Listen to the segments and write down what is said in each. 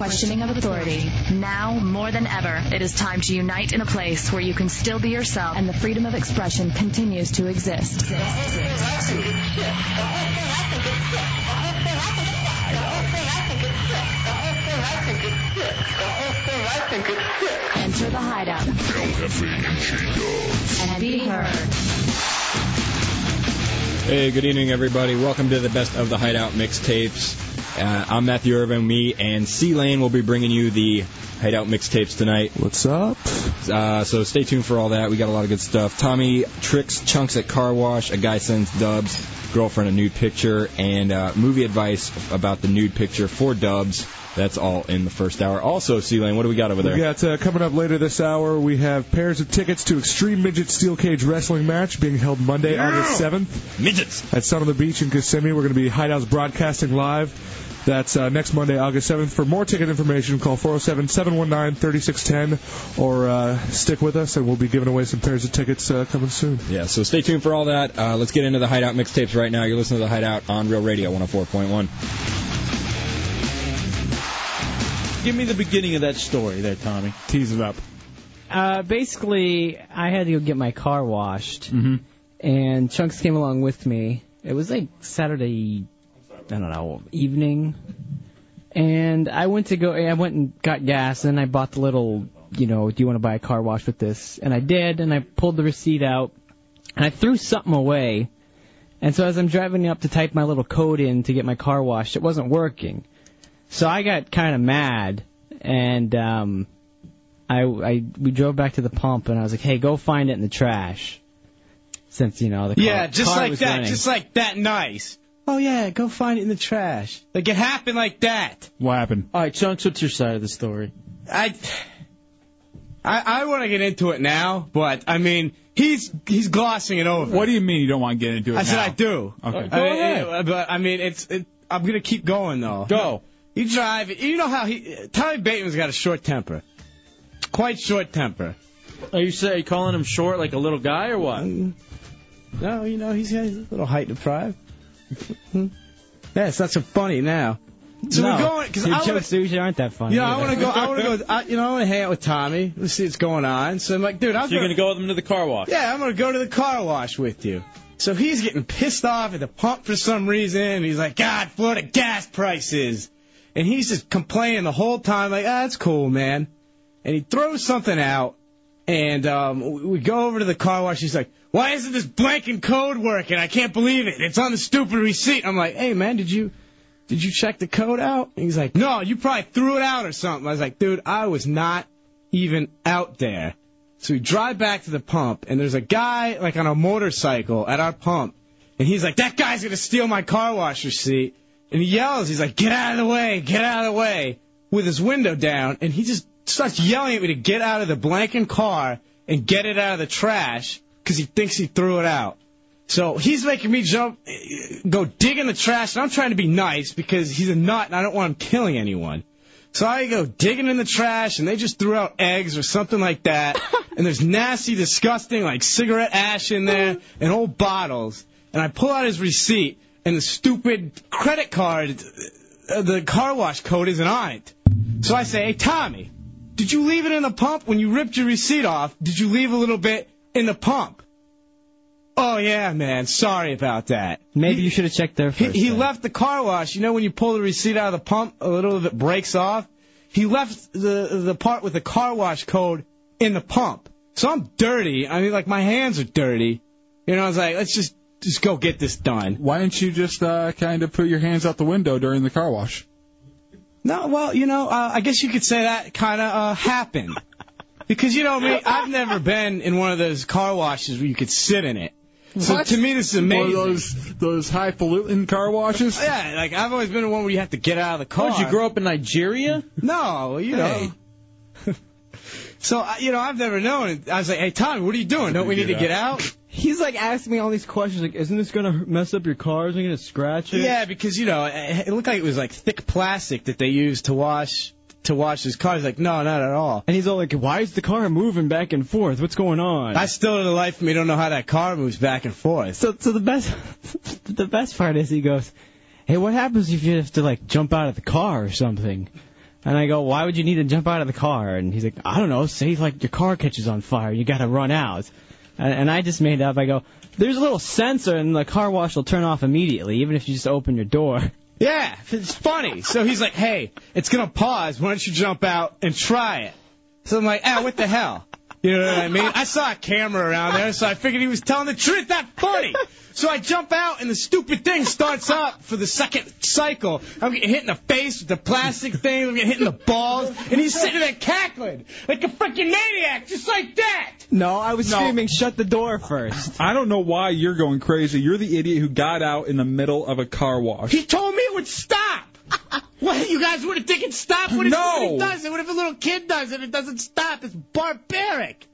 Questioning of authority. Now more than ever, it is time to unite in a place where you can still be yourself and the freedom of expression continues to exist. Enter the hideout and be heard. Hey, good evening, everybody. Welcome to the best of the Hideout mixtapes. Uh, I'm Matthew Irvin. Me and C Lane will be bringing you the Hideout mixtapes tonight. What's up? Uh, so stay tuned for all that. We got a lot of good stuff. Tommy tricks chunks at car wash. A guy sends Dubs girlfriend a nude picture and uh, movie advice about the nude picture for Dubs. That's all in the first hour. Also, C Lane, what do we got over there? We got uh, coming up later this hour. We have pairs of tickets to Extreme Midget Steel Cage Wrestling match being held Monday, August seventh. Midgets at Sun on the Beach in Kissimmee. We're going to be Hideouts broadcasting live. That's uh, next Monday, August 7th. For more ticket information, call 407 719 3610 or uh, stick with us, and we'll be giving away some pairs of tickets uh, coming soon. Yeah, so stay tuned for all that. Uh, let's get into the Hideout mixtapes right now. You're listening to the Hideout on Real Radio 104.1. Give me the beginning of that story there, Tommy. Tease it up. Uh, basically, I had to go get my car washed, and Chunks came along with me. It was like Saturday, I don't know, evening, and I went to go. I went and got gas, and I bought the little, you know, do you want to buy a car wash with this? And I did, and I pulled the receipt out, and I threw something away. And so as I'm driving up to type my little code in to get my car washed, it wasn't working. So I got kind of mad, and um, I, I we drove back to the pump, and I was like, "Hey, go find it in the trash," since you know the car, Yeah, just car like was that. running. Just like that. Nice. Oh yeah, go find it in the trash. Like it happened like that. What happened? All right, Chunks, what's your side of the story? I, I, I want to get into it now, but I mean, he's he's glossing it over. What do you mean you don't want to get into it? I said now? I do. Okay. I mean, it- but I mean, it's. It, I'm gonna keep going though. Go. You drive. You know how he. Tommy Bateman's got a short temper. Quite short temper. Are you say calling him short like a little guy or what? Mm-hmm. No, you know he's, he's a little height deprived. yeah, it's not so funny now. So no, we're going because your I want jokes to. usually aren't that funny. You know, I either. want to go. I want to go. I, you know, I want to hang out with Tommy. Let's see what's going on. So I'm like, dude, I'm So you're gonna go with him to the car wash? Yeah, I'm gonna go to the car wash with you. So he's getting pissed off at the pump for some reason. and He's like, God, Florida gas prices. And he's just complaining the whole time, like, ah, that's cool, man. And he throws something out, and um, we- we go over to the car wash. He's like, Why isn't this blanking code working? I can't believe it. It's on the stupid receipt. I'm like, Hey, man, did you did you check the code out? And he's like, No, you probably threw it out or something. I was like, Dude, I was not even out there. So we drive back to the pump, and there's a guy like on a motorcycle at our pump, and he's like, "That guy's gonna steal my car wash receipt," and he yells, "He's like, get out of the way, get out of the way," with his window down, and he just starts yelling at me to get out of the blanking car and get it out of the trash because he thinks he threw it out. So he's making me jump, go dig in the trash, and I'm trying to be nice because he's a nut and I don't want him killing anyone. So I go digging in the trash, and they just threw out eggs or something like that. and there's nasty, disgusting, like cigarette ash in there and old bottles. And I pull out his receipt, and the stupid credit card, uh, the car wash code isn't on it. So I say, hey, Tommy, did you leave it in the pump when you ripped your receipt off? Did you leave a little bit in the pump? Oh, yeah, man. Sorry about that. Maybe you should have checked there He, first. he then. left the car wash. You know when you pull the receipt out of the pump, a little of it breaks off. He left the the part with the car wash code in the pump. So I'm dirty. I mean, like my hands are dirty. You know, I was like, let's just just go get this done. Why didn't you just uh, kind of put your hands out the window during the car wash? No, well, you know, uh, I guess you could say that kind of uh, happened. Because you know me, I've never been in one of those car washes where you could sit in it. So What? to me, this is One amazing. of those those highfalutin car washes. Oh, Yeah, like I've always been in one where you have to get out of the car. Did you grow up in Nigeria? No, you know. so I- you know, I've never known. it. I was like, "Hey, Tommy, what are you doing? Don't we need to get out?" He's like asking me all these questions, like, "Isn't this gonna mess up your car? Isn't it gonna scratch it?" Yeah, because you know, it it looked like it was like thick plastic that they used to wash to wash his cars. Like, no, not at all. And he's all like, "Why is the car moving back and forth? What's going on?" I still in the life of me don't know how that car moves back and forth. so, so the best, the best part is he goes, "Hey, what happens if you have to like jump out of the car or something?" And I go, why would you need to jump out of the car? And he's like, I don't know. Say like your car catches on fire, you gotta run out. And, and I just made up. I go, there's a little sensor, and the car wash will turn off immediately, even if you just open your door. Yeah, it's funny. So he's like, hey, it's going to pause. Why don't you jump out and try it? So I'm like, ah, what the hell? You know what I mean? I saw a camera around there, so I figured he was telling the truth. That funny. So I jump out, and the stupid thing starts up for the second cycle. I'm getting hit in the face with the plastic thing. I'm getting hit in the balls, and he's sitting there cackling like a freaking maniac, just like that. No, I was screaming, shut the door first. I don't know why you're going crazy. You're the idiot who got out in the middle of a car wash. He told me it would stop. What you guys would have think it stopped? What if No. somebody does it? What if a little kid does it? It doesn't stop. It's barbaric.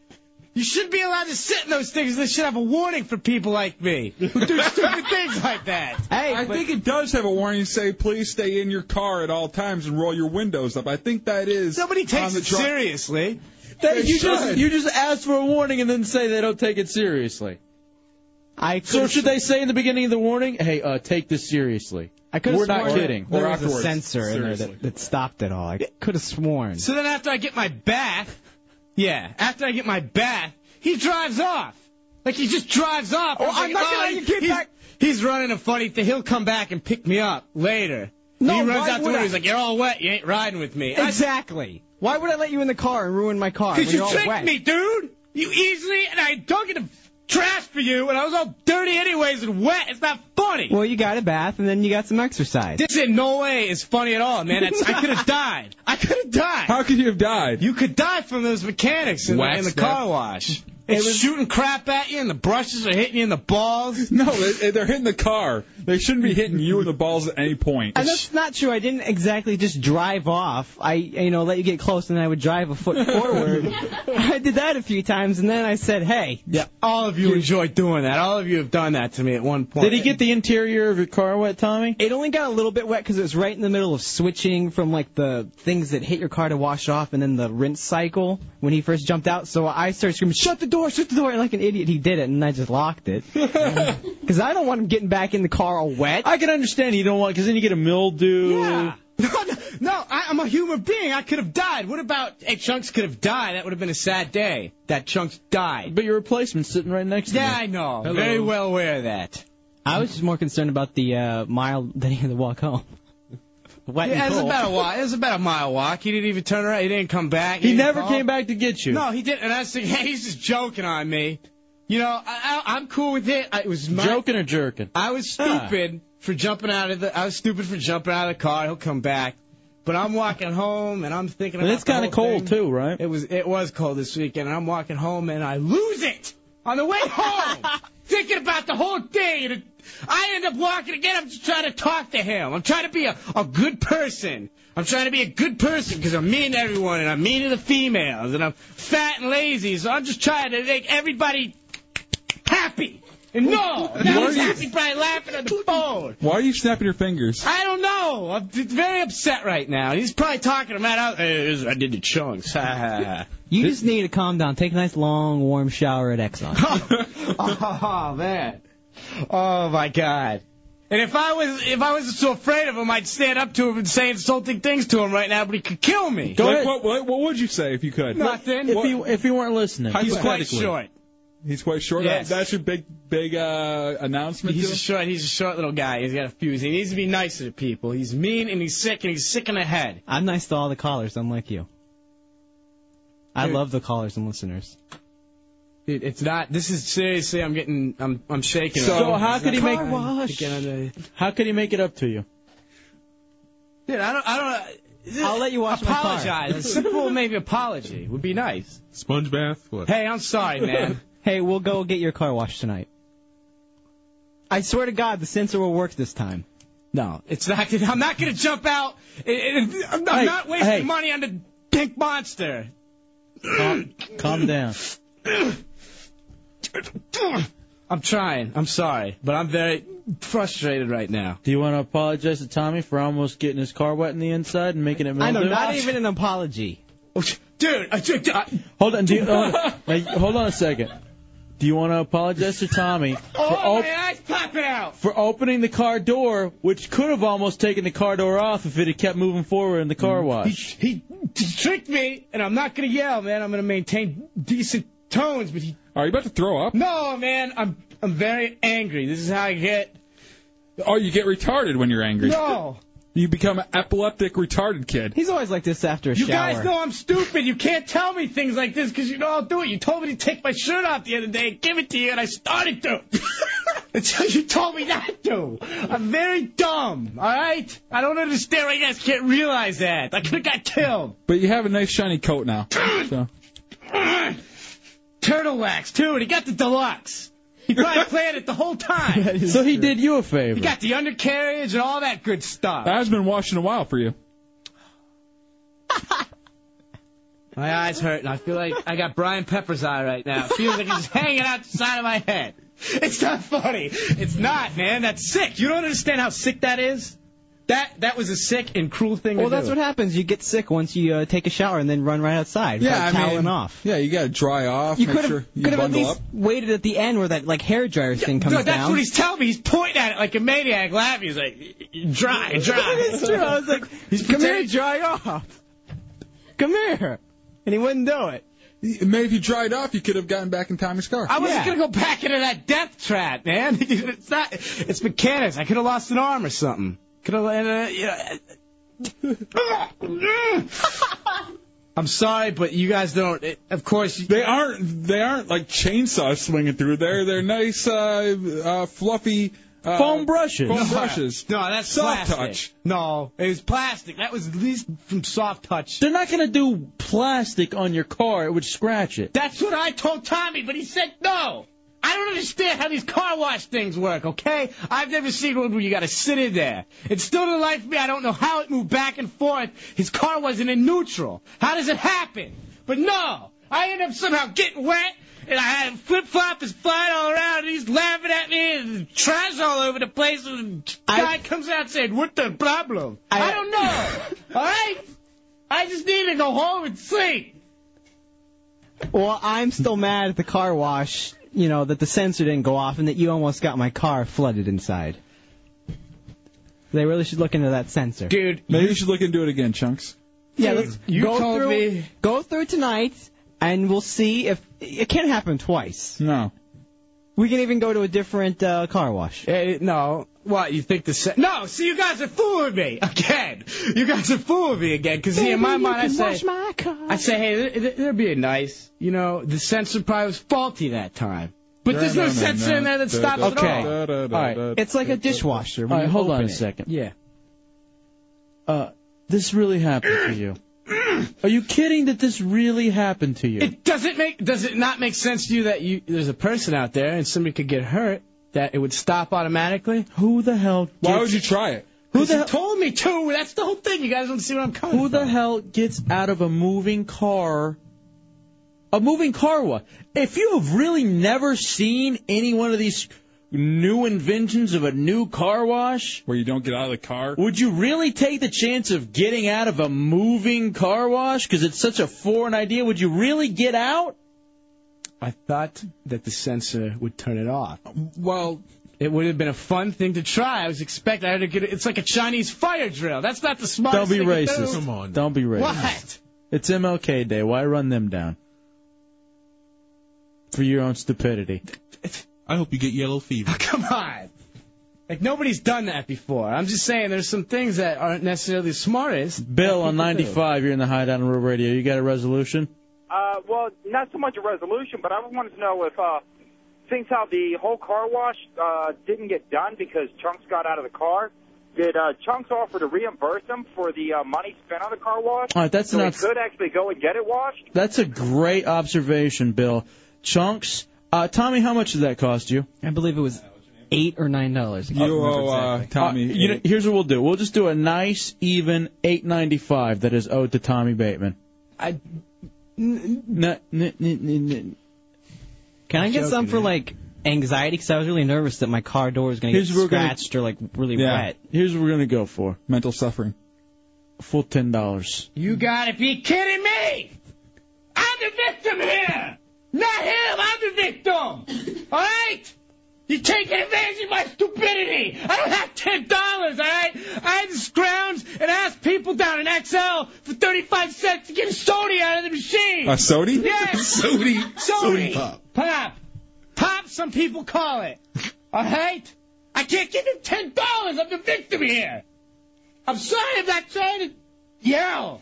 You should be allowed to sit in those things. They should have a warning for people like me who do stupid things like that. Hey, I think it does have a warning to say, please stay in your car at all times and roll your windows up. I think that is. Nobody on takes the it truck. seriously. They you should. just you just ask for a warning and then say they don't take it seriously. I So could should they say in the beginning of the warning, "Hey, uh, take this seriously"? I could We're not kidding. There Or was a afterwards. sensor in there Seriously. that, that stopped it all. I could have sworn. So then after I get my bath, yeah, after I get my bath, he drives off. Like he just drives off. Oh, I'm not gonna let you get he's, back- He's running a funny thing. He'll come back and pick me up later. No, he why runs out the would window. I? He's like, "You're all wet. You ain't riding with me." I Exactly. Why would I let you in the car and ruin my car? Because when you you're all tricked wet? me, dude. You easily, and I dug in the trash for you, and I was all dirty anyways and wet. It's not funny. Well, you got a bath and then you got some exercise. this in no way is funny at all, man. It's, I could have died. I could have died. How could you have died? you could die from those mechanics in, the, in the Wax car wash. It's shooting crap at you, and the brushes are hitting you in the balls. No, they, they're hitting the car. They shouldn't be hitting you in the balls at any point. And that's not true. I didn't exactly just drive off. I, you know, let you get close and then I would drive a foot forward. I did that a few times and then I said, hey. Yeah, all of you enjoy doing that. All of you have done that to me at one point. Did he get the interior of your car wet, Tommy? It only got a little bit wet because it was right in the middle of switching from like the things that hit your car to wash off and then the rinse cycle when he first jumped out. So I started screaming, shut the door, shut the door. And like an idiot, he did it and I just locked it. Because I don't want him getting back in the car all wet. I can understand you don't want because then you get a mildew. Yeah. No, no, no I, I'm a human being. I could have died. What about? Hey, Chunks could have died. That would have been a sad day. That Chunks died. But your replacement's sitting right next to Yeah, you. I know. Very well aware of that. I was just more concerned about the uh, mile than he had to walk home. Wet Yeah, it and was cold. about a walk. It was about a mile walk. He didn't even turn around. He didn't come back. He didn't never call. came back to get you. No, he didn't. And I was thinking, hey, he's just joking on me. You know, I, I, I'm cool with it. I, it was my, Joking or jerking? I was stupid for jumping out of the. I was stupid for jumping out of the car. He'll come back. But I'm walking home and I'm thinking. And about it's the kind of whole cold thing. too, right? It was it was cold this weekend, and I'm walking home and I lose it on the way home, thinking about the whole thing. And it- I end up walking again. I'm just trying to talk to him. I'm trying to be a, a good person. I'm trying to be a good person because I'm mean to everyone and I'm mean to the females and I'm fat and lazy. So I'm just trying to make everybody happy. And no, now he's happy by laughing on the phone. Why are you snapping your fingers? I don't know. I'm d- very upset right now. He's probably talking about how "Hey, this is what I did the chunks. Ha, ha, ha. You just need to calm down. Take a nice long warm shower at Exxon. oh man. Oh my god. And if I was if I wasn't so afraid of him, I'd stand up to him and say insulting things to him right now, but he could kill me. Go like, ahead. What, what, what would you say if you could? Nothing. If you if you weren't listening, he's quite short. He's quite short. Yes. That's your big big uh, announcement. He's to a him? short. He's a short little guy. He's got a fuse. He needs to be nicer to people. He's mean and he's sick and he's sick in the head. I'm nice to all the callers, unlike you. I love the callers and listeners. Dude, it's not. This is seriously. I'm getting. I'm. I'm shaking. So how could he make- Car wash. Dude, how could he make it up to you? I don't. I don't. I'll let you wash my car. apologize. A simple maybe apology would be nice. Sponge bath? What? Hey, I'm sorry, man. Hey, we'll go get your car washed tonight. I swear to God, the sensor will work this time. No, it's not. Gonna, I'm not going to jump out. It- it- I'm, I'm Hey, not wasting hey. money on the pink monster. Calm, calm down. I'm trying. I'm sorry, but I'm very frustrated right now. Do you want to apologize to Tommy for almost getting his car wet in the inside and making it mildew? I know, not even an apology. Dude, I, I, oh, Hold on, do you, hold, on, Now, hold on a second. do you want to apologize to Tommy for, op- eyes popping out. for opening the car door, which could have almost taken the car door off if it had kept moving forward in the Mm. car wash? He tricked me, and I'm not gonna yell, man. I'm gonna maintain decent tones, but he. Are you about to throw up? No, man. I'm I'm very angry. This is how I get. Oh, you get retarded when you're angry. No. You become an epileptic retarded kid. He's always like this after a You shower. guys know I'm stupid. You can't tell me things like this because you know I'll do it. You told me to take my shirt off the other day and give it to you, and I started to. Until you told me not to. I'm very dumb, alright? I don't understand why you guys can't realize that. I could have got killed. But you have a nice shiny coat now. So. Turtle wax, too, and he got the deluxe. He probably planned it the whole time. So he did you a favor. He got the undercarriage and all that good stuff. That has been washing a while for you. My eyes hurt, and I feel like I got Brian Pepper's eye right now. It feels like it's hanging out the side of my head. It's not funny. It's not, man. That's sick. You don't understand how sick that is. That that was a sick and cruel thing well, to that's do. what happens. You get sick once you uh, take a shower and then run right outside, Yeah, without I mean- toweling off. Yeah, you gotta dry off. You make could have sure you could have at bundle least up. waited at the end where that like hair dryer thing comes Dude, that's down. what he's telling me. He's pointing at it like a maniac, laughing. He's like, dry, It is dry. true. I was like, come here, dry off. Come here. And he wouldn't do it. Maybe if you dried off, you could have gotten back in Tommy's car. I wasn't Yeah. gonna go back into that death trap, man. it's not. It's mechanics. I could have lost an arm or something. Could have. Uh, yeah. I'm sorry, but you guys don't. It, of course, you, They aren't. They aren't like chainsaws swinging through there. They're nice, uh, uh, fluffy uh, Foam brushes. Foam brushes. No, that's Soft plastic. touch. No, it was plastic. That was at least from soft touch. They're not going to do plastic on your car. It would scratch it. That's what I told Tommy, but he said no. I don't understand how these car wash things work, okay? I've never seen one where you gotta sit in there. It's still the life of me. I don't know how it moved back and forth. His car wasn't in neutral. How does it happen? But no, I ended up somehow getting wet, and I had flip flop is flying all around, and he's laughing at me, and trash all over the place, and the guy comes out saying, What the problem? I, don't know, alright? I just need to go home and sleep. Well, I'm still mad at the car wash, you know, that the sensor didn't go off and that you almost got my car flooded inside. They really should look into that sensor. Dude, Maybe you should look into it again, chunks. yeah, let's you go told through, me- Go through tonight, and we'll see if it can't happen twice. No. We can even go to a different uh, car wash. Eh, no. What, you think the se- No, see, you guys are fooling me again. You guys are fooling me again, because see, in my mind, I say, my car. I say, hey, th- th- they're being nice. You know, the sensor probably was faulty that time. But there's no sensor in there that stops at Okay. all. Alright, it's like a dishwasher. When All right, you hold open on a it. second. Yeah. Uh, this really happened to you. Are you kidding that this really happened to you? It doesn't make, does it not make sense to you that you, there's a person out there and somebody could get hurt, that it would stop automatically? who the hell? Gets, Why would you try it? Who the You hell? told me to. That's the whole thing. You guys don't see what I'm coming Who the from. hell gets out of a moving car? A moving car wash. If you have really never seen any one of these new inventions of a new car wash, Where you don't get out of the car? would you really take the chance of getting out of a moving car wash? Because it's such a foreign idea. Would you really get out? I thought that the sensor would turn it off. Well, It would have been a fun thing to try. I was expecting. I had to get. It's like a Chinese fire drill. That's not the Don't smartest. be thing to do. racist. Come on. Don't be racist. What? It's MLK Day. Why run them down? For your own stupidity. I hope you get yellow fever. Come on. Like nobody's done that before. I'm just saying there's some things that aren't necessarily the smartest. Bill on 95, you're in the hideout on Real Radio. You got a resolution? Uh, well, not so much a resolution, but I wanted to know if uh, since how the whole car wash uh, didn't get done because Chunks got out of the car, did uh, Chunks offer to reimburse him for the uh, money spent on the car wash? All right, that's so not- he could actually go and get it washed. That's a great observation, Bill. Chunks. Uh, Tommy, how much did that cost you? I believe it was eight or nine dollars. you owe uh, Tommy. Uh, you know, here's what we'll do. We'll just do a nice, even 8.95 that is owed to Tommy Bateman. I N- n- n- n- n- Can I get joking, some for man. like anxiety? Because I was really nervous that my car door was going to get Here's what we're gonna- scratched or like really Yeah. wet. Here's what we're gonna go for. mental suffering. Full ten dollars. You gotta be kidding me! I'm the victim here. Not him. I'm the victim. All right. You're taking advantage of my stupidity. I don't have ten dollars. All right. I had scrounge and asked people down in XL for thirty-five cents to get a soda out of the machine. A Uh, sody? Yes. Sody. Sody. Sody pop. Pop. Pop. Some people call it. All right. I can't give you ten dollars. I'm the victim here. I'm sorry. I'm not trying to yell.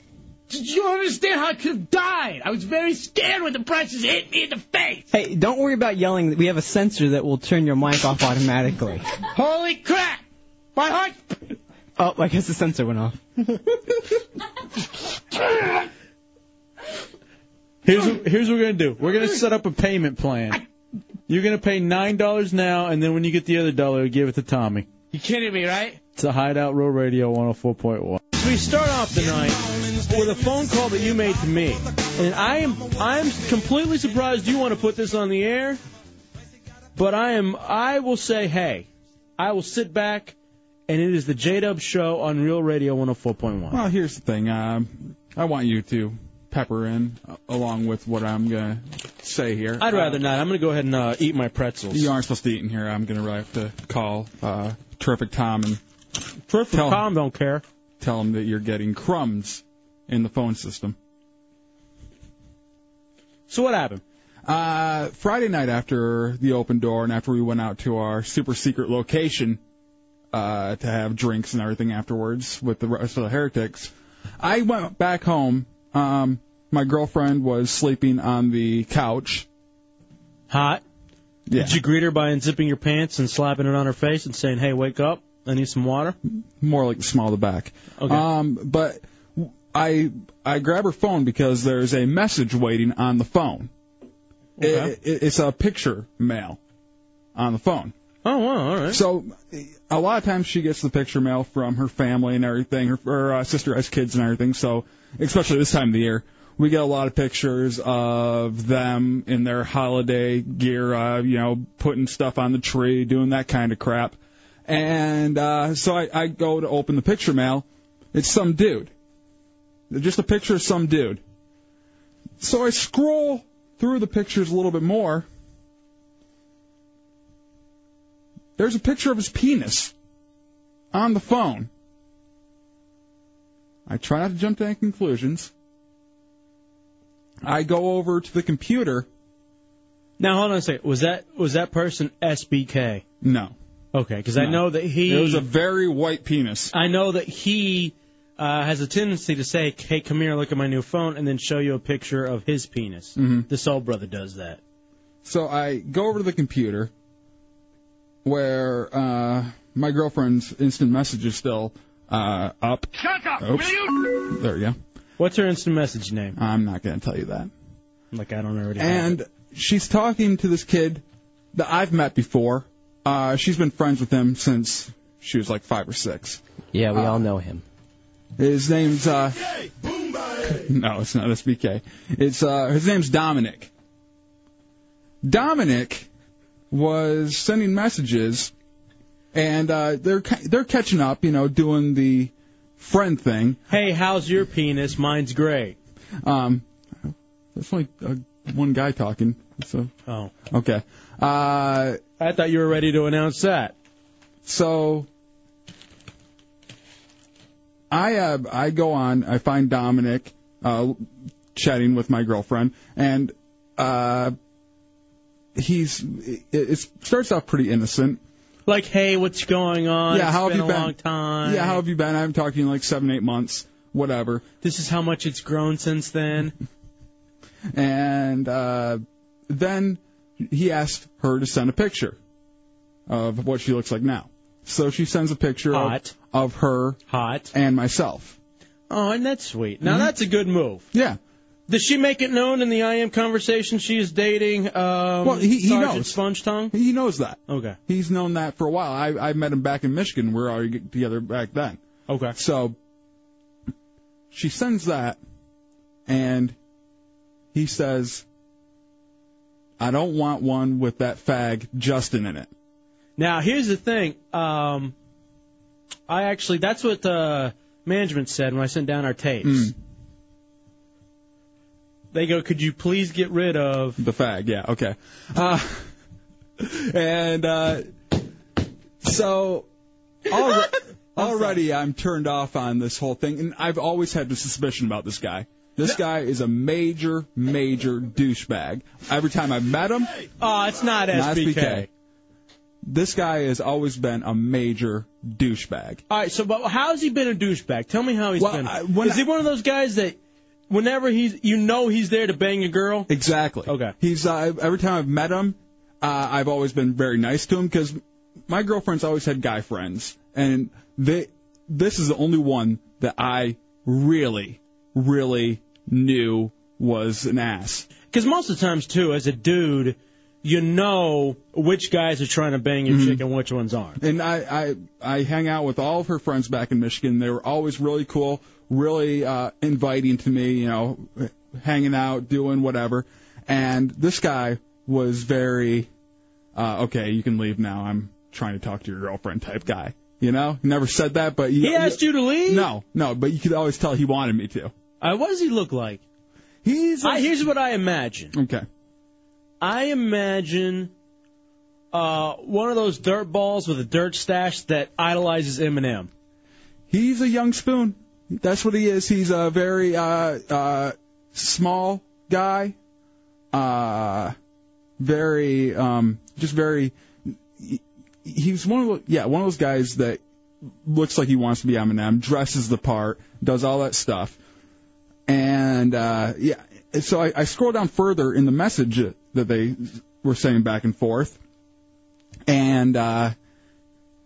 Did you understand how I could have died? I was very scared when the prices hit me in the face. Hey, don't worry about yelling. We have a sensor that will turn your mic off automatically. Holy crap! My heart. Oh, I guess the sensor went off. Here's what, here's what we're gonna do. We're gonna set up a payment plan. You're gonna pay nine dollars now, and then when you get the other dollar, give it to Tommy. You kidding me, right? It's a Hideout Row Radio 104.1. We start off the night with a phone call that you made to me, and I am I'm completely surprised you want to put this on the air. But I am I will say hey, I will sit back, and it is the J Dub Show on Real Radio 104.1. Well, here's the thing. Um, I want you to pepper in uh, along with what I'm gonna say here. I'd rather not. I'm gonna go ahead and uh, eat my pretzels. You aren't supposed to eat in here. I'm gonna really have to call uh, Terrific Tom and Terrific Tom don't care. Tell him that you're getting crumbs in the phone system. So what happened? Uh, Friday night after the open door and after we went out to our super secret location uh, to have drinks and everything afterwards with the rest of the heretics, I went back home. Um, my girlfriend was sleeping on the couch. Hot. Yeah. Did you greet her by unzipping your pants and slapping it on her face and saying, "Hey, wake up! I need some water." More like the small of the back. Okay. Um, but w- I I grab her phone because there's a message waiting on the phone. Okay. It- it- it's a picture mail on the phone. Oh wow! All right. So a lot of times she gets the picture mail from her family and everything. Her, her uh, sister has kids and everything. So especially this time of the year, we get a lot of pictures of them in their holiday gear, uh, you know, putting stuff on the tree, doing that kind of crap. And uh, so I, I go to open the picture mail. It's some dude. Just a picture of some dude. So I scroll through the pictures a little bit more. There's a picture of his penis on the phone. I try not to jump to any conclusions. I go over to the computer. Now hold on a second. Was that was that person SBK? No. Okay, because I No. know that he. It was a very white penis. I know that he uh, has a tendency to say, "Hey, come here, look at my new phone," and then show you a picture of his penis. Mhm. The Soul Brother does that. So I go over to the computer where uh, my girlfriend's instant message is still uh, up. Shut up, Oops. There we go. What's her instant message name? I'm not going to tell you that. Like I don't already. have and she's talking to this kid that I've met before. Uh, she's been friends with him since she was like five or six. Uh, Yeah, we all know him. His name's uh, no, it's not SBK. It's uh, his name's Dominic. Dominic was sending messages, and uh, they're ca- they're catching up, you know, doing the friend thing. it. Hey, how's your penis? Mine's great. Um, that's only uh, one guy talking. So Oh, okay. Uh. I thought you were ready to announce that. So I uh, I go on. I find Dominic uh, chatting with my girlfriend, and uh, he's it, it starts off pretty innocent. Like, hey, what's going on? Yeah, It's how have been you a been? long time. Yeah, how have you been? I haven't talked to you in like seven eight months, whatever. This is how much it's grown since then. And uh, then he asked her to send a picture of what she looks like now. So she sends a picture of, Hot. of her Hot. and myself. Oh, and that's sweet. Now Mhm. that's a good move. Yeah. Does she make it known in the I am conversation she is dating um Well, he- he Sergeant knows. Sponge Tongue? He knows that. Okay. He's known that for a while. I, I met him back in Michigan. We were already together back then. Okay. So she sends that, and he says, I don't want one with that fag Justin in it. Now here's the thing. Um I actually that's Mm. what uh management said when I sent down our tapes. They go, could you please get rid of the fag? Yeah, okay. Uh, and uh, so alre- already I'm turned off on this whole thing, and I've always had the suspicion about this guy. This guy is a major, major douchebag. Every time I've met him, Oh, it's not not SBK. SBK. This guy has always been a major douchebag. All right, so but how's he been a douchebag? Tell me how he's Well, been. I- when Is he one of those guys that whenever he's you know he's there to bang a girl? Exactly. Okay. He's uh, every time I've met him, uh, I've always been very nice to him because my girlfriend's always had guy friends, and they this is the only one that I really, really knew was an ass. Because most of the times too, as a dude, you know which guys are trying to bang Mm-hmm. your chick and which ones aren't. And I, I I hang out with all of her friends back in Michigan. They were always really cool, really uh, inviting to me. You know, hanging out, doing whatever. And this guy was very uh, okay. You can leave now. I'm trying to talk to your girlfriend type guy. You know, he never said that, but you, He asked you to leave. No, no, but you could always tell he wanted me to. Uh, what does he look like? He's. I, here's what I imagine. Okay. I imagine uh, one of those dirt balls with a dirt stash that idolizes Eminem. He's a young spoon. That's what he is. He's a very uh, uh, small guy, uh, very um, just very. he- He's one of the, yeah one of those guys that looks like he wants to be Eminem, dresses the part, does all that stuff, and uh, yeah. So I, I scroll down further in the message that they were sending back and forth, and uh,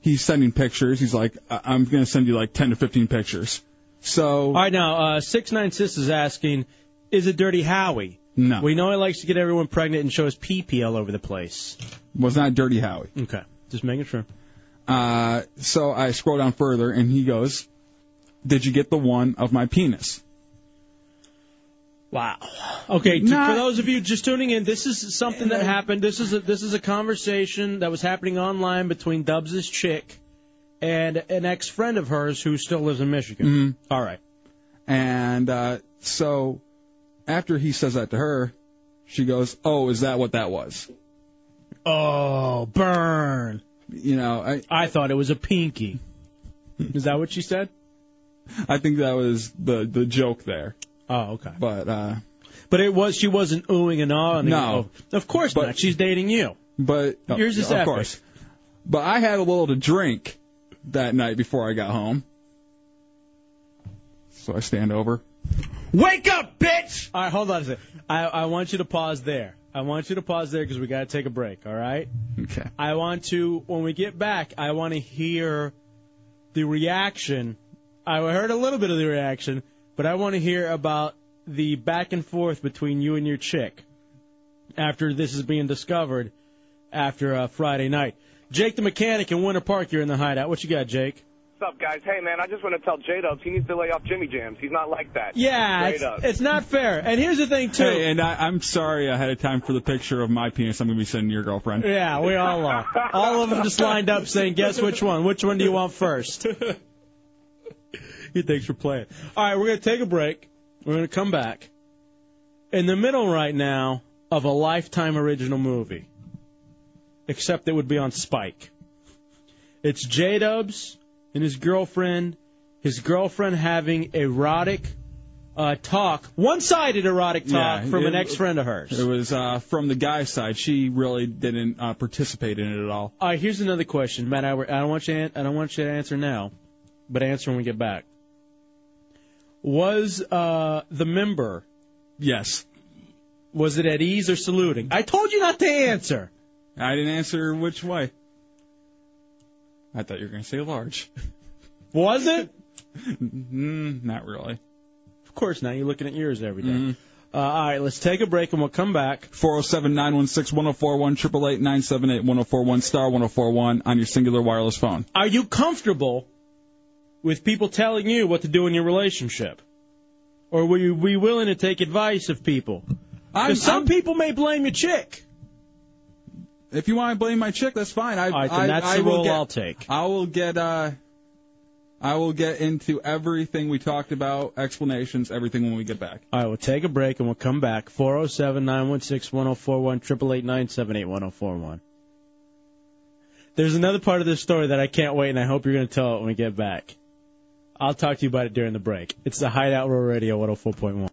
he's sending pictures. He's like, I- I'm going to send you like 10 to 15 pictures. So All right, now uh, six nine sis is asking, is it Dirty Howie? No. We know he likes to get everyone pregnant and show his pee pee all over the place. was not Dirty Howie. Okay, just making sure. Uh, so I scroll down further and he goes, Did you get the one of my penis? Wow. Okay, to, Not- for those of you just tuning in, this is something that happened. This is a, this is a conversation that was happening online between Dubs' chick and an ex friend of hers who still lives in Michigan. Mm-hmm. All right. And uh, so after he says that to her, she goes, Oh, is that what that was? Oh, burn. You know, I I thought it was a pinky. Is that what she said? I think that was the, the joke there. Oh, okay. But, uh, But it was she wasn't oohing and ahhing. No. Oh, of course not. She's dating you. But uh, Yours is of epic. course. But I had a little to drink that night before I got home. So I stand over. Wake up, bitch! All right, hold on a second. I, I want you to pause there. I want you to pause there because we got to take a break, all right? Okay. I want to, when we get back, I want to hear the reaction. I heard a little bit of the reaction, but I want to hear about the back and forth between you and your chick after this is being discovered after uh, Friday night. Jake the mechanic in Winter Park, you're in the hideout. What you got, Jake? What's up, guys? Hey, man, I just want to tell J Dubs he needs to lay off Jimmy Jams. He's not like that. Yeah, Straight it's, up. it's not fair. And here's the thing, too. Hey, and I, I'm sorry ahead of time for the picture of my penis I'm going to be sending your girlfriend. Yeah, we all are. All of them just lined up saying, guess which one? Which one do you want first? he thinks we're playing. All right, we're going to take a break. We're going to come back. In the middle right now of a Lifetime original movie, except it would be on Spike. It's J Dubs and his girlfriend, his girlfriend having erotic uh, talk, one sided erotic talk Yeah, from an it- ex friend of hers. It was uh, from the guy's side. She really didn't uh, participate in it at all. All right, here's another question, Matt. I, I don't want you. I don't want you to answer now, but answer when we get back. Was uh, the member? Yes. Was it at ease or saluting? I told you not to answer. I didn't answer which way. I thought you were going to say large. Was it? mm, not really. Mm-hmm. Of course not. You're looking at yours every day. Uh, all right, let's take a break and we'll come back. 407 916 1041 888 978 1041 star 1041 on your singular wireless phone. Are you comfortable with people telling you what to do in your relationship, or will you be willing to take advice of people? 'Cause some people may blame your chick. If you want to blame my chick, that's fine. I, All right, then I, that's I the will role get- I'll take. I will get. Uh, I will get into everything we talked about, explanations, everything when we get back. All right, we'll take a break and we'll come back. 407 916 1041, 888 978 1041. There's another part of this story that I can't wait, and I hope you're going to tell it when we get back. I'll talk to you about it during the break. It's the Hideout Row Radio 104.1.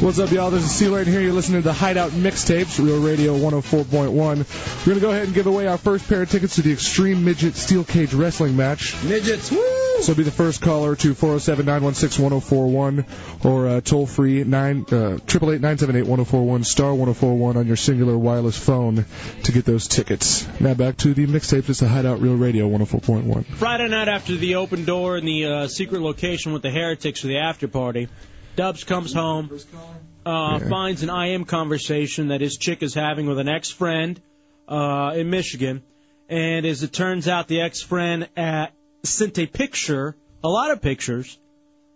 What's up, y'all? This is C-Lane here. You're listening to the Hideout Mixtapes, Real Radio 104.1. We're going to go ahead and give away our first pair of tickets to the Extreme Midget Steel Cage Wrestling Match. Midgets, woo! So be the first caller to 407-916-1041 or uh, toll free 9 triple eight nine seven eight one zero four one star one zero four one on your singular wireless phone to get those tickets. Now back to the mixtapes. It's the Hideout Real Radio 104.1. Friday night after the open door in the uh, secret location with the heretics for the after party, Dubs comes home, uh, finds an IM conversation that his chick is having with an ex friend uh, in Michigan, and as it turns out, the ex friend uh sent a picture, a lot of pictures,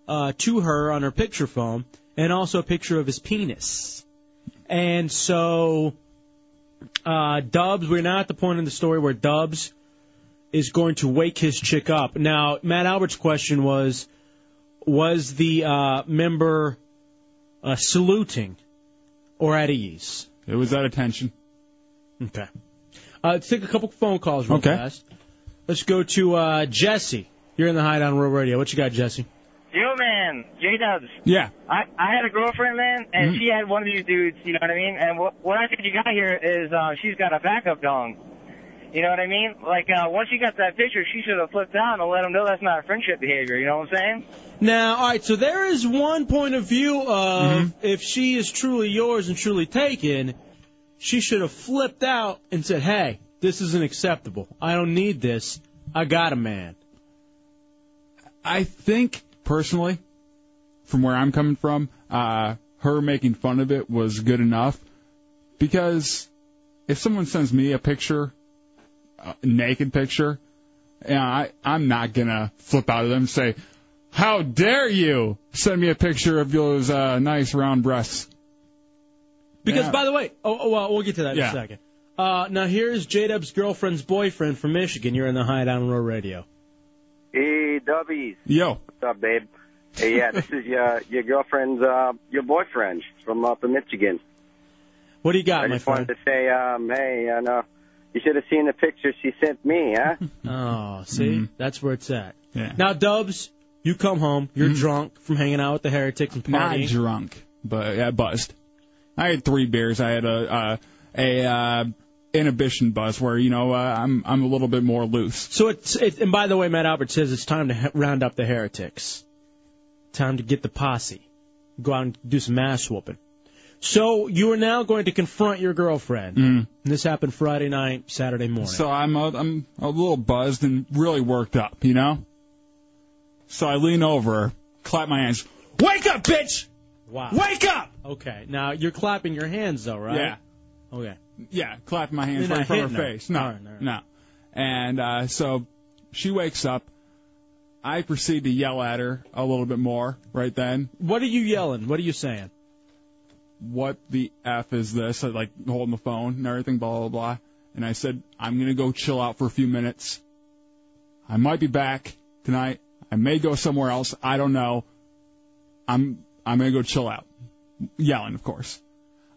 uh, to her on her picture phone, and also a picture of his penis. And so, uh, Dubs, we're now at the point in the story where Dubs is going to wake his chick up. Now, Matt Albert's question was was the uh, member uh, saluting or at ease? It was at attention. Okay. Uh, let's take a couple phone calls real Okay. fast. Let's go to uh, Jesse. You're in the Hideout on Real Radio. What you got, Jesse? Yo, man, J Dubs. Yeah. I I had a girlfriend, man, and she had one of these dudes. You know what I mean? And what what I think you got here is uh, she's got a backup dong. You know what I mean? Like uh, once you got that picture, she should have flipped out and let him know that's not friendship behavior. You know what I'm saying? Now, all right, so there is one point of view of Mm-hmm. if she is truly yours and truly taken, she should have flipped out and said, hey, this isn't acceptable. I don't need this. I got a man. I think personally, from where I'm coming from, uh, her making fun of it was good enough because if someone sends me a picture, a naked picture, and I, I'm not gonna flip out of them and say, "How dare you send me a picture of those uh, nice round breasts?" Because, Yeah. by the way, oh, oh, well, we'll get to that in Yeah. a second. Uh, now, here's J Dub's girlfriend's boyfriend from Michigan. You're in the Hideout on Real Radio. Hey, Dubbies. Yo. What's up, babe? Hey, yeah, this is your your girlfriend's uh, your boyfriend from up in Michigan. What do you got, I my just friend? wanted to say, um, hey, you know, you should have seen the picture she sent me, huh? Oh, see, that's where it's at. Mm-hmm. Yeah. Mm-hmm. Now, Dubs, you come home. You're drunk from hanging out with the heretics and Not partying. drunk, but yeah, buzzed. I had three beers. I had a uh, a uh, inhibition buzz where you know uh, I'm I'm a little bit more loose. So it's it, and by the way, Matt Albert says it's time to he- round up the heretics. Time to get the posse. Go out and do some ass whooping. So you are now going to confront your girlfriend. Mm. And this happened Friday night, Saturday morning. So I'm a, I'm a little buzzed and really worked up, you know. So I lean over, clap my hands. Wake up, bitch! Wow. Wake up! Okay. Now you're clapping your hands though, right? Yeah. Okay. Yeah, clap my You're hands right in not front of her hitting her. face. No, All right, all no. And uh, so she wakes up. I proceed to yell at her a little bit more right then. What are you yelling? What are you saying? What the f is this? I, like holding the phone and everything, blah blah blah. And I said, I'm gonna go chill out for a few minutes. I might be back tonight. I may go somewhere else. I don't know. I'm I'm gonna go chill out. Yelling, of course.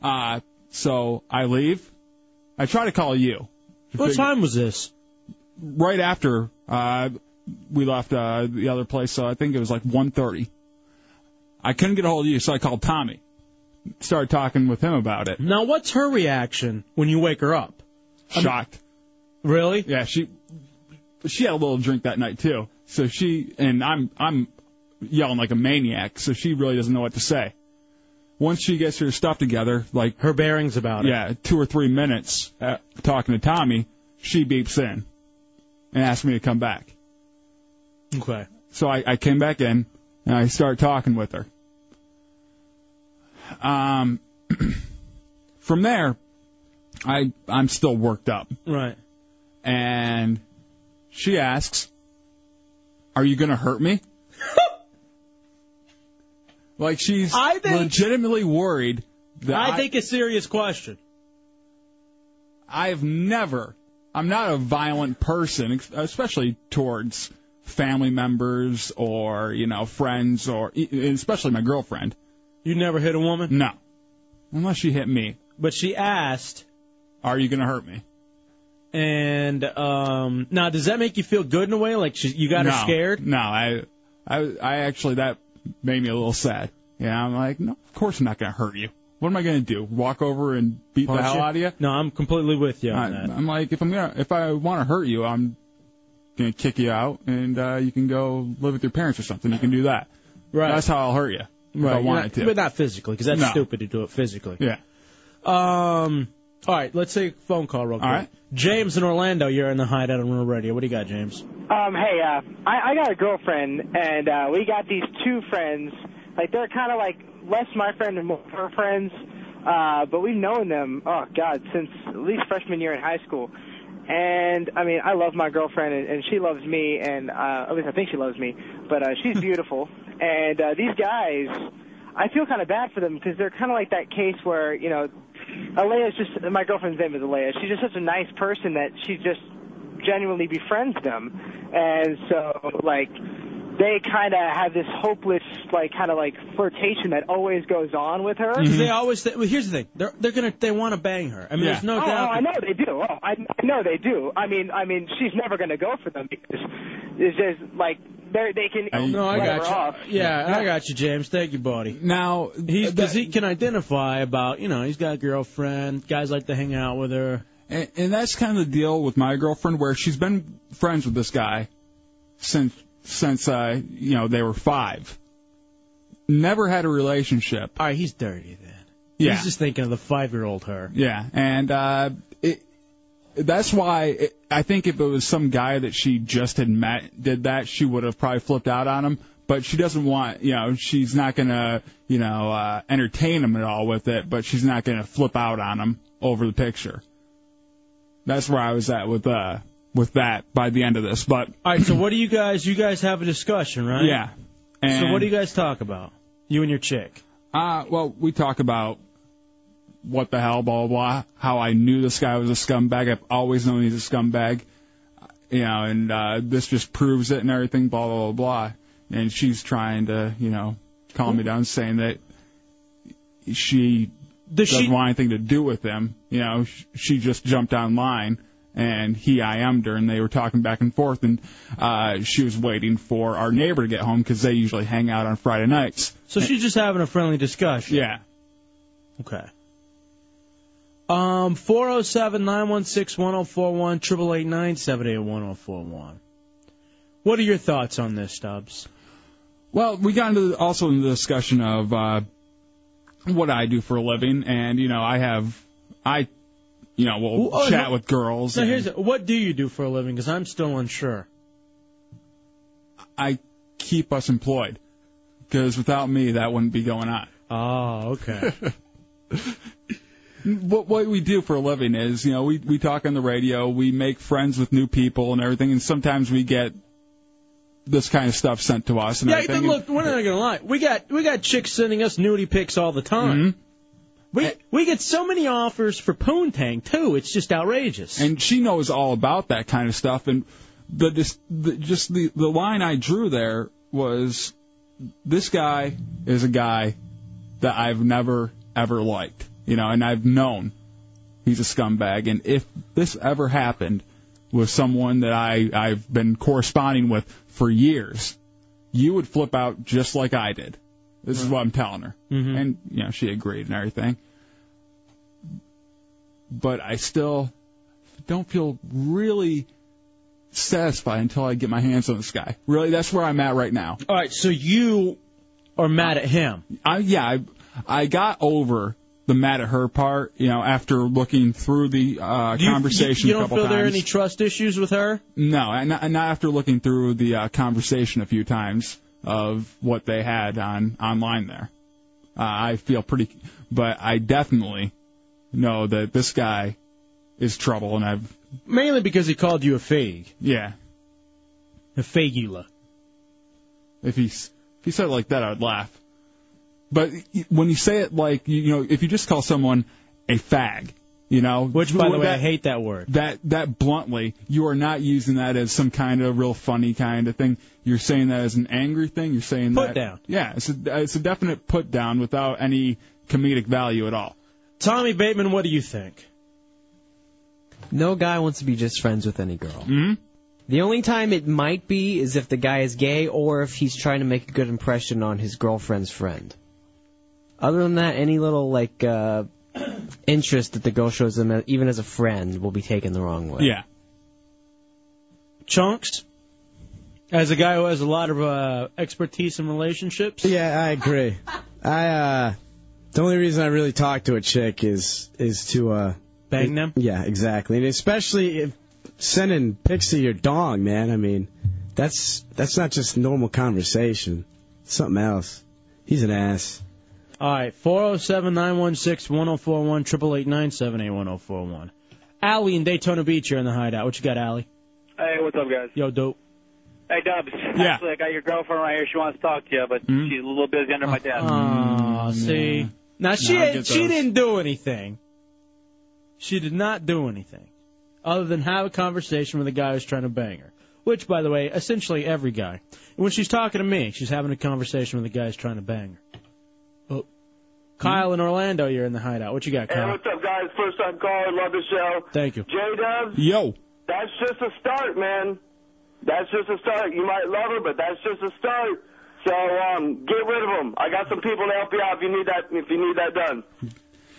Ah. Uh, so I leave. I try to call you. What time was this? Right after uh, we left uh, the other place, so I think it was like 1:30. I couldn't get a hold of you, so I called Tommy. Started talking with him about it. Now what's her reaction when you wake her up? Shocked. really? Yeah, she she had a little drink that night too. So she and I'm I'm yelling like a maniac. So she really doesn't know what to say. Once she gets her stuff together, like her bearings about it. Yeah, two or three minutes uh, talking to Tommy, she beeps in and asks me to come back. Okay. So I, I came back in and I start talking with her. Um, from there, I I'm still worked up Right. and she asks, "Are you gonna hurt me?" like she's I think- legitimately worried that I think a serious question. I've never I'm not a violent person, ex- especially towards family members or you know friends or e- especially my girlfriend. You never hit a woman? No, unless she hit me. But she asked, "Are you gonna hurt me?" And um, now, does that make you feel good in a way? Like she, you got No. her scared? No, I, I, I actually that made me a little sad. Yeah, I'm like, no, of course I'm not gonna hurt you. What am I gonna do? Walk over and beat the Punch hell you? out of you? No, I'm completely with you on I, that. I'm like, if I'm gonna, if I want to hurt you, I'm gonna kick you out, and uh, you can go live with your parents or something. You can do that. Right. That's how I'll hurt you. If I Right, wanted not- to. but not physically, because that's No. stupid to do it physically. Yeah. Um. All right, let's take a phone call real quick. right. James in Orlando, you're in the hideout on Real Radio. What do you got, James? Um, hey, uh, I, I got a girlfriend, and uh, we got these two friends. Like they're kind of like less my friend and more her friends, uh, but we've known them. Oh God, since at least freshman year in high school. And I mean, I love my girlfriend, and, and she loves me, and uh, at least I think she loves me. But uh, she's beautiful, and uh, these guys, I feel kind of bad for them because they're kind of like that case where you know, Alea's just my girlfriend's name is Alea. She's just such a nice person that she just genuinely befriends them and so like they kind of have this hopeless like kind of like flirtation that always goes on with her They always. Th- well, here's the thing. They're they're gonna they want to bang her. I mean, there's no oh, doubt. Oh, I know they do. Oh, I, I know they do. I mean, I mean, she's never going to go for them because it's just like they they can. no, I let her got off. you. Yeah, uh, I got you, James. Thank you, buddy. Now he's because he can identify about you know he's got a girlfriend. Guys like to hang out with her. And, and that's kind of the deal with my girlfriend, where she's been friends with this guy since since uh, you know they were five. Never had a relationship. All right, he's dirty then. Yeah. He's just thinking of the five year old her. Yeah, and uh, it, that's why it, I think if it was some guy that she just had met did that, she would have probably flipped out on him. But she doesn't want, you know, she's not gonna, you know, uh, entertain him at all with it. But she's not gonna flip out on him over the picture. That's where I was at with uh with that by the end of this. But All right, so what do you guys? You guys have a discussion, right? Yeah. so And- what do you guys talk about? You and your chick. Uh, well, we talk about what the hell, blah, blah, blah, how I knew this guy was a scumbag. I've always known he's a scumbag, you know, and uh, this just proves it and everything, blah, blah, blah, blah. And she's trying to, you know, calm me down, saying that she Does doesn't she- want anything to do with him. You know, sh- she just jumped online and he IM'd her and they were talking back and forth and uh, she was waiting for our neighbor to get home because they usually hang out on Friday nights. So she's just having a friendly discussion. Yeah. Okay. Um, 407-916-1041, 888 oh What are your thoughts on this, Stubbs? Well, we got into also into the discussion of uh, what I do for a living, and you know, I have I, you know, Well, will oh, chat no- with girls. So and here's what do you do for a living? Because I'm still unsure. I keep us employed because without me, that wouldn't be going on. Oh, okay. what what we do for a living is, you know, we we talk on the radio, we make friends with new people and everything, and sometimes we get this kind of stuff sent to us. And yeah, everything. then look, we're not gonna lie. We got we got chicks sending us nudie pics all the time. Mm-hmm. We we get so many offers for poontang too. It's just outrageous. And she knows all about that kind of stuff. And the just the, just the the line I drew there was this guy is a guy that I've never ever liked, you know, and I've known he's a scumbag. And if this ever happened with someone that I I've been corresponding with for years, you would flip out just like I did. This is what I'm telling her, Mm-hmm. and you know she agreed and everything. But I still don't feel really satisfied until I get my hands on this guy. Really, that's where I'm at right now. All right, so you are mad at him. I yeah, I, I got over the mad at her part, you know, after looking through the uh, Do you- conversation You, you a don't couple feel times. there are any trust issues with her? No, and not, and not after looking through the uh, conversation a few times of what they had on online there. Uh, I feel pretty, but I definitely know that this guy is trouble, and I've Mainly because he called you a fag. yeah. A fagula. If he s- if he said it like that, I'd laugh. But when you say it like you know, if you just call someone a fag, You know, Which, by the way, I that- hate that word. that that bluntly. You are not using that as some kind of real funny kind of thing. You're saying that as an angry thing. You're saying Put that down. Yeah, it's a, it's a definite put down without any comedic value at all. Tommy Bateman, what do you think? No guy wants to be just friends with any girl. Mm-hmm. The only time it might be is if the guy is gay or if he's trying to make a good impression on his girlfriend's friend. Other than that, any little like uh, interest that the girl shows him, even as a friend, will be taken the wrong way. Yeah. Chunks, as a guy who has a lot of uh, expertise in relationships. Yeah, I agree. I uh the only reason I really talk to a chick is is to uh Bang them? Yeah, exactly. And especially if sending pics of your dong, man. I mean, that's that's not just normal conversation. It's something else. He's an ass. All right, 407 916 1041, 888 978 1041. Allie in Daytona Beach, you're in the hideout. What you got, Allie? Hey, what's up, guys? Yo, dope. Hey, Dubs. Yeah. Actually, I got your girlfriend right here. She wants to talk to you, but Hmm? she's a little busy Uh, under my desk. Aw, Mm, see? Now, she, No, I get she those. didn't do anything. She did not do anything other than have a conversation with a guy who's trying to bang her. Which, by the way, essentially every guy. And when she's talking to me, she's having a conversation with a guy who's trying to bang her. Oh. Kyle in Orlando, you're in the hideout. What you got, Hey, Kyle? what's up, guys? First time caller. Love the show. Thank you. J Dubs, Yo. that's just a start, man. That's just a start. You might love her, but that's just a start. So um, get rid of them. I got some people to help you out if you need that. If you need that done.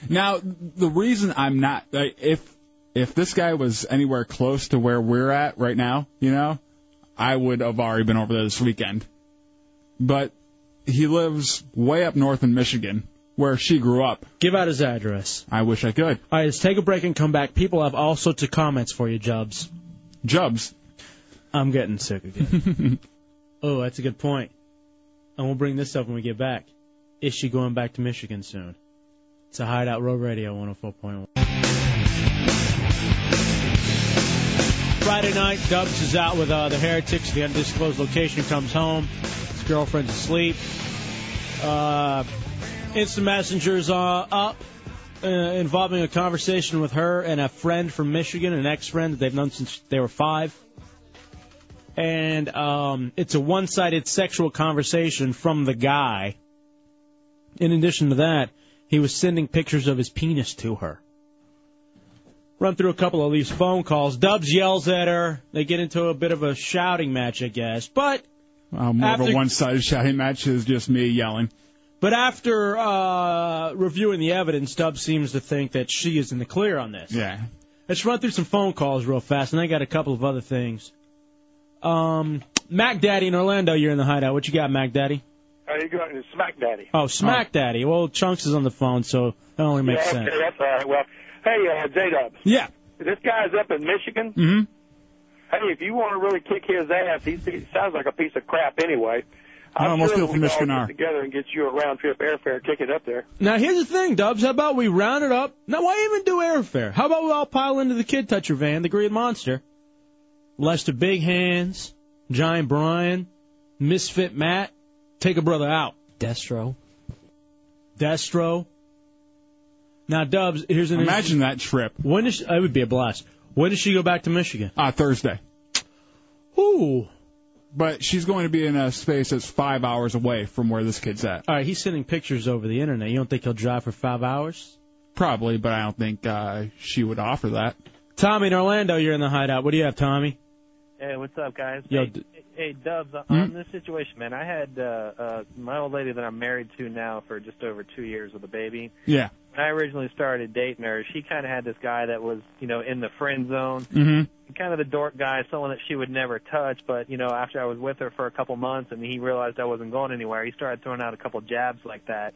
Now, the reason I'm not like, if if this guy was anywhere close to where we're at right now, you know, I would have already been over there this weekend. But he lives way up north in Michigan, where she grew up. Give out his address. I wish I could. All right, let's take a break and come back. People have all sorts of comments for you, Jubs. Jubs? I'm getting sick again. oh, that's a good point. And we'll bring this up when we get back. Is she going back to Michigan soon? It's a Hideout Road Radio 104.1. Friday night, Dubs is out with uh, the Heretics. The undisclosed location comes home. His girlfriend's asleep. Uh, instant messengers uh, up uh, involving a conversation with her and a friend from Michigan, an ex-friend that they've known since they were five. And um, it's a one-sided sexual conversation from the guy. In addition to that, he was sending pictures of his penis to her. Run through a couple of these phone calls. Dubs yells at her. They get into a bit of a shouting match, I guess. But Uh, more of After- a one-sided shouting match is just me yelling. But after uh, reviewing the evidence, Dub seems to think that she is in the clear on this. Yeah. Let's run through some phone calls real fast, and I got a couple of other things. Um, Mac Daddy in Orlando, you're in the hideout. What you got, Mac Daddy? How you going? Smack Daddy. Oh, Smack Daddy. Well, Chunks is on the phone, so that only makes yeah, sense. Okay, that's all right. Well, hey, uh, J Dubs. Yeah. This guy's up in Michigan. Mm-hmm. Hey, if you want to really kick his ass, he, he sounds like a piece of crap anyway. I don't know, most sure people from we can all Michigan get are. together and get you a round trip airfare, kick it up there. Now here's the thing, Dubs. How about we round it up? Now why even do airfare? How about we all pile into the Kid Toucher van, the Green Monster? Lester Big Hands, Giant Brian, Misfit Matt, take a brother out. Destro. Destro. Now Dubs, here's an Imagine that trip. When does she, it would be a blast? When does she go back to Michigan? Uh, Thursday. Ooh. But she's going to be in a space that's five hours away from where this kid's at. All right, he's sending pictures over the internet. You don't think he'll drive for five hours? Probably, but I don't think uh, she would offer that. Tommy in Orlando, you're in the hideout. What do you have, Tommy? Hey, what's up, guys? Yo, hey, d- hey, Dubs, uh, on this situation, man, I had uh, uh, my old lady that I'm married to now for just over two years with a baby. Yeah. When I originally started dating her, she kind of had this guy that was, you know, in the friend zone, Mm-hmm. kind of the dork guy, someone that she would never touch. But you know, after I was with her for a couple months and he realized I wasn't going anywhere, he started throwing out a couple jabs like that.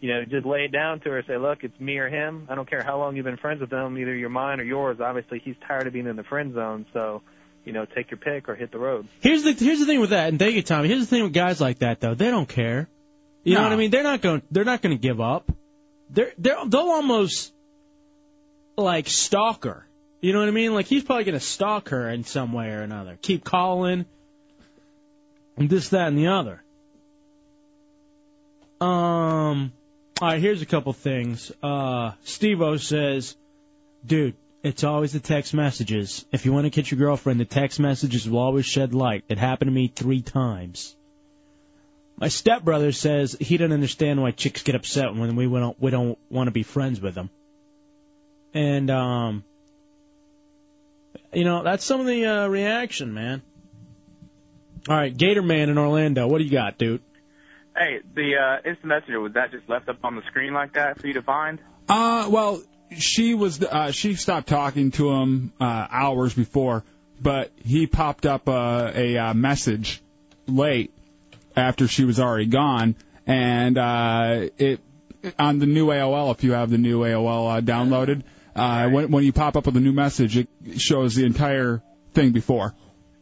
You know, just lay it down to her, say, "Look, it's me or him. I don't care how long you've been friends with him, either you're mine or yours. Obviously, he's tired of being in the friend zone, so." You know, take your pick or hit the road. Here's the here's the thing with that, and thank you, Tommy. Here's the thing with guys like that though; they don't care. You know No. what I mean? They're not going. They're not going to give up. They're they're they'll almost like stalk her. You know what I mean? Like he's probably going to stalk her in some way or another. Keep calling, and this, that, and the other. Um. All right. Here's a couple things. Uh, Steve-O says, Dude, it's always the text messages. If you want to catch your girlfriend, the text messages will always shed light. It happened to me three times. My stepbrother says he doesn't understand why chicks get upset when we don't we don't want to be friends with them. And um, you know that's some of the uh, reaction, man. All right, Gator Man in Orlando, what do you got, dude? Hey, the uh, instant messenger was that just left up on the screen like that for you to find? Uh, well, she was uh, she stopped talking to him uh, hours before, but he popped up uh, a uh, message late after she was already gone, and uh, it on the new AOL. If you have the new AOL uh, downloaded, uh, when when you pop up with a new message, it shows the entire thing before.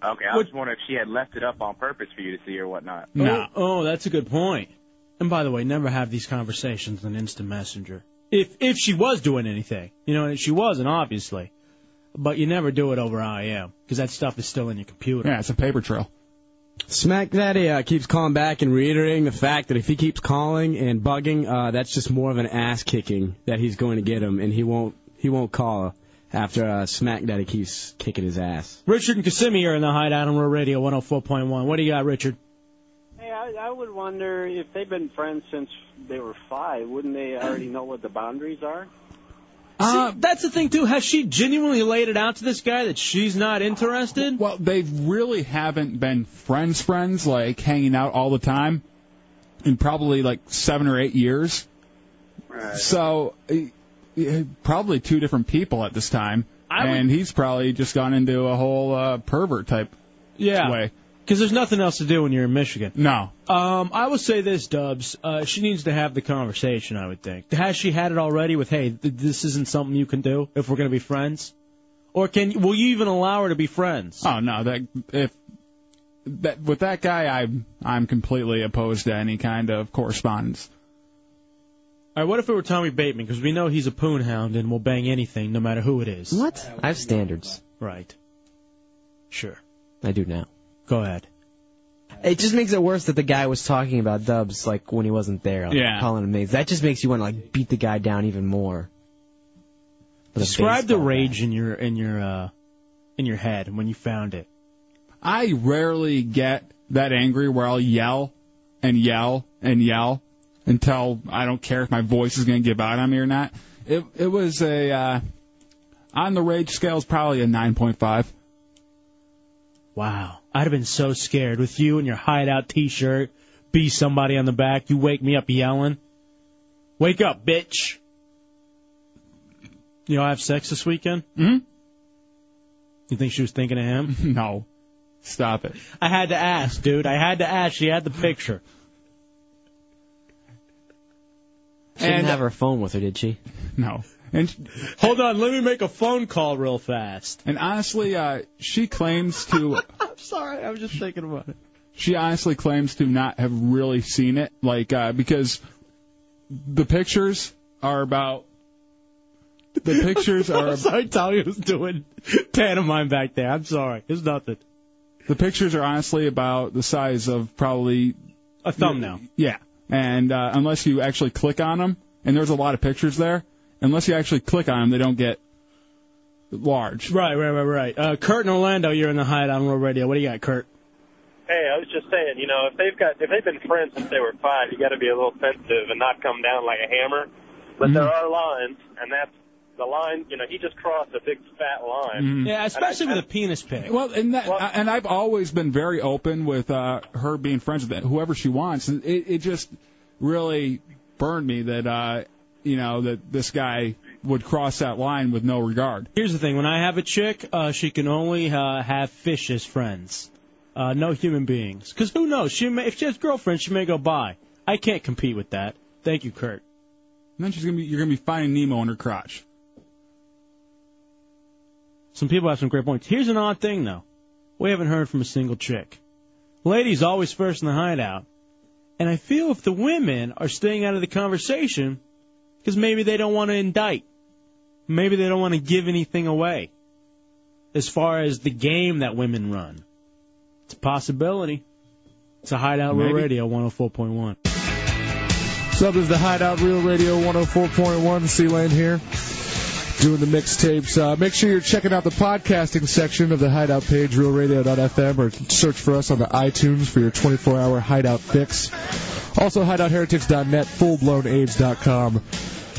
Okay, I was wondering if she had left it up on purpose for you to see or whatnot. Oh, oh, that's a good point. And by the way, never have these conversations on instant messenger. If if she was doing anything, you know, and she wasn't obviously, but you never do it over IM because that stuff is still in your computer. Yeah, it's a paper trail. Smack Daddy uh, keeps calling back and reiterating the fact that if he keeps calling and bugging, uh, that's just more of an ass kicking that he's going to get him, and he won't he won't call after uh, Smack Daddy keeps kicking his ass. Richard and Kissimmee are in the hideout on Real Radio 104.1. What do you got, Richard? Hey, I, I would wonder if they've been friends since they were five, wouldn't they already know what the boundaries are? Uh, See, that's the thing too. Has she genuinely laid it out to this guy that she's not interested? Well, they really haven't been friends, friends, like hanging out all the time in probably like seven or eight years. So, eh, eh, probably two different people at this time. and he's probably just gone into a whole uh, pervert type Yeah. way. Because there's nothing else to do when you're in Michigan. No. Um, I will say this, Dubs. Uh, she needs to have the conversation. I would think. Has she had it already? With hey, th- this isn't something you can do if we're gonna be friends, or can will you even allow her to be friends? Oh no, that if that with that guy, I'm I'm completely opposed to any kind of correspondence. All right, what if it were Tommy Bateman? Because we know he's a poon hound and will bang anything, no matter who it is. What? I have standards. Right. Sure. I do now. Go ahead. It just makes it worse that the guy was talking about Dubs like when he wasn't there, like, Yeah. calling him names. That just makes you want to like beat the guy down even more. With a Describe the rage in your in your uh, in your head when you found it. I rarely get that angry where I'll yell and yell and yell until I don't care if my voice is going to give out on me or not. It it was a uh, on the rage scale is probably a nine point five. Wow. I'd have been so scared with you and your hideout t shirt, be somebody on the back, you wake me up yelling. Wake up, bitch. You know I have sex this weekend? Mm-hmm. You think she was thinking of him? no. Stop it. I had to ask, dude. I had to ask. She had the picture. She didn't And- have her phone with her, did she? No. And hold on, let me make a phone call real fast. And honestly, uh, she claims to I'm sorry, I was just thinking about it. she honestly claims to not have really seen it, like uh, because the pictures are about the pictures are. I'm sorry, Tommy was doing pantomime back there. I'm sorry, it's nothing. The pictures are honestly about the size of probably a thumbnail. Yeah, and uh, unless you actually click on them, and there's a lot of pictures there. Unless you actually click on them, they don't get large. Right, right, right, right. Uh, Kurt in Orlando, you're in the hideout on World Radio. What do you got, Kurt? Hey, I was just saying, you know, if they've got if they've been friends since they were five, you got to be a little sensitive and not come down like a hammer. But there are lines, and that's the line. You know, he just crossed a big fat line. Mm-hmm. Yeah, especially with a penis pic. Well, and that, and I've always been very open with uh, her being friends with whoever she wants. And It, it just really burned me that uh, you know that this guy would cross that line with no regard. Here's the thing: when I have a chick, uh, she can only uh, have fish as friends, uh, no human beings. Because who knows? She may, if she has girlfriends, she may go by. I can't compete with that. Thank you, Kurt. And then she's gonna be you're gonna be finding Nemo in her crotch. Some people have some great points. Here's an odd thing, though: we haven't heard from a single chick. Ladies always first in the hideout, and I feel if the women are staying out of the conversation, because maybe they don't want to indict, maybe they don't want to give anything away, as far as the game that women run. It's a possibility. It's a hideout Real Maybe. radio 104.1. Sub is the Hideout Real Radio 104.1. C Lane here. doing the mixtapes. Uh, make sure you're checking out the podcasting section of the Hideout page, realradio.fm, or search for us on the iTunes for your 24-hour Hideout fix. Also, hideoutheretics.net, fullblownaids.com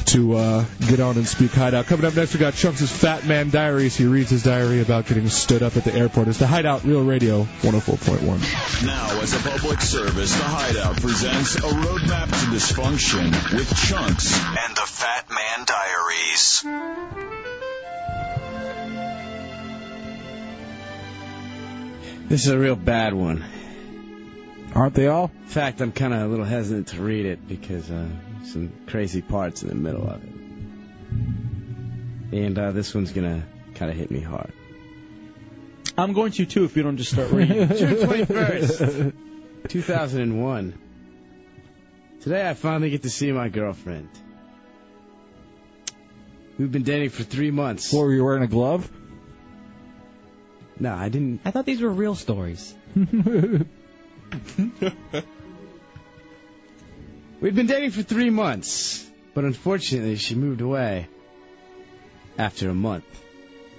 to uh, get on and speak Hideout. Coming up next, we got Chunks' Fat Man Diaries. He reads his diary about getting stood up at the airport. It's the Hideout Real Radio 104.1. Now, as a public service, The Hideout presents a roadmap to dysfunction with Chunks and the Fat Man Diaries. This is a real bad one. Aren't they all? In fact, I'm kind of a little hesitant to read it because uh, some crazy parts in the middle of it. And uh, this one's going to kind of hit me hard. I'm going to too if you don't just start reading. June 21st, 2001. Today I finally get to see my girlfriend. We've been dating for three months. What, were you wearing a glove? No, I didn't. I thought these were real stories. We've been dating for three months, but unfortunately she moved away after a month.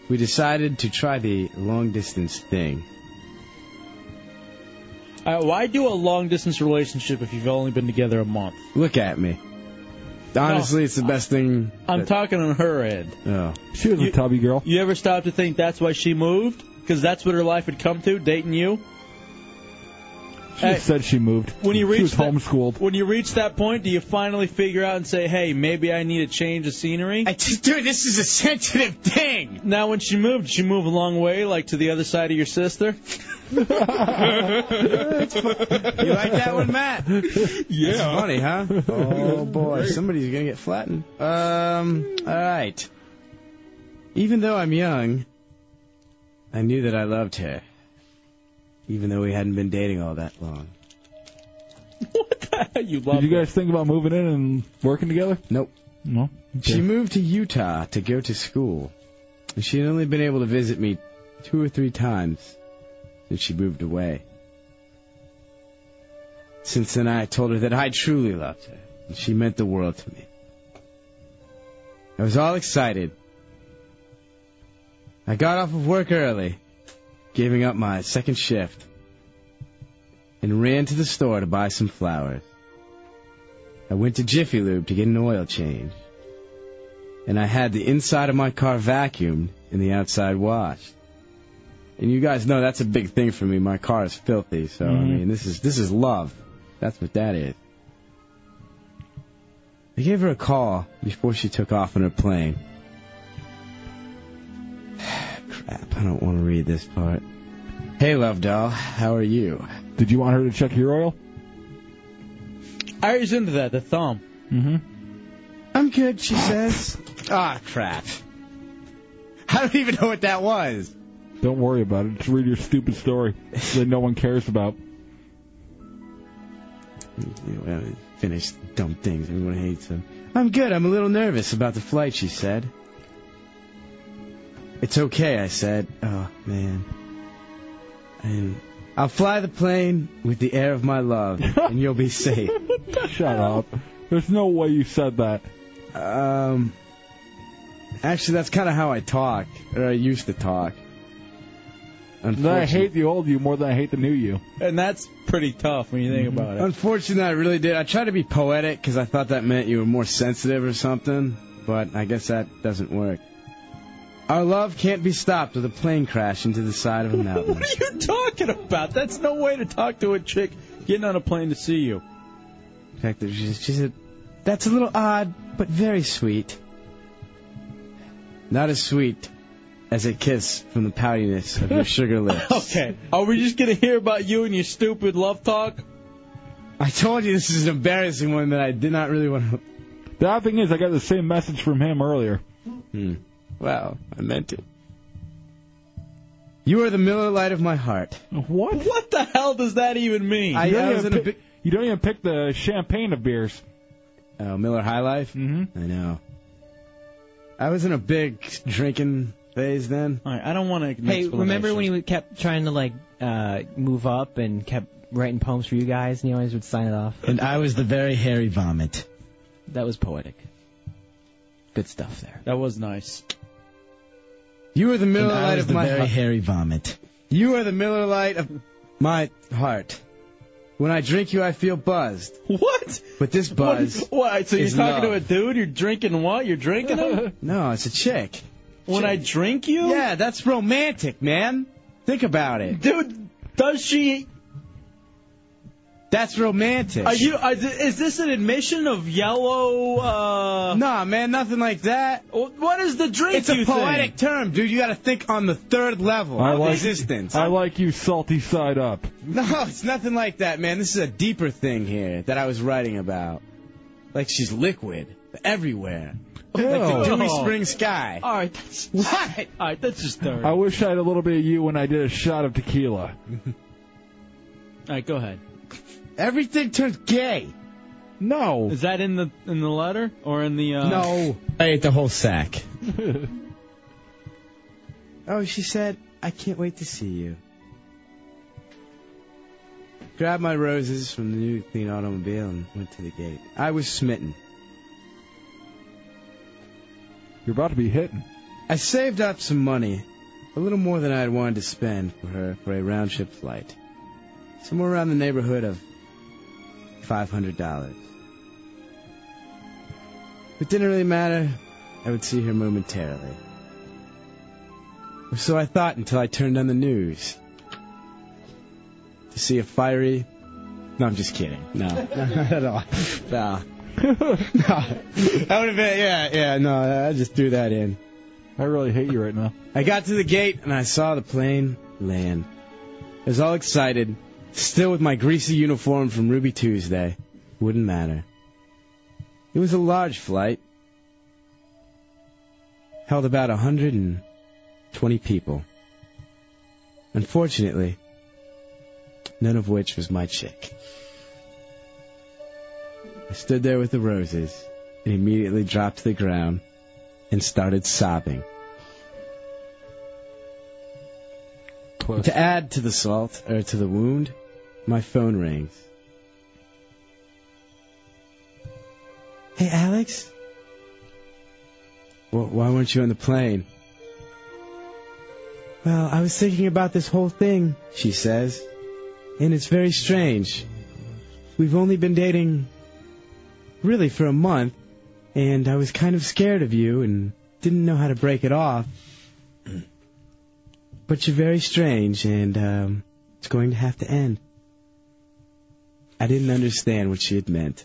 We decided to try the long distance thing. Uh, why do a long distance relationship if you've only been together a month? Look at me. Honestly, it's the best thing. Oh, I'm talking on her end. Oh. She was a tubby girl. You ever stop to think that's why she moved? Because that's what her life had come to, dating you? She Hey. said she moved. When you she reach was that- homeschooled. When you reach that point, do you finally figure out and say, hey, maybe I need a change of scenery? I just, dude, this is a sensitive thing. Now, when she moved, did she move a long way, like to the other side of your sister? You like that one, Matt? yeah. That's funny, huh? Oh boy, somebody's gonna get flattened. Um. All right. Even though I'm young, I knew that I loved her. Even though we hadn't been dating all that long. you Did you guys think about moving in and working together? Nope. No. She moved to Utah to go to school. and She had only been able to visit me two or three times since she moved away. Since then, I told her that I truly loved her, and she meant the world to me. I was all excited. I got off of work early, giving up my second shift, and ran to the store to buy some flowers. I went to Jiffy Lube to get an oil change and I had the inside of my car vacuumed and the outside washed. And you guys know that's a big thing for me. My car is filthy, so I mean this is this is love. That's what that is. I gave her a call before she took off on her plane. Crap, I don't want to read this part. Hey, love doll, how are you? Did you want her to check your oil? I was into that, the thumb. Mm-hmm. I'm good, she says. Ah, crap. I don't even know what that was. Don't worry about it. Just read your stupid story that no one cares about. You know, Finish dumb things. Everyone hates them. I'm good. I'm a little nervous about the flight, she said. It's okay, I said. Oh, man. And I'll fly the plane with the air of my love, and you'll be safe. Shut up. There's no way you said that. Um, actually, that's kind of how I talk, or I used to talk. Then I hate the old you more than I hate the new you. And that's pretty tough when you think Mm-hmm. about it. Unfortunately, I really did. I tried to be poetic because I thought that meant you were more sensitive or something, but I guess that doesn't work. Our love can't be stopped with a plane crash into the side of a mountain. What are you talking about? That's no way to talk to a chick getting on a plane to see you. In fact, she she said, That's a little odd, but very sweet. Not as sweet as a kiss from the poutiness of your sugar lips. Okay. Are we just going to hear about you and your stupid love talk? I told you this is an embarrassing one that I did not really want to. The odd thing is, I got the same message from him earlier. Hmm. Wow, I meant it. You are the Miller Light of my heart. What? What the hell does that even mean? I- you, I don't was even in a pick, you don't even pick the champagne of beers. Oh, Miller High Life? Mm-hmm. I know. I was in a big drinking phase then. I don't want to. Hey, remember when he kept trying to like uh move up and kept writing poems for you guys, and he always would sign it off. And I was the very hairy vomit. That was poetic. Good stuff there. That was nice. You are the Miller And I Lite was of the my very heart. hairy vomit. You are the Miller Lite of my heart. When I drink you, I feel buzzed. What? But this buzz. What? what, So you're is talking love. to a dude? You're drinking what? You're drinking him? No, it's a chick. When I drink you? Yeah, that's romantic, man. Think about it. Dude, does she? That's romantic. Are you? Are, is this an admission of yellow? uh Nah, man, nothing like that. What is the drink? It's a you poetic Think? term, dude. You got to think on the third level I of like existence. I like you salty side up. No, it's nothing like that, man. This is a deeper thing here that I was writing about. Like she's liquid everywhere. Like the dewy spring sky. All right, that's what? All right, that's just third. I wish I had a little bit of you when I did a shot of tequila. All right, go ahead. Everything turns gay. No. Is that in the in the letter or in the? Uh... I ate the whole sack. oh, she said, I can't wait to see you. Grabbed my roses from the new clean automobile and went to the gate. I was smitten. You're about to be hitting. I saved up some money, a little more than I had wanted to spend for her for a round trip flight. Somewhere around the neighborhood of $500. It didn't really matter. I would see her momentarily. Or so I thought until I turned on the news. To see a fiery. No, I'm just kidding. No. Not at all. No. no. That would have been, yeah, yeah, no, I just threw that in. I really hate you right now. I got to the gate and I saw the plane land. I was all excited, still with my greasy uniform from Ruby Tuesday. Wouldn't matter. It was a large flight. Held about 120 people. Unfortunately, none of which was my chick. I stood there with the roses and immediately dropped to the ground and started sobbing. To add to the salt, or to the wound, my phone rings. Hey, Alex? Well, why weren't you on the plane? Well, I was thinking about this whole thing, she says. And it's very strange. We've only been dating really for a month, and I was kind of scared of you and didn't know how to break it off. But you're very strange, and um, it's going to have to end. I didn't understand what she had meant.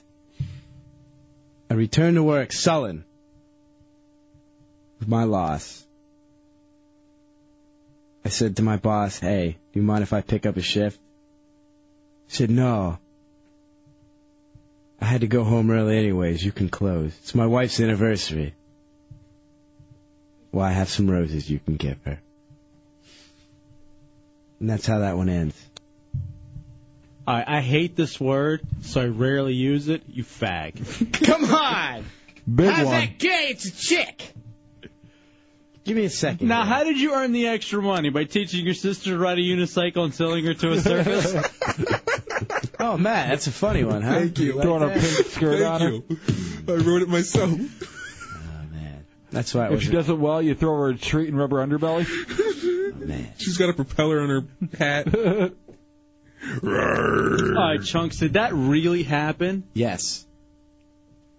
I returned to work sullen with my loss. I said to my boss, "Hey, do you mind if I pick up a shift?" He said, "No." I had to go home early anyways. You can close. It's my wife's anniversary. Well, I have some roses you can give her. And that's how that one ends. I, I hate this word, so I rarely use it. You fag. Come on! Big How's one. that gay? It's a chick! Give me a second. Now, how did you earn the extra money? By teaching your sister to ride a unicycle and selling her to a circus? oh, Matt, that's a funny one, huh? Thank you. Throwing a pink skirt Thank on you. her. I wrote it myself. Oh, That's why. If she does it well, you throw her a treat and rub her underbelly. She's got a propeller on her hat. All right, Chunks, did that really happen? Yes.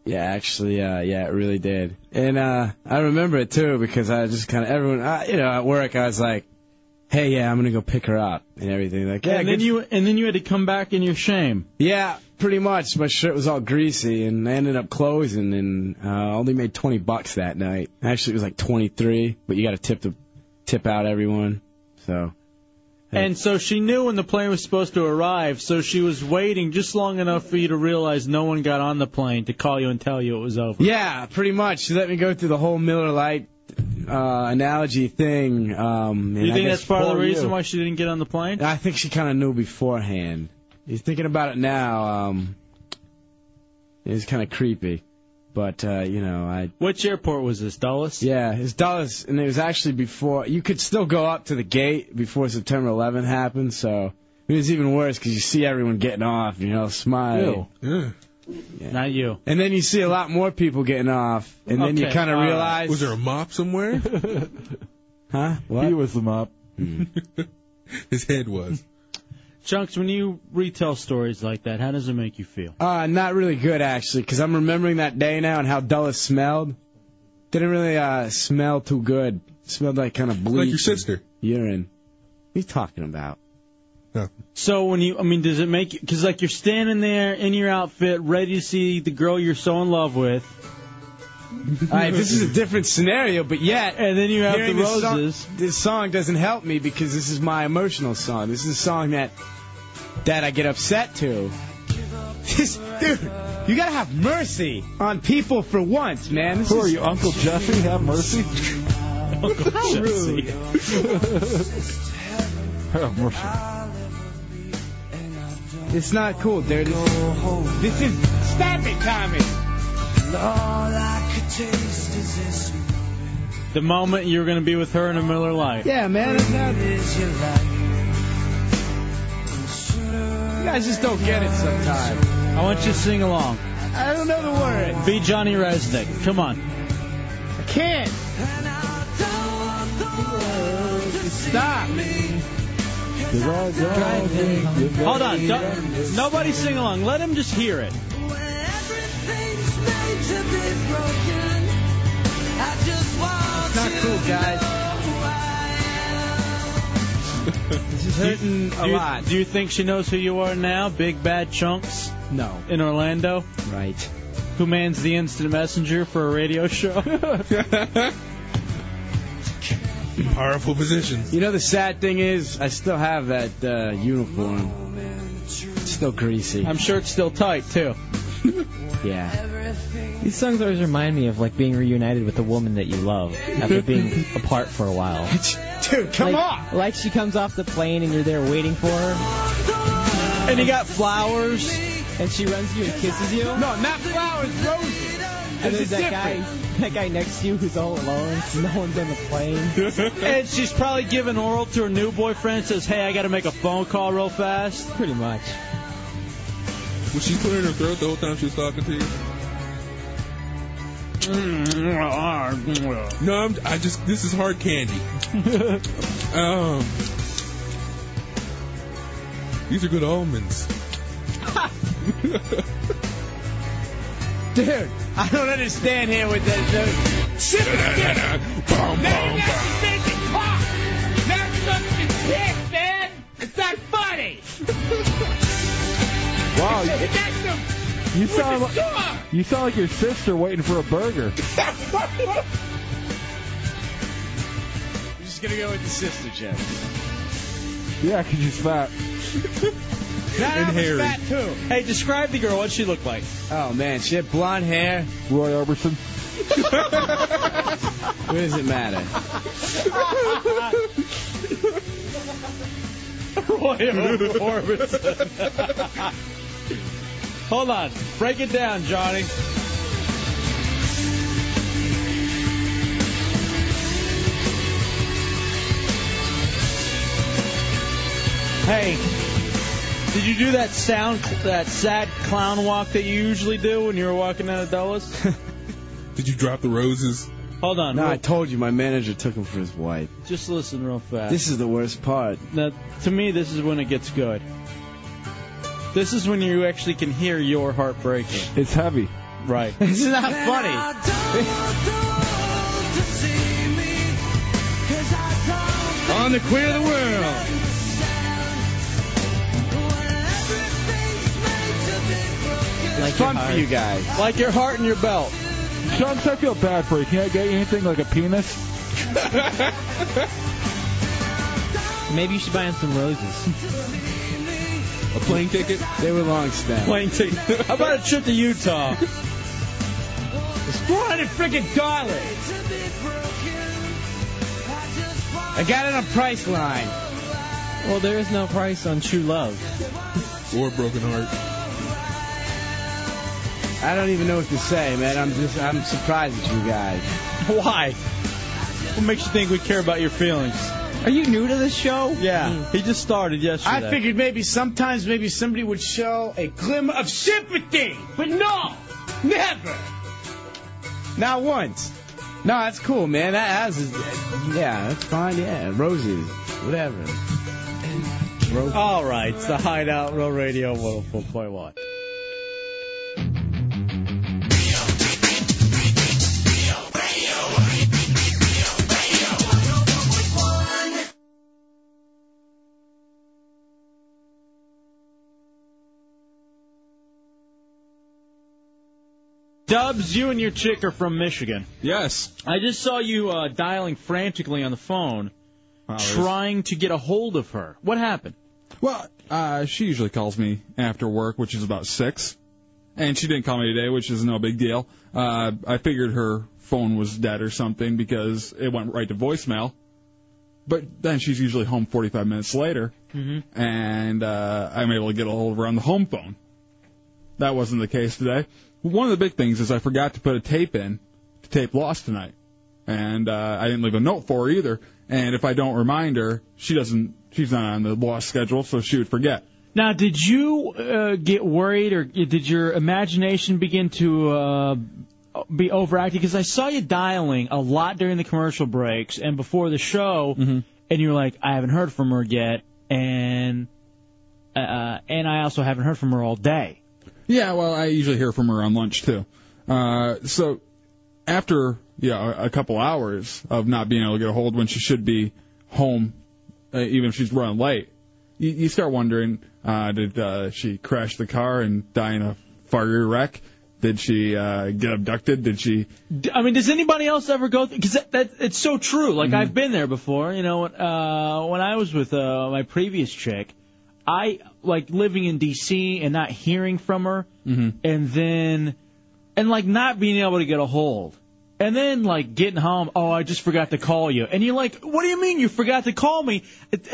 Yeah, actually, uh, yeah, it really did. And uh, I remember it too because I just kind of everyone, I, you know, at work I was like, "Hey, yeah, I'm gonna go pick her up and everything." Like, yeah, and then good- you and then you had to come back in your shame. yeah, pretty much. My shirt was all greasy, and I ended up closing, and uh, only made 20 bucks that night. Actually, it was like 23, but you got to tip the tip out everyone. So And so she knew when the plane was supposed to arrive, so she was waiting just long enough for you to realize no one got on the plane to call you and tell you it was over. Yeah, pretty much. She let me go through the whole Miller Lite uh, analogy thing. Um, and you I think guess that's part of the poor reason you. why she didn't get on the plane? I think she kind of knew beforehand. He's thinking about it now. Um, it's kind of creepy, but uh, you know, I. Which airport was this, Dulles? Yeah, it's Dulles, and it was actually before. You could still go up to the gate before September 11th happened, so it was even worse because you see everyone getting off, you know, smile. Yeah. Not you. And then you see a lot more people getting off, and then you Okay, kind of all right. realize. Was there a mop somewhere? Huh? What? Hmm. He was the mop. His head was. Chunks, when you retell stories like that, how does it make you feel? Uh, not really good actually, 'cause I'm remembering that day now and how dull it smelled. Didn't really uh, smell too good. smelled like kind of bleach. your and sister. Urine. What are you talking about? So when you, I mean, does it make because like you're standing there in your outfit, ready to see the girl you're so in love with. All right, this is a different scenario, but yet. And then you have hearing the this song- roses. this song doesn't help me because this is my emotional song. This is a song that that I get upset to. This, dude, you gotta have mercy on people for once, man. This Who is- are you, Uncle Jeffy? Have mercy. Uncle How rude. Have mercy. It's not cool, dude. This, this is stop it, Tommy. The moment you're going to be with her in a Miller life. Yeah, man. It's not, you guys just don't get it sometimes. I want you to sing along. I don't know the word. Be Johnny Resnick. Come on. I can't. Stop. Hold on. Don't- nobody sing along. Let him just hear it. It's not cool, guys. This is hurting a do you, lot. Do you think she knows who you are now, Big Bad Chunks? No. In Orlando? Right. Who mans the instant messenger for a radio show? Powerful position. You know the sad thing is, I still have that uh, uniform. It's still greasy. I'm sure it's still tight, too. Yeah. These songs always remind me of like being reunited with a woman that you love after being apart for a while. Dude, come on! Like she comes off the plane and you're there waiting for her. And you got flowers. And she runs you and kisses you. No, not flowers, roses. And This is there's that guy, that guy next to you who's all alone. No one's on the plane. and she's probably giving oral to her new boyfriend. Says, "Hey, I got to make a phone call real fast." Pretty much. Was she putting her throat the whole time she was talking to you? Mm, No, I'm, I just this is hard candy. Hmm. um, these are good almonds. Dude, I don't understand here with that. Dude. Sit down. Now you got to sit and talk. Now it's up to dick, man. It's not funny. Wow, You you- got some- You with sound the like, straw. you sound like your sister waiting for a burger. I'm just gonna go with the sister, Jeff. Yeah, 'cause she's fat. That And I was hairy. fat too. Hey, describe the girl. What she look like? Oh man, she had blonde hair. Roy Orbison. What does it matter? Roy Orbison. Hold on. Break it down, Johnny. Hey, did you do that sound, that sad clown walk that you usually do when you were walking out of Dulles? Did you drop the roses? Hold on. No, I real- told you my manager took him for his wife. just listen real fast. This is the worst part. Now, to me, this is when it gets good. This is when you actually can hear your heart breaking. It's heavy. Right. This is not funny. On the queer of the world. Like fun for you guys. Like your heart and your belt. Chunks, I feel bad for you. Can I get you anything like a penis? Maybe you should buy him some roses. A plane ticket? They were long spent. Plane ticket. How about a trip to Utah? It's 400 freaking dollars. I got it on price line. Well, there is no price on true love. Or broken heart. I don't even know what to say, man. I'm just, I'm surprised at you guys. Why? What makes you think we care about your feelings? Are you new to this show? Yeah. He just started yesterday. I figured maybe sometimes maybe somebody would show a glimmer of sympathy, but no, never. Not once. No, that's cool, man. That, that's yeah, that's fine. Yeah, roses, whatever. All right, it's the Hideout Row Radio 104.1. Dubs, you and your chick are from Michigan. Yes. I just saw you uh, dialing frantically on the phone, trying to get a hold of her. What happened? Well, uh, she usually calls me after work, which is about six, and she didn't call me today, which is no big deal. Uh, I figured her phone was dead or something because it went right to voicemail. But then she's usually home 45 minutes later, Mm-hmm. and uh, I'm able to get a hold of her on the home phone. That wasn't the case today. One of the big things is I forgot to put a tape in to tape Lost tonight, and uh, I didn't leave a note for her either. And if I don't remind her, she doesn't. She's not on the Lost schedule, so she would forget. Now, did you uh, get worried, or did your imagination begin to uh, be overactive? Because I saw you dialing a lot during the commercial breaks and before the show, and you were like, "I haven't heard from her yet," and uh, and I also haven't heard from her all day. Yeah, well, I usually hear from her on lunch too. Uh, so after yeah a couple hours of not being able to get a hold when she should be home, uh, even if she's running late, you, you start wondering: uh, Did uh, she crash the car and die in a fiery wreck? Did she uh, get abducted? Did she? D- I mean, does anybody else ever go? Because that, that it's so true. Like Mm-hmm. I've been there before. You know, uh, when I was with uh, my previous chick, I like living in D.C. and not hearing from her, Mm-hmm. and then and like not being able to get a hold, and then like getting home. Oh, I just forgot to call you, and you're like, what do you mean you forgot to call me?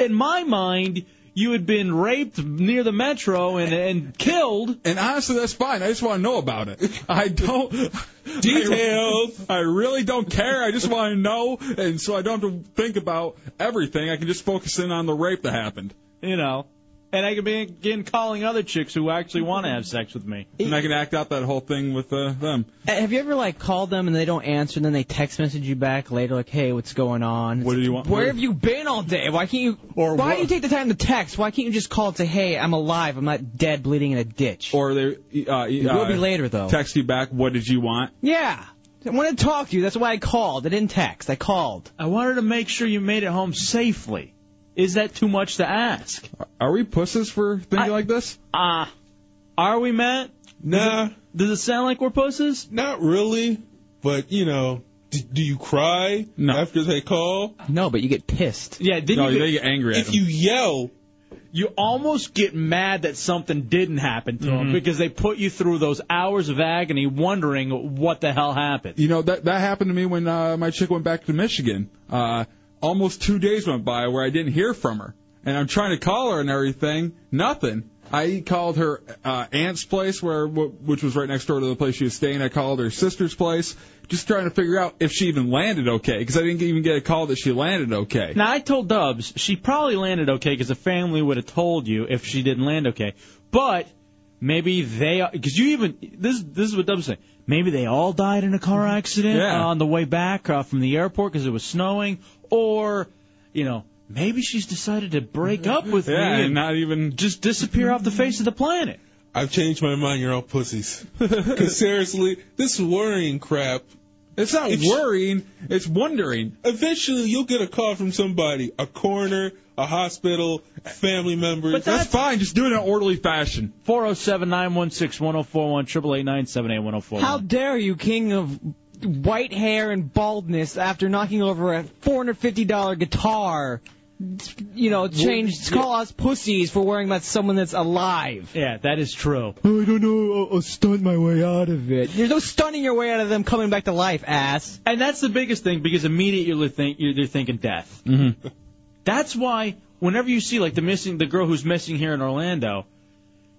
In my mind. You had been raped near the metro and and killed. And honestly, that's fine. I just want to know about it. I don't details. I, really don't care. I just want to know, and so I don't have to think about everything. I can just focus in on the rape that happened. You know. And I could begin calling other chicks who actually want to have sex with me. And I can act out that whole thing with uh, them. Uh, Have you ever like called them and they don't answer, and then they text message you back later, like, "Hey, what's going on? What do you want? Where have you been all day? Why can't you? Or why do you take the time to text? Why can't you just call and say, "Hey, I'm alive. I'm not dead, bleeding in a ditch." Or they uh, it will be uh, later though. Text you back. What did you want? Yeah, I wanted to talk to you. That's why I called. I didn't text. I called. I wanted to make sure you made it home safely. Is that too much to ask? Are we pusses for thinking like this? Ah. are we, Matt? Nah. Does it, does it sound like we're pusses? Not really, but you know, d- do you cry after they call? No, but you get pissed. Yeah, didn't No, you they get angry at if them. you yell, you almost get mad that something didn't happen to them Mm-hmm. Mhm. because they put you through those hours of agony wondering what the hell happened. You know that that happened to me when uh, my chick went back to Michigan. Uh, almost two days went by where I didn't hear from her, and I'm trying to call her and everything, nothing. I called her uh, aunt's place, where wh- which was right next door to the place she was staying. I called her sister's place, just trying to figure out if she even landed okay, because I didn't even get a call that she landed okay. Now I told Dubs she probably landed okay because the family would have told you if she didn't land okay. But maybe they because you even this this is what Dubs said. Maybe they all died in a car accident Mm-hmm. Yeah. on the way back uh, from the airport because it was snowing, or you know maybe she's decided to break up with me Mm-hmm. Yeah, and and not even just disappear off the face of the planet. I've changed my mind. You're all pussies. Because seriously, this worrying crap. It's not worrying. It's wondering. Eventually, you'll get a call from somebody, a coroner, a hospital, family members. But that's- That's fine. Just do it in an orderly fashion. Four zero seven nine one six one zero four one triple eight nine seven eight one zero four How one. dare you, king of white hair and baldness, after knocking over a $450 guitar, you know, change call us pussies for worrying about someone that's alive. Yeah, that is true. Oh, I don't know. I'll, I'll stunt my way out of it. There's no stunning your way out of them coming back to life, ass. And that's the biggest thing because immediately think you're, you're thinking death. Mm-hmm. That's why whenever you see like the missing the girl who's missing here in Orlando,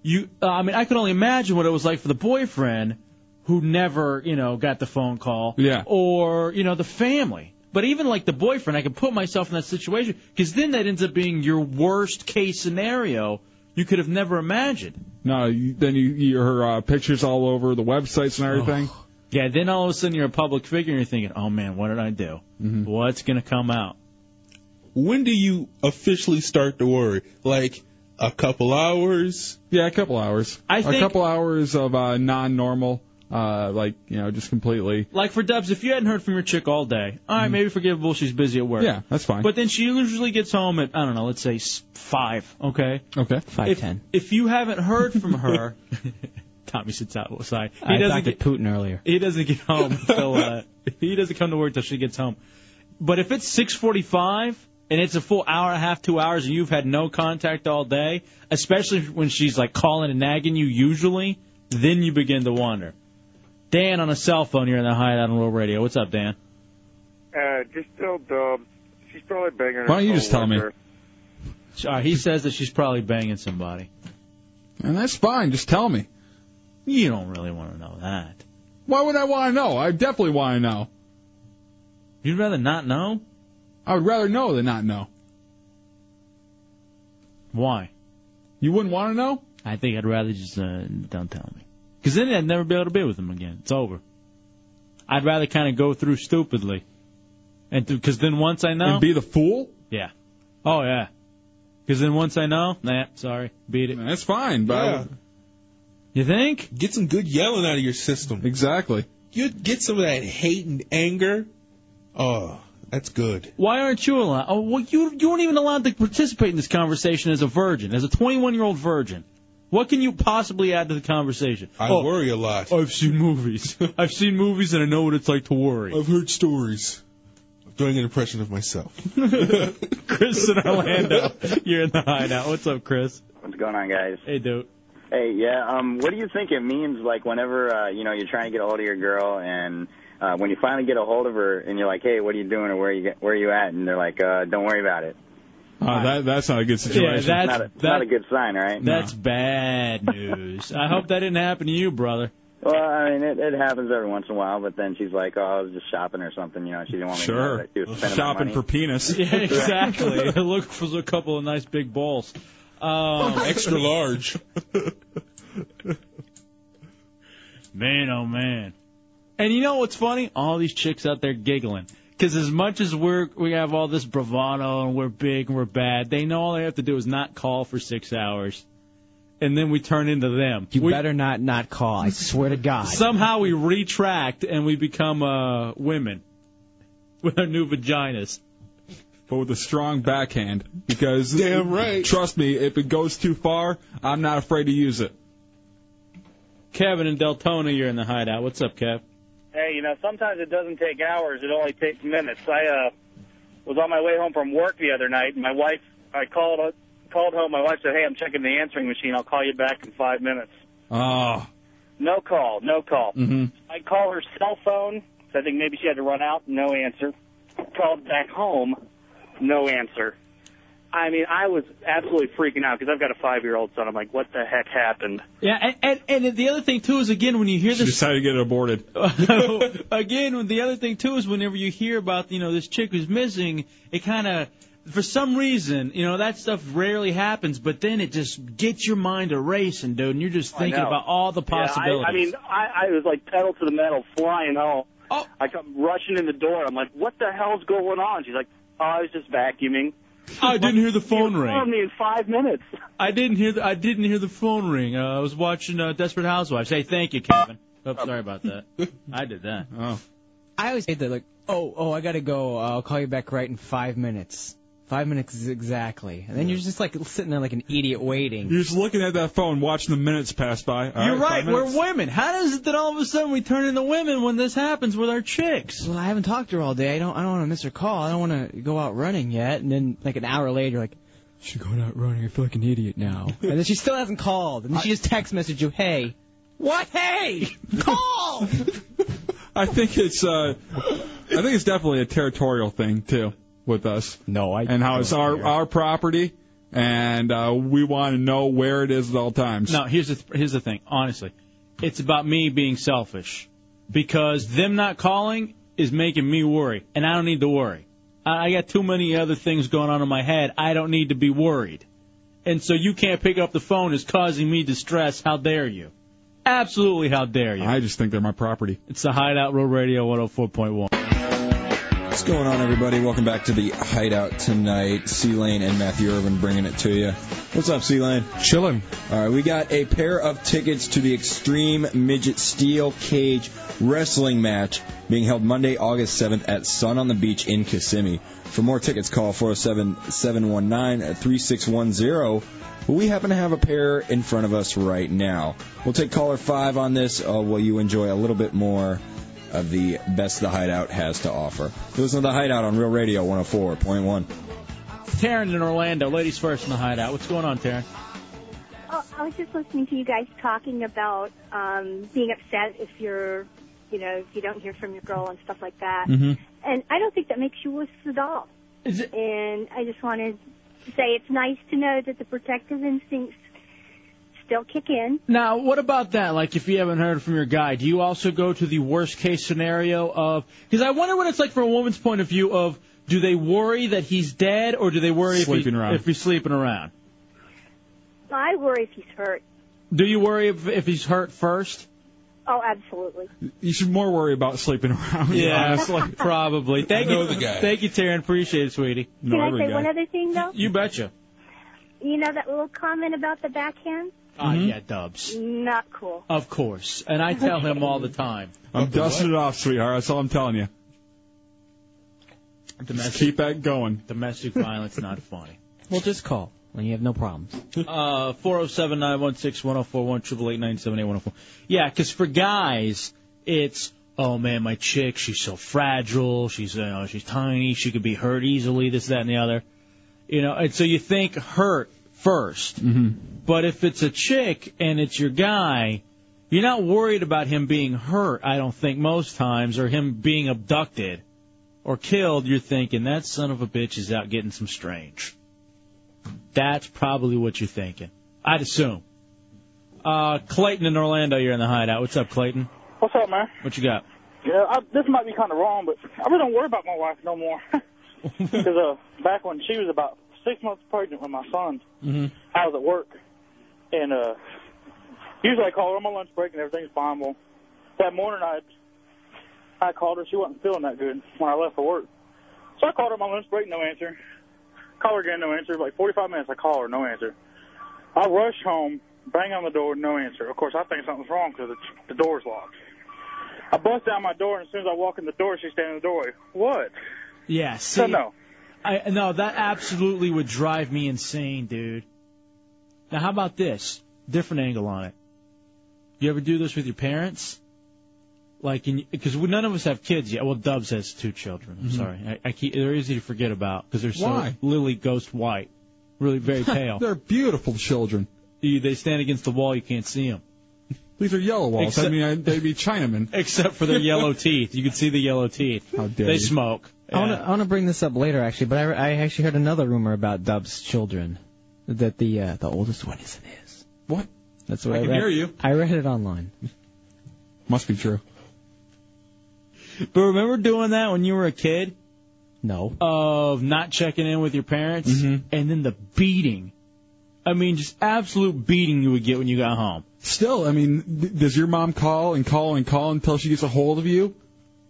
you uh, I mean I can only imagine what it was like for the boyfriend who never you know got the phone call. Yeah. Or you know the family. But even like the boyfriend, I could put myself in that situation because then that ends up being your worst case scenario you could have never imagined. No, you, then you your uh, pictures all over the websites and everything. Yeah, then all of a sudden you're a public figure and you're thinking, oh man, what did I do? What's going to come out? When do you officially start to worry? Like a couple hours? Yeah, a couple hours. I a think- couple hours of uh, non-normal, uh, like you know, just completely. Like for Dubs, if you hadn't heard from your chick all day, all right, maybe forgivable, she's busy at work. Yeah, that's fine. But then she usually gets home at, I don't know, let's say s- 5, okay? Okay. Five ten. If you haven't heard from her, Tommy sits outside. He I doesn't talked get, to Putin earlier. he doesn't get home until uh, he doesn't come to work till she gets home. But if it's 6:45 and it's a full hour and a half, two hours, and you've had no contact all day, especially when she's like calling and nagging you, usually, then you begin to wonder. Dan on a cell phone here in the hideout on World Radio. What's up, Dan? Uh, just tell Dubs. She's probably banging her. Why don't you just tell me? coworker. Uh, he says that she's probably banging somebody. And that's fine. Just tell me. You don't really want to know that. Why would I want to know? I definitely want to know. You'd rather not know? I would rather know than not know. Why? You wouldn't want to know? I think I'd rather just uh, don't tell me. Because then I'd never be able to be with him again. It's over. I'd rather kind of go through stupidly, and because then once I know, And be the fool? yeah, oh yeah, because then once I know, nah, sorry, beat it. That's fine, but Yeah. you think get some good yelling out of your system? Exactly. You get some of that hate and anger. Oh, that's good. Why aren't you allowed? Oh, well, you you weren't even allowed to participate in this conversation as a virgin, as a 21 year old virgin. What can you possibly add to the conversation? I Oh, worry a lot. I've seen movies. I've seen movies and I know what it's like to worry. I've heard stories. I'm doing an impression of myself. Chris in Orlando, you're in the hideout. What's up, Chris? What's going on, guys? Hey, dude. Hey, yeah. Um, what do you think it means, like, whenever uh, you know you're trying to get a hold of your girl, and uh, when you finally get a hold of her, and you're like, "Hey, what are you doing, or where you where are you at?" And they're like, uh, "Don't worry about it." Uh, that, that's not a good situation. It's not, a, it's not a good sign, all right? That's bad news. I hope that didn't happen to you, brother. Well, I mean, it, it happens every once in a while, but then she's like, "Oh, I was just shopping or something," you know. She didn't want me to know Sure. that she was spending my Shopping money. for penis. Yeah, exactly. Look for a couple of nice big balls. Um, Extra large. Man, oh man. And you know what's funny? All these chicks out there giggling. Because as much as we're we have all this bravado and we're big and we're bad, they know all they have to do is not call for six hours, and then we turn into them. You We- better not not call. I swear to God. Somehow we retract and we become uh, women with our new vaginas. But with a strong backhand, because Damn right. Trust me, if it goes too far, I'm not afraid to use it. Kevin and Deltona, you're in the hideout. What's up, Kev? Hey, you know, sometimes it doesn't take hours. It only takes minutes. I uh, was on my way home from work the other night. and My wife, I called called home. My wife said, "Hey, I'm checking the answering machine. I'll call you back in five minutes." Oh. No call. No call. Mm-hmm. I call her cell phone. 'cause I think maybe she had to run out. No answer. Called back home. No answer. I mean, I was absolutely freaking out because I've got a five-year-old son. I'm like, what the heck happened? Yeah, and, and and the other thing too is again when you hear this Decided to get it aborted. again, the other thing too is whenever you hear about you know this chick who's missing, it kind of for some reason you know that stuff rarely happens, but then it just gets your mind a racing, dude, and you're just I thinking know. about all the Yeah, I- possibilities. I, mean, I, I was like pedal to the metal, flying home. Oh. I come rushing in the door. I'm like, what the hell's going on? She's like, oh, I was just vacuuming. I didn't hear the phone ring. Called me in five minutes. I didn't hear the I didn't hear the phone ring. Uh, I was watching uh, Desperate Housewives. Hey, thank you, Kevin. Oh, sorry about that. I did that. Oh. I always hate that. Like, oh, oh, I gotta go. I'll call you back right in five minutes. Five minutes is exactly. And then you're just like sitting there like an idiot waiting. You're just looking at that phone, watching the minutes pass by. All You're right. five minutes. We're women. How does it that all of a sudden we turn into women when this happens with our chicks? Well, I haven't talked to her all day. I don't. I don't want to miss her call. I don't want to go out running yet. And then like an hour later, you're like, she's going out running. I feel like an idiot now. and then she still hasn't called. And then she just text messaged you, hey. What? Hey, call. I think it's uh, I think it's definitely a territorial thing too with us. No, I and how it's our our property, and uh, we want to know where it is at all times. No, here's the th- here's the thing. Honestly, it's about me being selfish because them not calling is making me worry, and I don't need to worry. I, I got too many other things going on in my head. I don't need to be worried. And so you can't pick up the phone is causing me distress. How dare you? Absolutely, how dare you? I just think they're my property. It's the Hideout Road Radio 104.1. What's going on, everybody? Welcome back to the Hideout tonight. C Lane and Matthew Irvin bringing it to you. What's up, C Lane? Chilling. All right, we got a pair of tickets to the Extreme Midget Steel Cage Wrestling Match being held Monday, August 7th at Sun on the Beach in Kissimmee. For more tickets, call 407 719 3610. We happen to have a pair in front of us right now. We'll take caller five on this uh, while you enjoy a little bit more of the best the Hideout has to offer. Listen to the Hideout on Real Radio 104.1. Taryn in Orlando, ladies first in the Hideout. What's going on, Taryn? Oh, I was just listening to you guys talking about um, being upset if you're, you know, if you don't hear from your girl and stuff like that. Mm-hmm. Mm-hmm. And I don't think that makes you worse at all. And I just wanted to say it's nice to know that the protective instincts still kick in. Now, what about that? Like, if you haven't heard from your guy, do you also go to the worst case scenario of? Because I wonder what it's like from a woman's point of view of do they worry that he's dead or do they worry if, Sleeping he, around. if he's sleeping around? I worry if he's hurt. Do you worry if, if he's hurt first? Oh, absolutely. You should more worry about sleeping around. honestly. probably. Thank I know you, the guy. thank you, Taryn. Appreciate it, sweetie. Can I say one other thing though? You betcha. You know that little comment about the backhand? Ah, yeah, Dubs. Not cool. Of course, and I tell him all the time. I'm dusting it off, sweetheart. That's all I'm telling you. Just keep that going. Domestic violence not funny. Well, just call when you have no problems. Uh, four zero seven nine one six one zero four one triple eight nine seven eight one zero four. Yeah, 'cause for guys, it's oh man, my chick, she's so fragile. She's you know, she's tiny. She could be hurt easily. This, that, and the other. You know, and so you think hurt 1st But if it's a chick and it's your guy, you're not worried about him being hurt. I don't think most times, or him being abducted or killed. You're thinking that son of a bitch is out getting some strange. That's probably what you're thinking. I'd assume. Uh, Clayton in Orlando, you're in the hideout. What's up, Clayton? What's up, man? What you got? Yeah, I, this might be kind of wrong, but I really don't worry about my wife no more. Because uh, back when she was about six months pregnant with my son, Mm-hmm. I was at work, and uh, usually I call her on my lunch break and everything's fine. Well, that morning I I called her. She wasn't feeling that good when I left for work, so I called her on my lunch break, no answer. Call her again, no answer. Like 45 minutes, I call her, no answer. I rush home, bang on the door, no answer. Of course, I think something's wrong because the door's locked. I bust down my door, and as soon as I walk in the door, she's standing in the doorway. What? Yeah, So see, no. I no, that absolutely would drive me insane, dude. Now, how about this? Different angle on it. You ever do this with your parents? Like, because none of us have kids yet. Well, Dubs has two children. I'm Mhm. sorry, I, I keep, they're easy to forget about because they're so Mm-hmm. Why? lily ghost white, really very pale. They're beautiful children. You- they stand against the wall, you can't see them. These are yellow walls. I Except- mean, I, they'd be Chinamen. Except for their yellow teeth. You can see the yellow teeth. How dare they you. smoke. I want to I want to bring this up later actually, but I, I actually heard another rumor about Dub's children that the uh, the oldest one isn't his. What? That's what I I, can read. hear you. I read it online. Must be true. But remember doing that when you were a kid? No. Of not checking in with your parents and then the beating. I mean, just absolute beating you would get when you got home. Still, I mean, th- does your mom call and call and call until she gets a hold of you?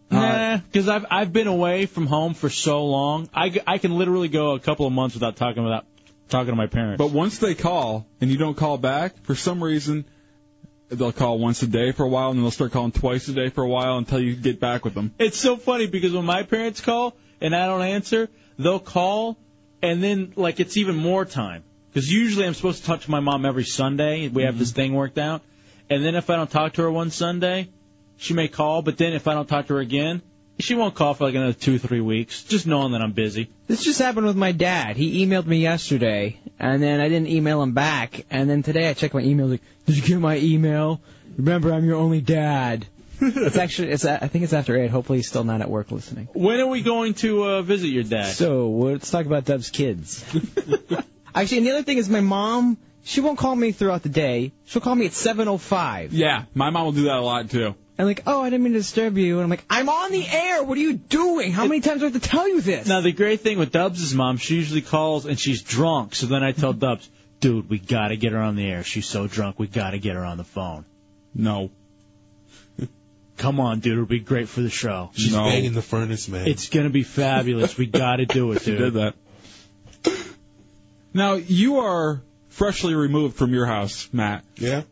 Nah, because I've I've been away from home for so long. I, g- I can literally go a couple of months without talking without talking to my parents. But once they call and you don't call back, for some reason, they'll call once a day for a while, and then they'll start calling twice a day for a while until you get back with them. It's so funny because when my parents call and I don't answer, they'll call and then like it's even more time. 'Cause usually I'm supposed to talk to my mom every Sunday. We have Mm-hmm. this thing worked out, and then if I don't talk to her one Sunday, she may call. But then if I don't talk to her again, she won't call for like another two three weeks. Just knowing that I'm busy. This just happened with my dad. He emailed me yesterday, and then I didn't email him back. And then today I checked my email. Like, did you get my email? Remember, I'm your only dad. it's actually, it's. I think it's after eight. Hopefully, he's still not at work listening. When are we going to uh, visit your dad? So let's talk about Dub's kids. actually, and the other thing is my mom. She won't call me throughout the day. She'll call me at 7:05. Yeah, my mom will do that a lot too. And like, oh, I didn't mean to disturb you. And I'm like, I'm on the air. What are you doing? How many times do I have to tell you this? Now the great thing with Dubs' mom, she usually calls and she's drunk. So then I tell Dubs, dude, we gotta get her on the air. She's so drunk, we gotta get her on the phone. No. Come on, dude. It'll be great for the show. She's no. banging the furnace, man. It's gonna be fabulous. We gotta do it, dude. She did that. Now you are freshly removed from your house, Matt. Yeah.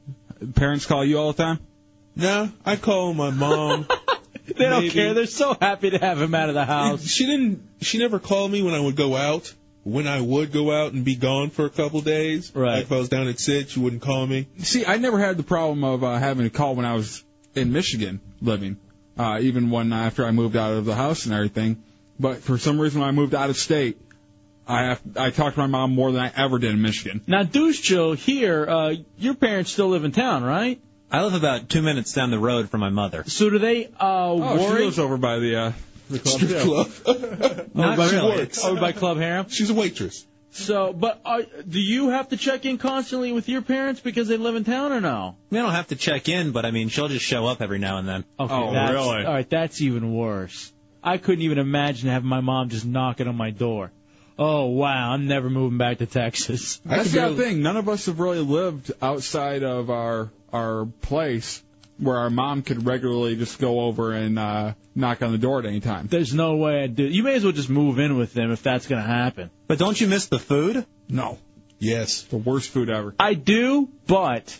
Parents call you all the time. No, I call my mom. they don't care. They're so happy to have him out of the house. She didn't. She never called me when I would go out. When I would go out and be gone for a couple days, right? Like if I was down at Sid, she wouldn't call me. See, I never had the problem of uh, having to call when I was in Michigan living, uh, even when after I moved out of the house and everything. But for some reason, when I moved out of state, I have, I talked to my mom more than I ever did in Michigan. Now, Deuce Joe, here, uh, your parents still live in town, right? I live about two minutes down the road from my mother. So do they uh, Oh, she worry? lives over by the uh, the club. Oh, Strip too. club. Not by, she really? works. Oh, Over by Club Harem. She's a waitress. So, but uh, do you have to check in constantly with your parents because they live in town or no? They don't have to check in, but I mean, she'll just show up every now and then. Okay, Oh, that's, All right, that's even worse. I couldn't even imagine having my mom just knocking on my door. Oh wow, I'm never moving back to Texas. That's the other thing. None of us have really lived outside of our our place where our mom could regularly just go over and uh, knock on the door at any time. There's no way I'd do. You may as well just move in with them if that's gonna happen. But don't you miss the food? No. Yes. The worst food ever. I do, but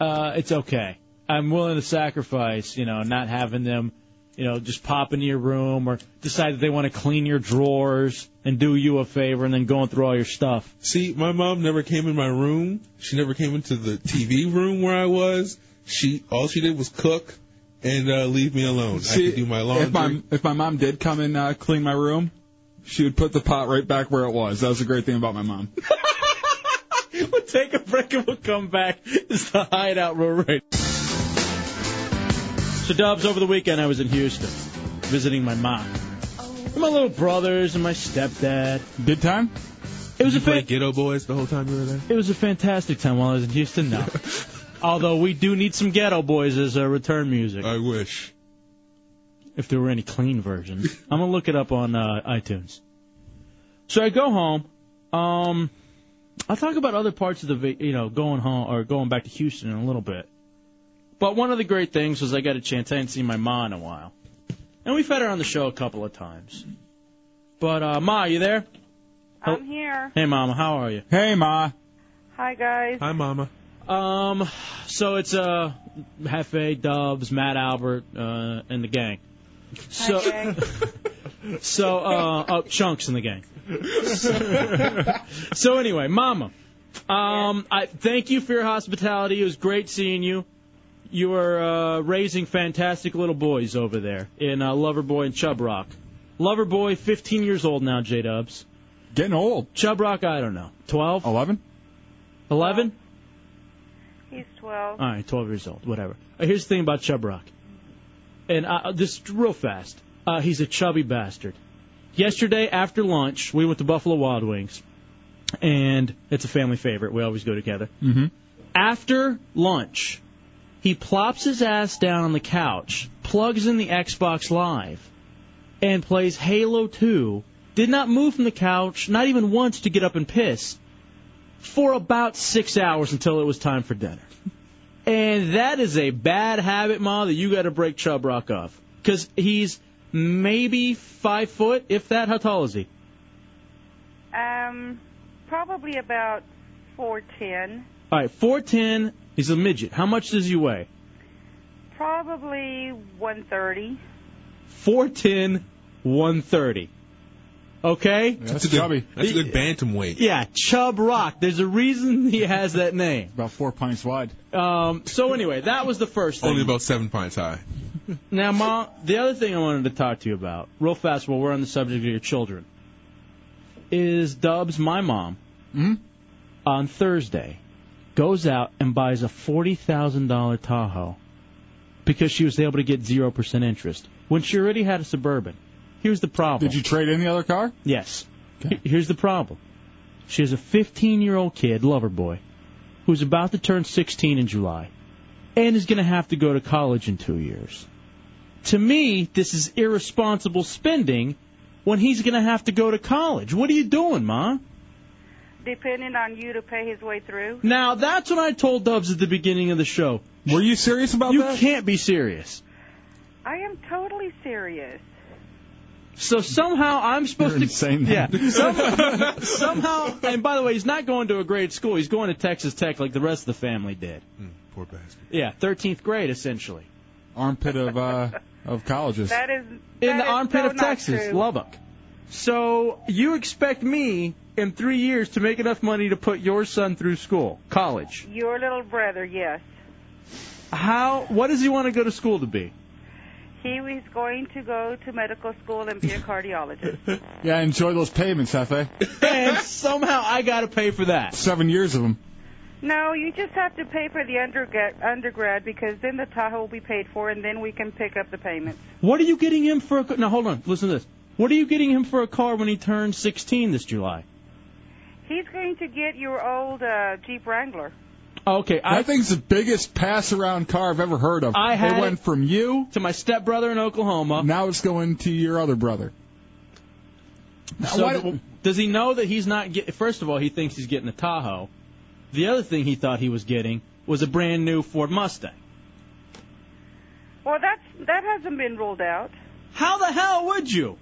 uh, it's okay. I'm willing to sacrifice, you know, not having them, you know, just pop into your room or decide that they want to clean your drawers and do you a favor and then going through all your stuff. See, my mom never came in my room. She never came into the TV room where I was. She all she did was cook and uh, leave me alone. I See, could do my if my laundry. if my mom did come and uh, clean my room, she would put the pot right back where it was. That was the great thing about my mom. We'll take a break and we'll come back. It's the hideout Roll right. So Dubs, over the weekend I was in Houston visiting my mom. And my little brothers and my stepdad. Good time? It was a Play fan- Ghetto Boys the whole time you were there. it was a fantastic time while I was in Houston. No. Although we do need some Ghetto Boys as a return music. I wish. If there were any clean versions. I'm going to look it up on uh, iTunes. So I go home. Um, I'll talk about other parts of the, va- you know, going home or going back to Houston in a little bit. But one of the great things was I got a chance. I hadn't seen my ma in a while. And we've had her on the show a couple of times. But, uh, Ma, you there? I'm here. Hey, Mama, how are you? Hey, Ma. Hi guys. Hi, Mama. Um, so it's uh, Hefe, Dubs, Matt Albert, uh, and the gang. So, so uh, oh, Chunks and the gang. so anyway, Mama, um, I thank you for your hospitality. It was great seeing you. You are uh, raising fantastic little boys over there in uh, Loverboy and Chub Rock. Loverboy, 15 years old now, J Dubs. Getting old. Chub Rock, I don't know, 12, 11, 11. He's 12. All right, 12 years old, whatever. Uh, here's the thing about Chub Rock. And uh, this real fast. Uh, he's a chubby bastard. Yesterday after lunch, we went to Buffalo Wild Wings, and it's a family favorite. We always go together. Mm-hmm. After lunch, he plops his ass down on the couch, plugs in the Xbox Live, and plays Halo 2. Did not move from the couch, not even once to get up and piss, for about six hours until it was time for dinner. And that is a bad habit, Ma, that you got to break Chub Rock off. Because he's maybe five foot, if that. How tall is he? Um, probably about 410. All right, 4'10. He's a midget. How much does he weigh? Probably 130. 4'10, 130. Okay? That's a good, That's a good bantam weight. Yeah, Chub Rock. There's a reason he has that name. About four pints wide. Um, so anyway, that was the first thing. Only about seven pints high. Now, Ma, the other thing I wanted to talk to you about, real fast, while we're on the subject of your children, is Dubs, my mom, Mm-hmm. on Thursday, goes out and buys a forty thousand dollar Tahoe because she was able to get zero percent interest when she already had a Suburban. Here's the problem. Did you trade in the other car? Yes. He- Here's the problem. She has a 15 year old kid, lover boy, who's about to turn 16 in July, and is going to have to go to college in two years. To me, this is irresponsible spending when he's going to have to go to college. What are you doing, Ma? depending on you to pay his way through. Now, that's what I told Dubs at the beginning of the show. Were you serious about you that? You can't be serious. I am totally serious. So somehow I'm supposed to then. Yeah. Somehow, somehow, and by the way, he's not going to a great school. He's going to Texas Tech like the rest of the family did. Hmm, Poor bastard. Yeah, 13th grade essentially. Armpit of uh, of colleges. That is in that the is armpit so of not Texas, true. Lubbock. So you expect me in three years to make enough money to put your son through school, college? Your little brother, yes, How? What does he want to go to school to be? he is going to go to medical school and be a cardiologist. Yeah, enjoy those payments, Hefe. and somehow I got to pay for that. Seven years of them. no, you just have to pay for the undergrad, undergrad because then the Tahoe will be paid for, and then we can pick up the payments. What are you getting him for? A, ca- now hold on, listen to this. What are you getting him for a car when he turns 16 this July? He's going to get your old uh, Jeep Wrangler. Okay, I, think's the biggest pass around car I've ever heard of. I had it went it from you to my stepbrother in Oklahoma. Now it's going to your other brother. So th- does he know that he's not get? First of all, he thinks he's getting a Tahoe. The other thing he thought he was getting was a brand new Ford Mustang. Well, that's that hasn't been ruled out. How the hell would you?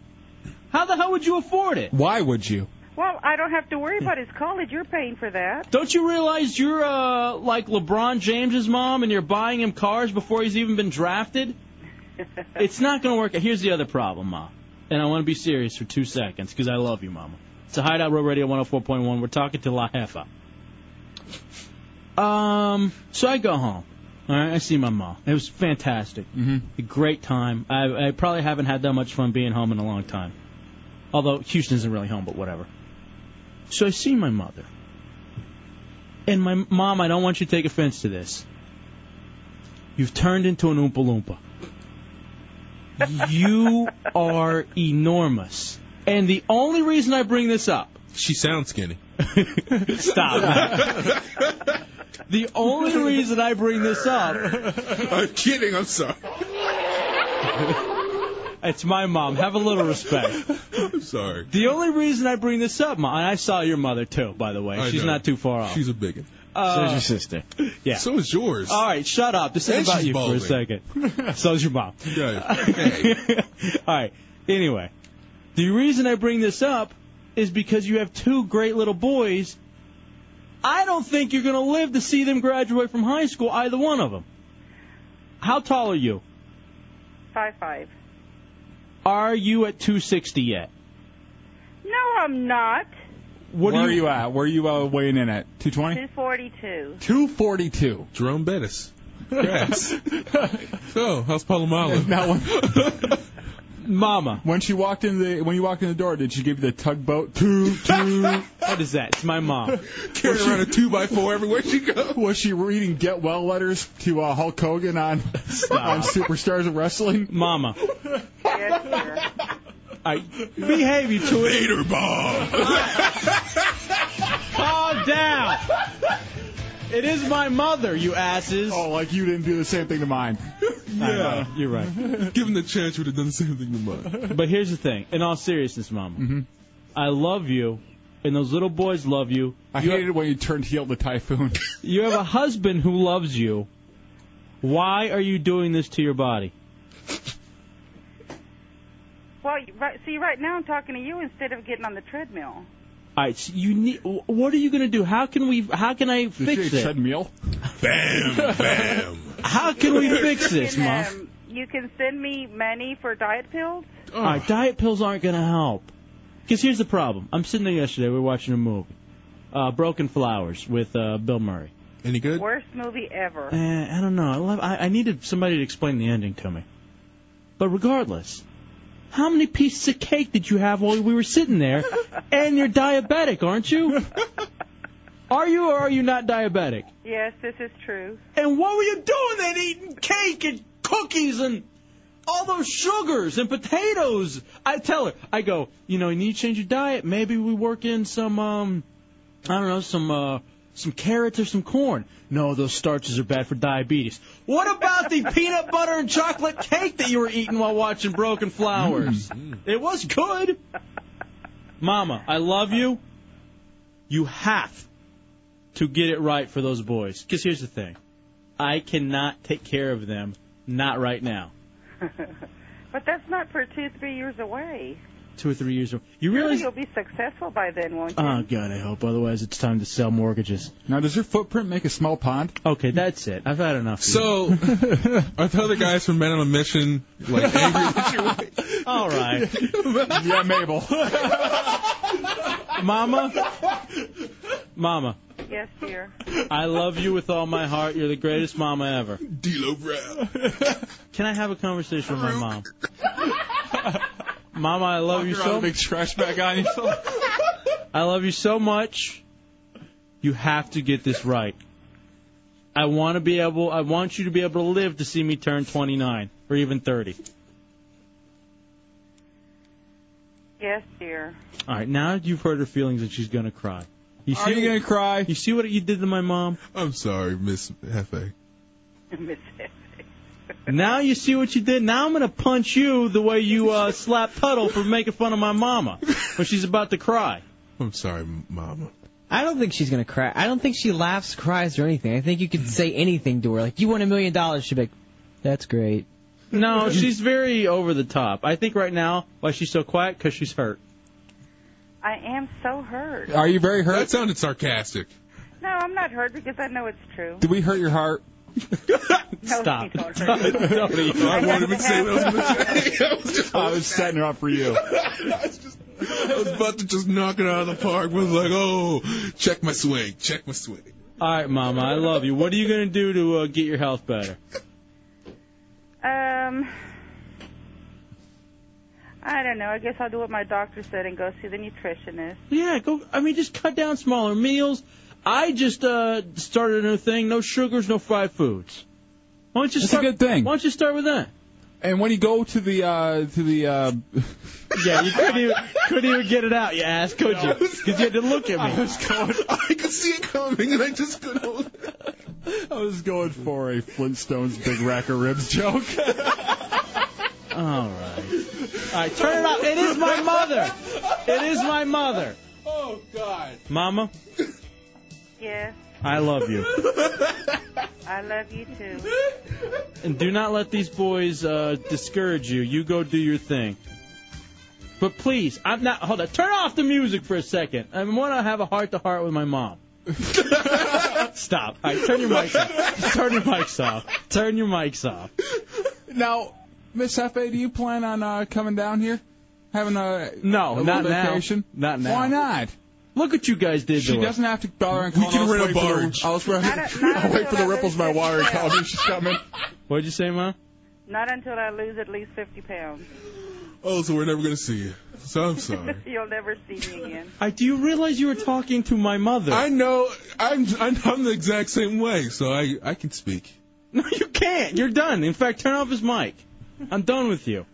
How the hell would you afford it? Why would you? Well, I don't have to worry about his college. You're paying for that. Don't you realize you're uh, like LeBron James's mom and you're buying him cars before he's even been drafted? it's not going to work. out. Here's the other problem, Ma. And I want to be serious for two seconds because I love you, Mama. It's a Hideout Road Radio 104.1. We're talking to La Jefa. Um, so I go home. All right, I see my mom. It was fantastic. Mm-hmm. A great time. I, I probably haven't had that much fun being home in a long time. Although Houston isn't really home, but whatever. So I see my mother. And my mom, I don't want you to take offense to this. You've turned into an Oompa Loompa. you are enormous. And the only reason I bring this up. She sounds skinny. Stop. man. the only reason I bring this up. I'm kidding, I'm sorry. It's my mom. Have a little respect. I'm sorry. The only reason I bring this up, Ma, and I saw your mother too, by the way. I She's know. not too far off. She's a bigot. Oh. Uh, sister. Yeah. So is yours. All right, shut up. This And is about she's you balding. for a second. So's your mom. All right. Anyway, the reason I bring this up is because you have two great little boys. I don't think you're going to live to see them graduate from high school, either one of them. How tall are you? Five five. Are you at 260 yet? No, I'm not. What Where do are you- you at? Where are you uh, weighing in at? 220? Two forty two. 242. Jerome Bettis. Yes. so, how's Palomalo? Now, Mama. When she walked in the when you walked in the door, did she give you the tugboat? Two, two. what is that? It's my mom. Carrying around a two by four everywhere she goes. Was she reading Get Well letters to uh, Hulk Hogan on on Superstars of Wrestling? Mama. Yes, sir. I behave you two. Vader bomb. Calm down. It is my mother, you asses. Oh, like you didn't do the same thing to mine. know, you're right. Given the chance, would have done the same thing to mine. But here's the thing, in all seriousness, Mama, Mm-hmm. I love you, and those little boys love you. I you, hated when you turned heel to Typhoon. you have a husband who loves you. Why are you doing this to your body? Well, you- right, see, right now I'm talking to you instead of getting on the treadmill. All right, so you need. wh- What are you gonna do? How can we? How can I fix a it? Treadmill. Bam, bam. How can we fix this, You Mom? can, um, you can send me money for diet pills. All right, diet pills aren't going to help. Because here's the problem. I'm sitting there yesterday. We were watching a movie, uh, Broken Flowers, with uh, Bill Murray. Any good? Worst movie ever. Eh, I don't know. I, love, I, I needed somebody to explain the ending to me. But regardless, how many pieces of cake did you have while we were sitting there? and you're diabetic, aren't you? are you or are you not diabetic? Yes, this is true. And what were you doing then eating cake and cookies and all those sugars and potatoes? I tell her, I go, you know, you need to change your diet. Maybe we work in some um I don't know, some uh some carrots or some corn. No, those starches are bad for diabetes. What about the peanut butter and chocolate cake that you were eating while watching Broken Flowers? It was good. Mama, I love you. You have to get it right for those boys. Because here's the thing I cannot take care of them, not right now. but that's not for two, three years away. Two or three years. old. You realize You'll be successful by then, won't you? Oh God, I hope. Otherwise, it's time to sell mortgages. Now, does your footprint make a small pond? Okay, that's it. I've had enough. So, are the other guys from Men on a Mission like angry at you? All right. yeah, Mabel. Mama, Mama, Yes, dear. I love you with all my heart. You're the greatest mama ever. D'Lo Brown. Can I have a conversation with my mom? Mama, I love you around so. with a big trash bag on yourself. I love you so much. You have to get this right. I want to be able. I want you to be able to live to see me turn 29 or even 30. Yes, dear. All right, now you've hurt her feelings and she's gonna cry. You Are you gonna cry? You see what you did to my mom? I'm sorry, Miss Hefe. Miss Now you see what you did. Now I'm gonna punch you the way you uh, slapped Tuttle for making fun of my mama when she's about to cry. I'm sorry, Mama. I don't think she's gonna cry. I don't think she laughs, cries, or anything. I think you could say anything to her, like "You want a million dollars?" She'd be like, "That's great." No, she's very over the top. I think right now why she's so quiet because she's hurt. I am so hurt. you very hurt? That sounded sarcastic. No, I'm not hurt because I know it's true. Did we hurt your heart? Stop. I won't even say what I was gonna say. I was just I was setting her up for you. I was about to just knock it out of the park. Was like, oh, check my swing, check my swing. All right, Mama, I love you. What are you gonna do to uh, get your health better? Um, I don't know. I guess I'll do what my doctor said and go see the nutritionist. Yeah, go. I mean, just cut down smaller meals. I just uh started a new thing: no sugars, no fried foods. Why don't you That's start? a good thing. Why don't you start with that? And when you go to the uh to the uh Yeah, you couldn't even, couldn't even get it out, you ass, could you? Because you had to look at me. I was going. I could see it coming, and I just couldn't. hold it. I was going for a Flintstones big rack of ribs joke. All right. All right, turn it off. It is my mother. It is my mother. Oh God. Mama, Yes, I love you, I love you too. and do not let these boys uh, discourage you. You go do your thing. But please, I'm not. Hold on. Turn off the music for a second. I want to have a heart to heart with my mom. Stop. All right, turn your mics off. Turn your mics off. Turn your mics off. Now, Miss Hefe, do you plan on uh, coming down here? Having a No, a not little now. vacation? Not now. Why not? Look what you guys did. She to her. doesn't have to bother and call. can I'll rent wait a for the- barge. I'll, just- I'll wait for the ripples in my wire and call me. She's coming. What'd you say, Ma? Not until I lose at least 50 pounds. Oh, so we're never gonna see you. So I'm sorry. You'll never see me again. I do you realize you were talking to my mother? I know. I'm I'm I'm the exact same way, so I I can speak. No, you can't. You're done. In fact, turn off his mic. I'm done with you.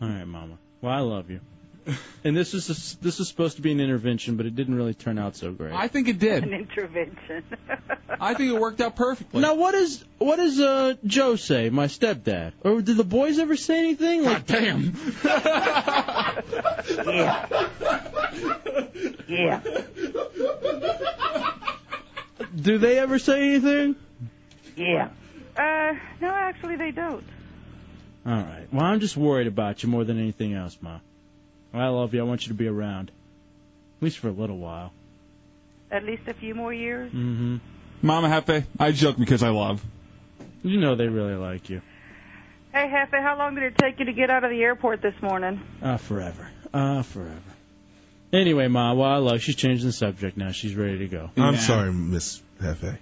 All right, Mama. Well, I love you. And this is this is supposed to be an intervention, but it didn't really turn out so great. I think it did. An intervention. I think it worked out perfectly. Now, what is what does uh, Joe say, my stepdad? Or did the boys ever say anything? Like, damn. yeah. Do they ever say anything? Yeah. Uh, no, actually, they don't. All right. Well, I'm just worried about you more than anything else, Ma. Well, I love you. I want you to be around, at least for a little while. At least a few more years. Mm-hmm. Mama Hefe, I joke because I love. You know they really like you. Hey, Hefe, how long did it take you to get out of the airport this morning? Ah, forever. Ah, forever. Anyway, Ma, well, I love. She's changing the subject now. She's ready to go. I'm sorry, Miss Hefe.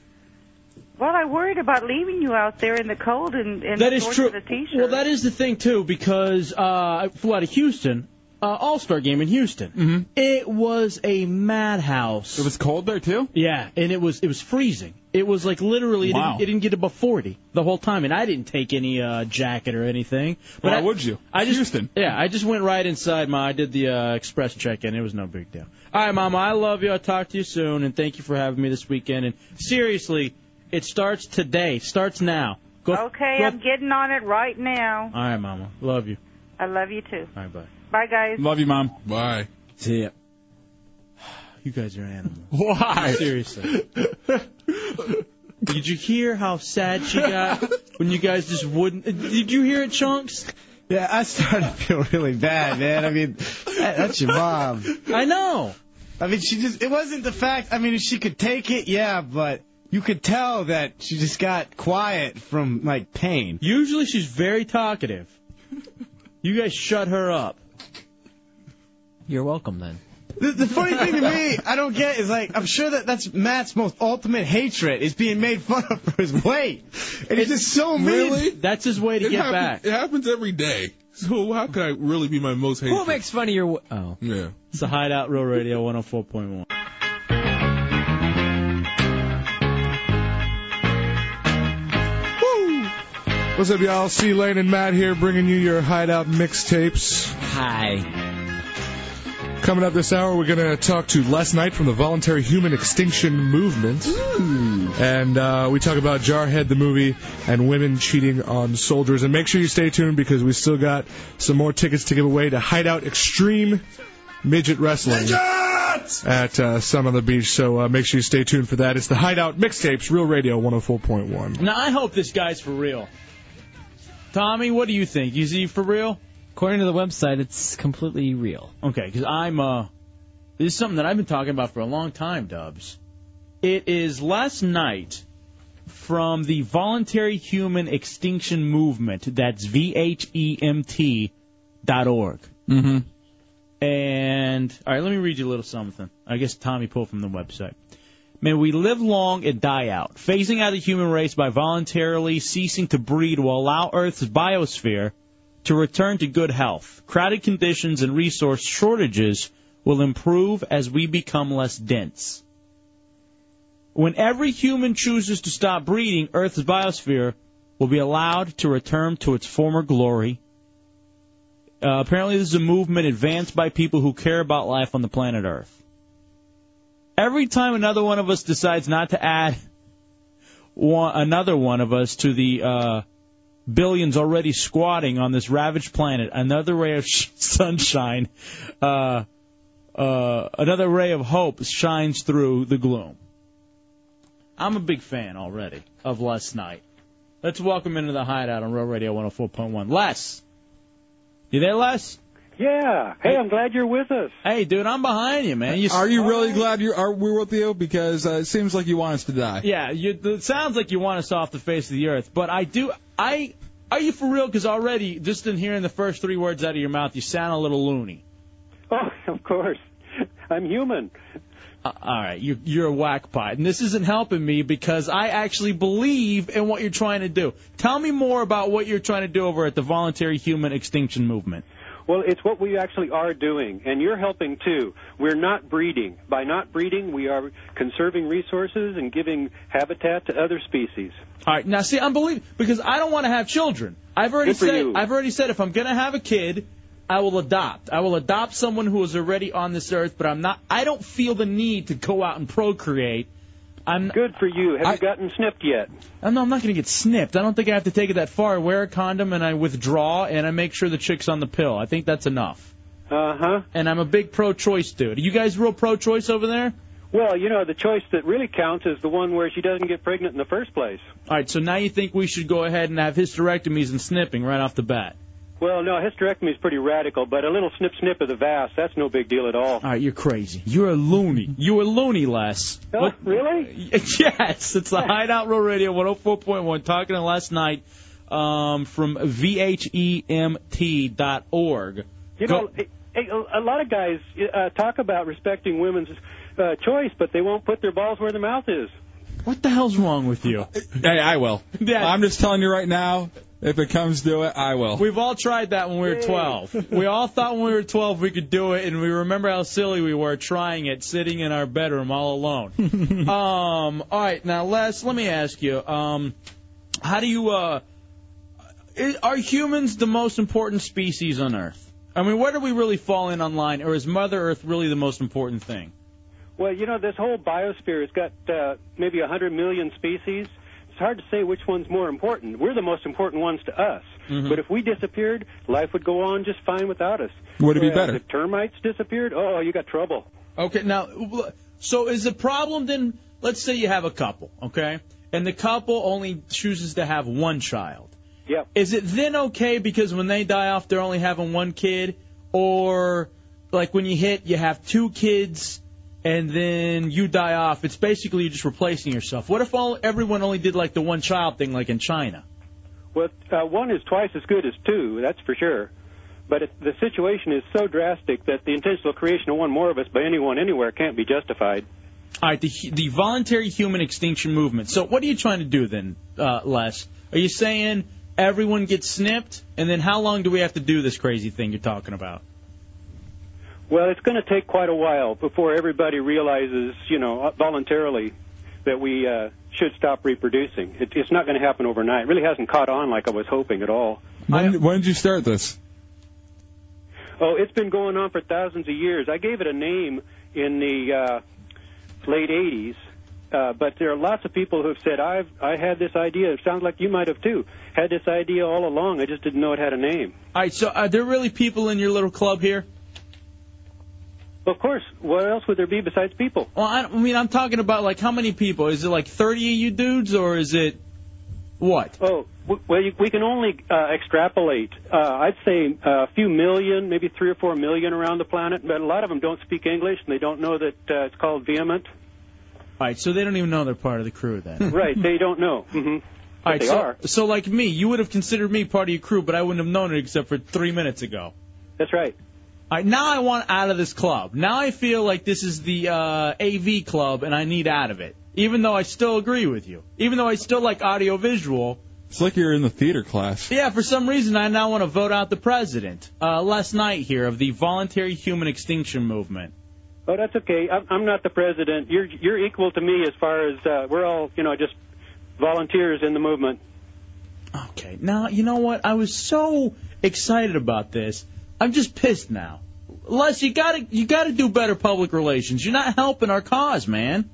Well, I worried about leaving you out there in the cold and, and That is shorts true. and a t-shirt. Well, that is the thing too, because uh, I flew out of Houston, uh, All Star Game in Houston. Mm-hmm. It was a madhouse. It was cold there too. Yeah, and it was it was freezing. It was like literally, it, Wow. didn't, it didn't get above 40 the whole time, and I didn't take any uh, jacket or anything. But Why I, would you? I just, Houston. Yeah, I just went right inside. My, I did the uh, express check-in. It was no big deal. All right, Mama, I love you. I'll talk to you soon, and thank you for having me this weekend. And seriously, it starts today. Starts now. Go. Okay, go- I'm getting on it right now. All right, Mama. Love you. I love you too. All right, bye. Bye, guys. Love you, mom. Bye. See ya. You guys are animals. Why? Seriously. Did you hear how sad she got when you guys just wouldn't? Did you hear it, Chunks? Yeah, I started to feel really bad, man. I mean, that- that's your mom. I know. I mean, she just, it wasn't the fact, I mean, if she could take it, yeah, but you could tell that she just got quiet from, like, pain. Usually she's very talkative. You guys shut her up. You're welcome then. The, the funny thing to me, I don't get is like, I'm sure that that's Matt's most ultimate hatred is being made fun of for his weight. And he's just so mean. Really? That's his way It happens- It happens every day. So how could I really be my most hateful? Who makes fun of your? Oh, yeah. It's the Hideout Real Radio 104.1. What's up, y'all? C Lane and Matt here, bringing you your hideout mixtapes. Hi. Coming up this hour, we're going to talk to Les Knight from the Voluntary Human Extinction Movement. And uh, we talk about Jarhead, the movie, and women cheating on soldiers. And make sure you stay tuned because we still got some more tickets to give away to Hideout Extreme Midget Wrestling. At uh, Sun on the Beach, so uh, make sure you stay tuned for that. It's the Hideout Mixtapes, Real Radio 104.1. Now I hope this guy's for real. Tommy, what do you think? Is he for real? According to the website, it's completely real. Okay, because I'm uh, this is something that I've been talking about for a long time, Dubs. It is last night from the Voluntary Human Extinction Movement. That's VHEMT dot org. Hmm. Mm-hmm. And all right, let me read you a little something. I guess Tommy pulled from the website. May we live long and die out, phasing out the human race by voluntarily ceasing to breed will allow Earth's biosphere to return to good health. Crowded conditions and resource shortages will improve as we become less dense. When every human chooses to stop breeding, Earth's biosphere will be allowed to return to its former glory. Uh, apparently, this is a movement advanced by people who care about life on the planet Earth. Every time another one of us decides not to add one, another one of us to the uh, billions already squatting on this ravaged planet, another ray of sh- sunshine, uh, uh, another ray of hope shines through the gloom. I'm a big fan already of Les Knight. Let's welcome into the hideout on Real Radio 104.1. Les, you there, Les? Yeah. Hey, I'm glad you're with us. Hey, dude, I'm behind you, man. You are you really glad you are we're with you? Because uh, it seems like you want us to die. Yeah, you, it sounds like you want us off the face of the earth, but I do. I are you for real? Because already, just in hearing the first three words out of your mouth, you sound a little loony. Oh, of course. I'm human. Uh, all right, you're, you're a whackpot, and this isn't helping me because I actually believe in what you're trying to do. Tell me more about what you're trying to do over at the Voluntary Human Extinction Movement. Well, it's what we actually are doing, and you're helping too. We're not breeding. By not breeding, we are conserving resources and giving habitat to other species. All right, now see, I'm believing because I don't want to have children. I've already Good for said you. I've already said if I'm gonna have a kid, I will adopt. I will adopt someone who is already on this earth, but I'm not. I don't feel the need to go out and procreate. I'm good for you. Have I, you gotten snipped yet? I'm, no, I'm not gonna get snipped. I don't think I have to take it that far. I wear a condom and I withdraw and I make sure the chick's on the pill. I think that's enough. Uh huh. And I'm a big pro-choice dude. Are you guys real pro-choice over there? Well, you know, the choice that really counts is the one where she doesn't get pregnant in the first place. All right, so now you think we should go ahead and have hysterectomies and snipping right off the bat? Well, no, hysterectomy is pretty radical, but a little snip snip of the vas, that's no big deal at all. All right, you're crazy. You're a loony. You're a loony, Les. Oh, What- really? Yes, it's the Hideout Row Radio 104.1. Talking to last night um, from E VHEMT.org. You know, a, a- a lot of guys uh, talk about respecting women's uh, choice, but they won't put their balls where their mouth is. What the hell's wrong with you? Hey, I will. Yeah. I'm just telling you right now. If it comes to it, I will. We've all tried that when we were 12. we all thought when we were 12 we could do it, and we remember how silly we were trying it, sitting in our bedroom all alone. um, all right, now Les, let me ask you, um, how do you? Uh, i are humans the most important species on Earth? I mean, where do we really fall in online, or is Mother Earth really the most important thing? Well, you know, this whole biosphere has got uh, maybe 100 million species. It's hard to say which one's more important. We're the most important ones to us. Hmm. But if we disappeared, life would go on just fine without us. Would it be Whereas better? If termites disappeared, oh, you got trouble. Okay, now, so is the problem then? Let's say you have a couple, okay, and the couple only chooses to have one child. Yeah. Is it then okay because when they die off, they're only having one kid, or like when you hit, you have two kids, and then you die off? It's basically you're just replacing yourself. What if all everyone only did like the one child thing, like in China? Well, uh, one is twice as good as two, that's for sure. But it, the situation is so drastic that the intentional creation of one more of us by anyone anywhere can't be justified. All right, the hu- the voluntary human extinction movement. So what are you trying to do then, uh, Les? Are you saying everyone gets snipped, and then how long do we have to do this crazy thing you're talking about? Well, it's going to take quite a while before everybody realizes, you know, uh, voluntarily that we uh, should stop reproducing. It, it's not going to happen overnight. It really hasn't caught on like I was hoping at all. When, when did you start this? Oh, it's been going on for thousands of years. I gave it a name in the uh, late 80s, uh, but there are lots of people who have said, I've, I had this idea. It sounds like you might have too. Had this idea all along. I just didn't know it had a name. All right, so are there really people in your little club here? Of course. What else would there be besides people? Well, I, don't- I mean, I'm talking about like how many people? Is it like 30 of you dudes, or is it what? Oh, w- well, you, we can only uh, extrapolate. Uh, I'd say uh, a few million, maybe three or four million around the planet, but a lot of them don't speak English and they don't know that uh, it's called vehement. All right, so they don't even know they're part of the crew then. right, they don't know. hmm All right, they so, are. so like me, you would have considered me part of your crew, but I wouldn't have known it except for three minutes ago. That's right. All right, now I want out of this club. Now I feel like this is the uh, AV club, and I need out of it. Even though I still agree with you, even though I still like audio visual. It's like you're in the theater class. Yeah, for some reason I now want to vote out the president. Uh, last night here of the voluntary human extinction movement. Oh, that's okay. I'm, I'm not the president. You're you're equal to me as far as uh, we're all you know just volunteers in the movement. Okay, now you know what? I was so excited about this. I'm just pissed now. Les, you gotta you gotta do better public relations. You're not helping our cause, man.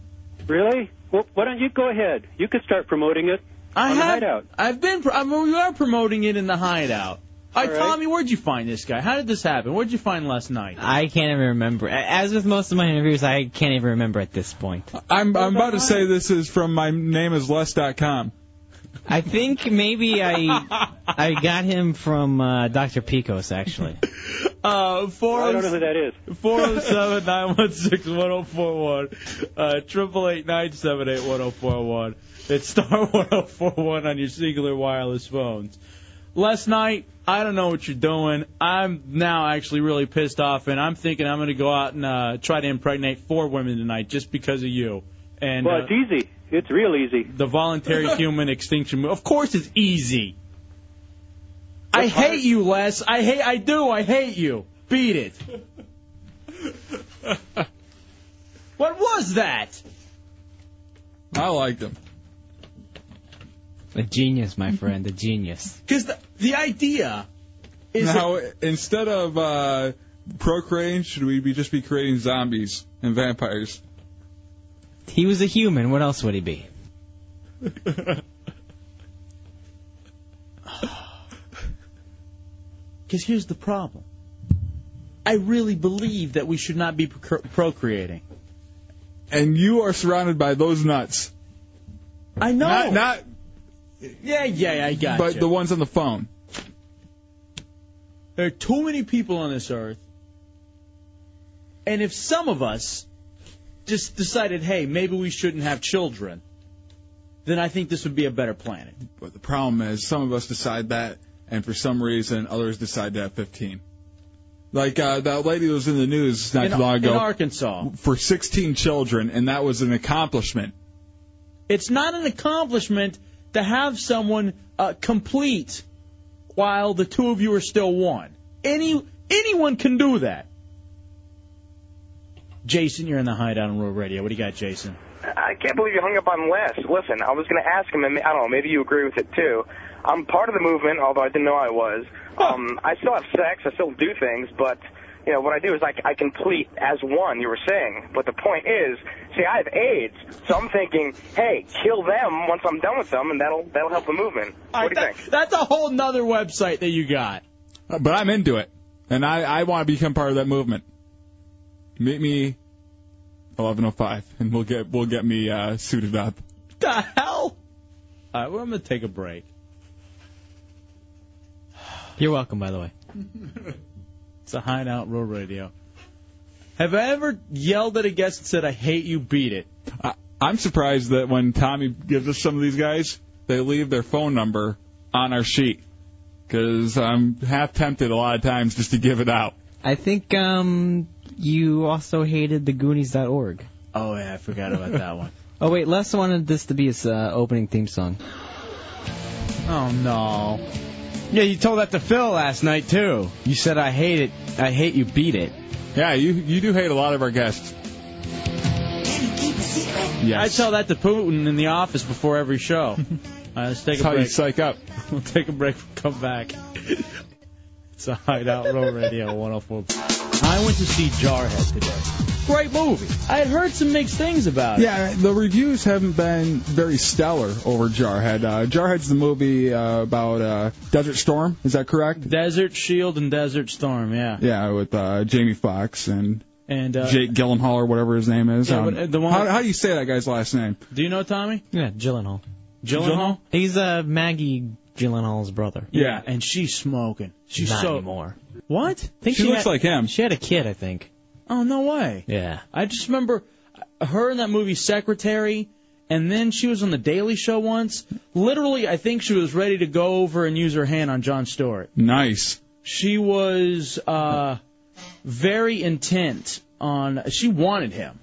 Really? Well, why don't you go ahead? You could start promoting it I on the have. Hideout. I've been. I mean, we are promoting it in the hideout. All right, Tommy, where'd you find this guy? How did this happen? Where'd you find last night? I can't even remember. A- As with most of my interviews, I can't even remember at this point. I'm I'm about to say this is from my name is Les dot com. I think maybe I I got him from uh, Dr. Picos actually. Uh, four. I don't know who that is. Four zero seven nine one six one zero four one. Uh, triple eight nine seven eight one zero four one. It's star one zero four one on your singular wireless phones. Last night, I don't know what you're doing. I'm now actually really pissed off, and I'm thinking I'm going to go out and uh, try to impregnate four women tonight just because of you. And well, uh, it's easy. It's real easy. the voluntary human extinction move. Of course, it's easy. I hate you, Les. I hate. I do. I hate you. Beat it. what was that? I liked him. A genius, my friend, a genius. Because the, the idea is now instead of uh, procreating, should we be just be creating zombies and vampires? He was a human. What else would he be? Mm-hmm. Because here's the problem. I really believe that we should not be procre- procreating. And you are surrounded by those nuts. I know. Not, not yeah, yeah, I got but the ones on the phone. There are too many people on this earth. And if some of us just decided, hey, maybe we shouldn't have children, then I think this would be a better planet. But the problem is, some of us decide that, and for some reason, others decide to have 15. Like uh, that lady that was in the news not In- too long ago in Arkansas. for 16 children, and that was an accomplishment. It's not an accomplishment to have someone uh, complete while the two of you are still one. Any anyone can do that. Jason, you're in the hideout on Rural Radio. What do you got, Jason? I can't believe you hung up on Wes. Listen, I was going to ask him, and I don't know, maybe you agree with it too. I'm part of the movement, although I didn't know I was. Um, I still have sex, I still do things, but you know what I do is I, I complete as one. You were saying, but the point is, see, I have AIDS, so I'm thinking, hey, kill them once I'm done with them, and that'll that'll help the movement. All right, What do you that- think? that's a whole nother website that you got. Uh, But I'm into it, and I, I want to become part of that movement. Meet me 11:05, and we'll get we'll get me uh, suited up. the hell? All right, well, I'm going to take a break. You're welcome, by the way. It's a hideout road radio. Have I ever yelled at a guest and said, I hate you, beat it? I, I'm surprised that when Tommy gives us some of these guys, they leave their phone number on our sheet. Because I'm half tempted a lot of times just to give it out. I think um, you also hated the Goonies.org. Oh yeah, I forgot about that one. Oh wait, Les wanted this to be his uh, opening theme song. Oh no. Yeah, you told that to Phil last night too. You said I hate it. I hate you beat it. Yeah, you you do hate a lot of our guests. I tell that to Putin in the office before every show. All right, let's take That's a how break. you psych up. We'll take a break. We'll come back. It's a Hideout Row Radio 104. I went to see Jarhead today. Great movie. I had heard some mixed things about it. Yeah, the reviews haven't been very stellar over Jarhead. Uh, Jarhead's the movie uh, about uh, Desert Storm. Is that correct? Desert Shield and Desert Storm. Yeah. Yeah, with uh, Jamie Foxx and And uh, Jake Gyllenhaal or whatever his name is. Yeah, Um, but, uh, the one- how, how do you say that guy's last name? Do you know Tommy? Yeah, Gyllenhaal. Gyllenhaal? He's uh, Maggie Gyllenhaal's brother. Yeah, and she's smoking. She's Not so anymore. What? Think She looks had- like him. She had a kid, I think. Oh no way. Yeah. I just remember her in that movie Secretary, and then she was on the Daily Show once. Literally, I think she was ready to go over and use her hand on John Stewart. Nice. She was uh, very intent on. She wanted him.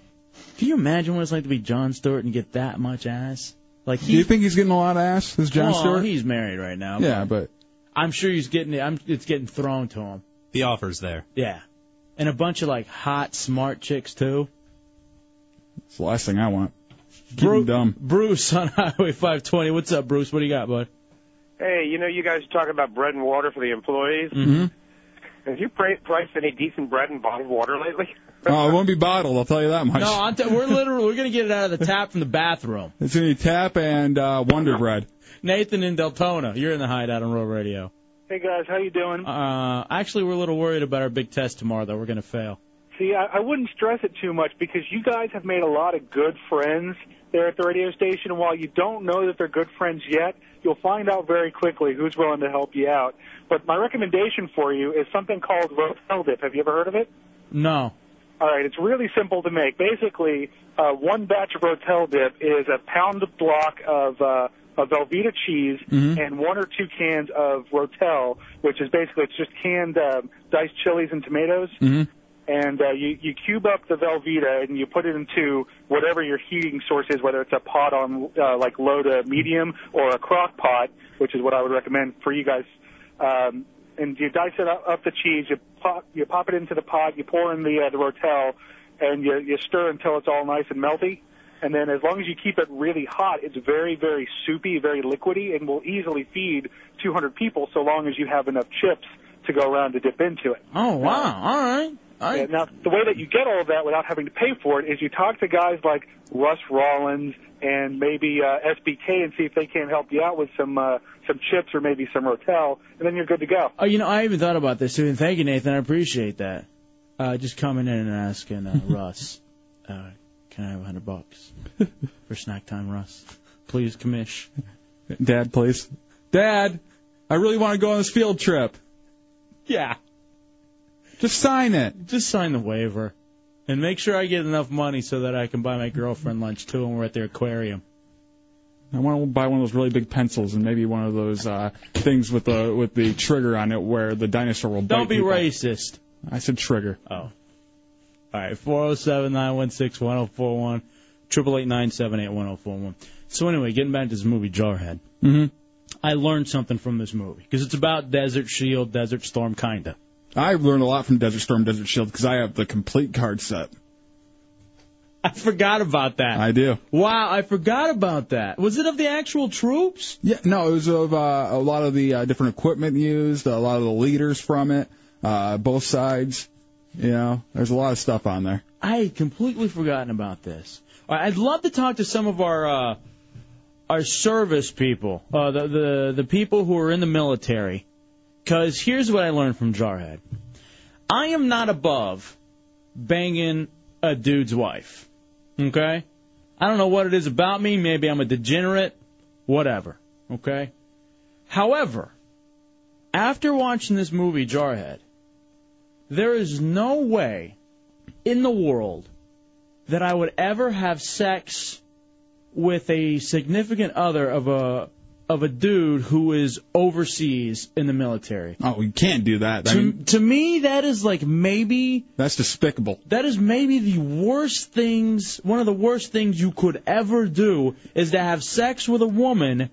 Can you imagine what it's like to be John Stewart and get that much ass? Like Do he, you think he's getting a lot of ass? This John Well, Stewart? he's married right now. yeah, but I'm sure he's getting it. I'm, it's getting thrown to him. The offer's there. Yeah, and a bunch of like hot, smart chicks too. it's the last thing I want. Keep Bru- him dumb. Bruce on Highway 520. What's up, Bruce? What do you got, bud? Hey, you know, you guys are talking about bread and water for the employees. Mm-hmm. Have you pra- priced any decent bread and bottled water lately? Oh, it won't be bottled. I'll tell you that much. No, I'm t- we're literally we're gonna get it out of the tap from the bathroom. It's gonna be tap and uh, Wonder Bread. Nathan in Deltona, you're in the hideout on Roll Radio. Hey guys, how you doing? Uh, actually, we're a little worried about our big test tomorrow, though. We're gonna fail. See, I, I wouldn't stress it too much because you guys have made a lot of good friends there at the radio station. And while you don't know that they're good friends yet, you'll find out very quickly who's willing to help you out. But my recommendation for you is something called Rotel Dip. Have you ever heard of it? No. All right, it's really simple to make. Basically, uh, one batch of Rotel dip is a pound block of uh, of Velveeta cheese Mm-hmm. Mm-hmm. Mhm. Mm-hmm. and one or two cans of Rotel, which is basically it's just canned um, diced chilies and tomatoes. Mm-hmm. And uh, you you cube up the Velveeta and you put it into whatever your heating source is, whether it's a pot on uh, like low to medium or a crock pot, which is what I would recommend for you guys. Um, and you dice it up, up the cheese. You pop you pop it into the pot. You pour in the uh, the Rotel, and you you stir until it's all nice and melty. And then as long as you keep it really hot, it's very very soupy, very liquidy, and will easily feed 200 people so long as you have enough chips to go around to dip into it. Oh wow! All right. All right. Yeah, now, the way that you get all of that without having to pay for it is you talk to guys like Russ Rollins and maybe uh, SBK and see if they can't help you out with some uh, some chips or maybe some Rotel, and then you're good to go. Oh, you know, I even thought about this too. And thank you, Nathan. I appreciate that. Uh, just coming in and asking uh, Russ, uh, can I have a hundred bucks for snack time, Russ? Please, commish. Dad, please. Dad, I really want to go on this field trip. Yeah. Just sign it. Just sign the waiver. And make sure I get enough money so that I can buy my girlfriend lunch too when we're at the aquarium. I want to buy one of those really big pencils and maybe one of those uh, things with the with the trigger on it where the dinosaur will Don't bite be people. racist. I said trigger. Oh. All right, 407 916 1041, 888 978 1041. So, anyway, getting back to this movie, Jarhead. Mm-hmm. I learned something from this movie because it's about Desert Shield, Desert Storm, kinda. I learned a lot from Desert Storm, Desert Shield because I have the complete card set. I forgot about that. I do. Wow, I forgot about that. Was it of the actual troops? Yeah, no, it was of uh, a lot of the uh, different equipment used, a lot of the leaders from it, uh, both sides. You know, there's a lot of stuff on there. I had completely forgotten about this. All right, I'd love to talk to some of our uh, our service people, uh, the, the the people who are in the military, because here's what I learned from Jarhead. I am not above banging a dude's wife. Okay, I don't know what it is about me. Maybe I'm a degenerate, whatever. Okay. However, after watching this movie, Jarhead, there is no way in the world that I would ever have sex with a significant other of a of a dude who is overseas in the military. Oh, you can't do that. I to, mean, to me, that is like maybe that's despicable. that is maybe the worst things. One of the worst things you could ever do is to have sex with a woman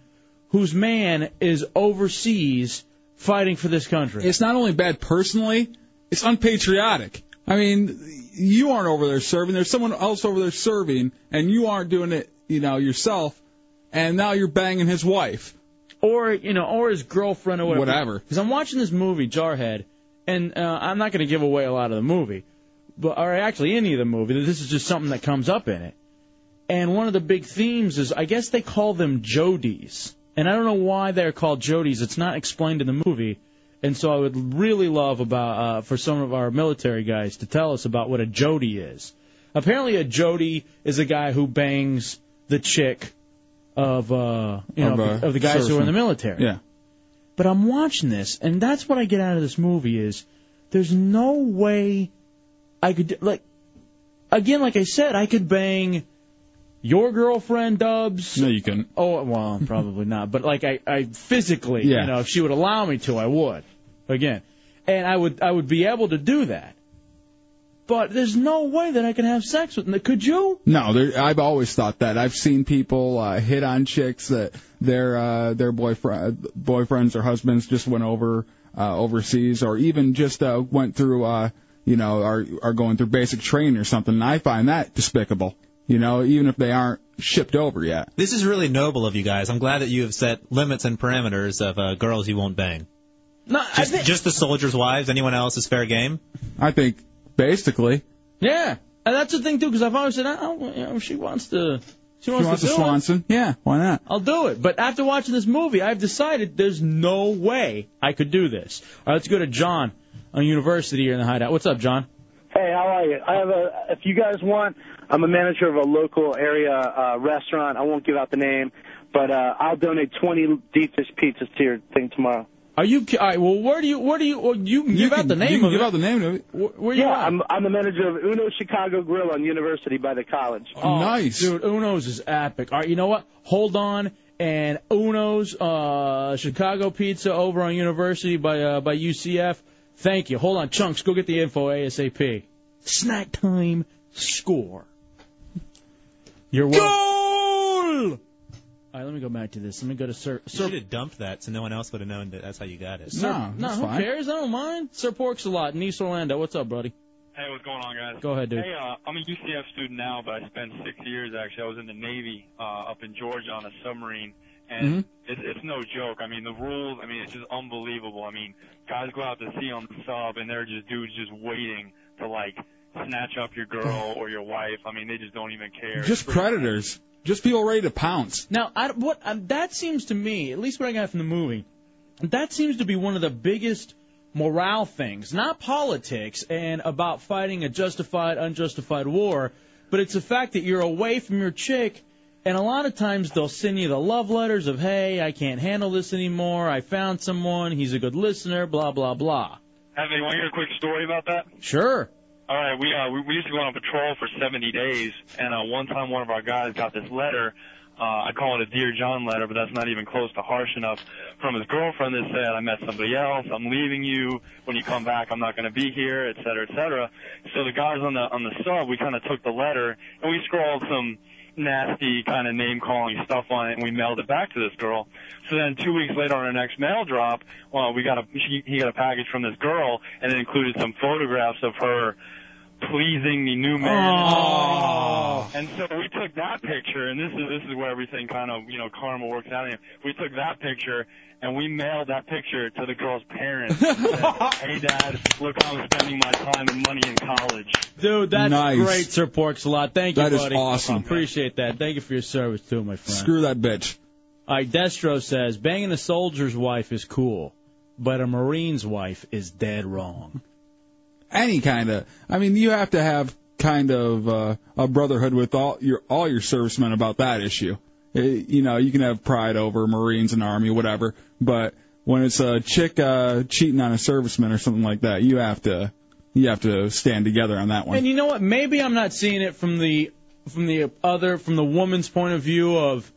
whose man is overseas fighting for this country. It's not only bad personally, it's unpatriotic. I mean, you aren't over there serving. There's someone else over there serving, and you aren't doing it, you know, yourself. And now you're banging his wife. or you know, or his girlfriend or whatever. Whatever. Because I'm watching this movie, Jarhead, and uh, I'm not going to give away a lot of the movie, but or actually any of the movie. This is just something that comes up in it. And one of the big themes is, I guess they call them Jodies, and I don't know why they're called Jodies. It's not explained in the movie, and so I would really love about uh, for some of our military guys to tell us about what a Jody is. Apparently, a Jody is a guy who bangs the chick of uh, you know Of, of, uh, the guys who are in the servicemen. military. Yeah. But I'm watching this, and that's what I get out of this movie is there's no way I could like again, like I said, I could bang your girlfriend Dubs. No, you couldn't. Oh well, probably not. But like I, I physically, Yeah. you know, if she would allow me to, I would. Again, and I would, I would be able to do that. But there's no way that I can have sex with. Could you? No, there, I've always thought that. I've seen people uh, hit on chicks that their uh, their boyfriend boyfriends or husbands just went over uh, overseas, or even just uh, went through uh, you know are are going through basic training or something. And I find that despicable. You know, even if they aren't shipped over yet. This is really noble of you guys. I'm glad that you have set limits and parameters of uh, girls you won't bang. No, just, just the soldiers' wives. Anyone else is fair game. I think basically Yeah, and that's the thing too, because I've always said, I don't, you know, if she wants to, she she wants, wants to a do it, Swanson. Yeah, why not? I'll do it. But after watching this movie, I've decided there's no way I could do this. All right, let's go to John on University here in the hideout. What's up, John? Hey, how are you? I have a. If you guys want, I'm a manager of a local area uh, restaurant. I won't give out the name, but uh, I'll donate 20 deep dish pizzas to your thing tomorrow. Are you? ki- All right. Well, where do you? Where do you? Well, you can give out the name you can of give it. out the name of it. Where, where you yeah, at? I'm I'm the manager of Uno Chicago Grill on University by the college. Oh, dude. Uno's is epic. All right, you know what? Hold on. And Uno's uh, Chicago Pizza over on University by uh, by UCF. Thank you. Hold on, chunks. Go get the info asap. Snack time. Score. You're welcome. Goal. All right, let me go back to this. Let me go to Sir. You should have dumped that so no one else would have known that that's how you got it. Sir, no, who cares? I don't mind. Sir Porks a lot in East Orlando. What's up, buddy? Hey, what's going on, guys? Go ahead, dude. Hey, uh, I'm a UCF student now, but I spent six years actually. I was in the Navy uh, up in Georgia on a submarine, and Mm-hmm. it's, it's no joke. I mean, the rules. I mean, it's just unbelievable. I mean, guys go out to sea on the sub, and they're just dudes just waiting to like snatch up your girl or your wife. I mean, they just don't even care. Just predators. Just people ready to pounce. Now, I, what um, that seems to me, at least what I got from the movie, that seems to be one of the biggest morale things, not politics and about fighting a justified, unjustified war, but it's the fact that you're away from your chick. And a lot of times they'll send you the love letters of, hey, I can't handle this anymore. I found someone. He's a good listener. Blah blah blah. Evan, you want to hear a quick story about that? Sure. All right, we uh, we, we used to go on patrol for 70 days, and uh, one time one of our guys got this letter uh, I call it a Dear John letter, but that's not even close to harsh enough, from his girlfriend that said, I met somebody else, I'm leaving you, when you come back I'm not going to be here, et cetera, et cetera. So the guys on the, on the sub, we kind of took the letter and we scrawled some nasty kind of name calling stuff on it and we mailed it back to this girl. So then two weeks later on our next mail drop, well, we got a, she, he got a package from this girl and it included some photographs of her pleasing the new man. And so we took that picture, and this is this is where everything kind of you know karma works out. Here. We took that picture and we mailed that picture to the girl's parents. and said, hey, Dad, look how I'm spending my time and money in college. Dude, that's Nice. great, Sir Porks a lot. Thank you, That is buddy. awesome. Appreciate that. Thank you for your service too, my friend. Screw that bitch. All right, Destro says banging a soldier's wife is cool, but a Marine's wife is dead wrong. Any kind of. I mean, you have to have kind of uh, a brotherhood with all your all your servicemen about that issue. Eh, you know, you can have pride over Marines and Army, whatever, but when it's a chick uh, cheating on a serviceman or something like that, you have to you have to stand together on that one. And you know what? Maybe I'm not seeing it from the from the other from the woman's point of view of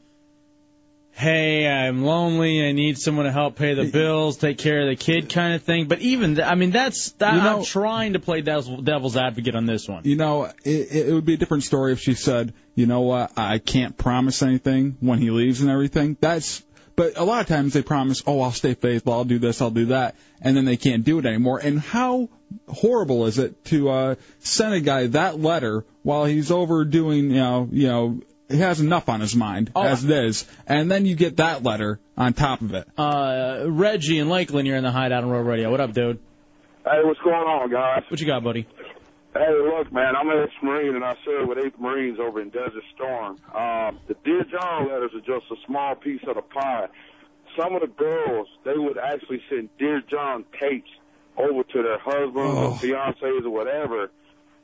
hey, I'm lonely, I need someone to help pay the bills, take care of the kid kind of thing. But even th- I mean that's that, You know- I'm trying to play devil's, devil's advocate on this one. You know, it, it would be a different story if she said, you know what, I can't promise anything when he leaves and everything. That's, but a lot of times they promise, oh, I'll stay faithful, I'll do this, I'll do that, and then they can't do it anymore. And how horrible is it to uh, send a guy that letter while he's over doing, you know, you know, he has enough on his mind as it is, and then you get that letter on top of it. Uh Reggie and Lakeland, you're in the hideout on Road Radio. What up, dude? Hey, what's going on, guys? What you got, buddy? Hey, look, man, I'm an ex-Marine, and I served with 8th Marines over in Desert Storm. Um, the Dear John letters are just a small piece of the pie. Some of the girls, they would actually send Dear John tapes over to their husbands or fiancés or whatever.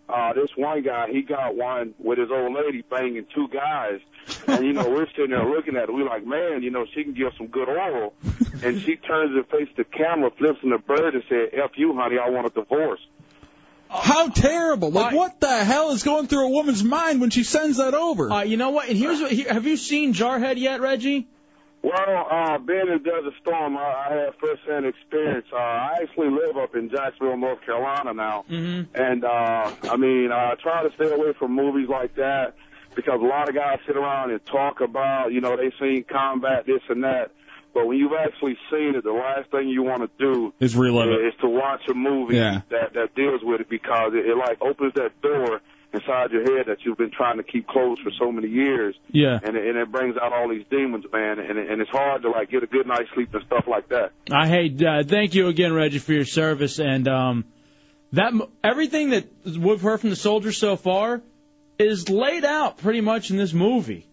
Uh, this one guy, he got one with his old lady banging two guys. And, you know, we're sitting there looking at it. We're like, man, you know, she can give some good oral. And she turns and face the camera, flips in the bird, and said, F you, honey, I want a divorce. How terrible! Like, what the hell is going through a woman's mind when she sends that over? Uh, you know what? And here's what, here, have you seen Jarhead yet, Reggie? Well, uh, being in Desert Storm, I, I had first-hand experience. Uh, I actually live up in Jacksonville, North Carolina now. Mm-hmm. And, uh, I mean, I try to stay away from movies like that because a lot of guys sit around and talk about, you know, they seen combat, this and that. But when you've actually seen it, the last thing you want to do Is relive it. is to watch a movie Yeah. that, that deals with it because it, it, like, opens that door inside your head that you've been trying to keep closed for so many years Yeah. and it, and it brings out all these demons, man. And it, and it's hard to like get a good night's sleep and stuff like that. I hate. Uh, thank you again, Reggie, for your service and um, that m- everything that we've heard from the soldiers so far is laid out pretty much in this movie.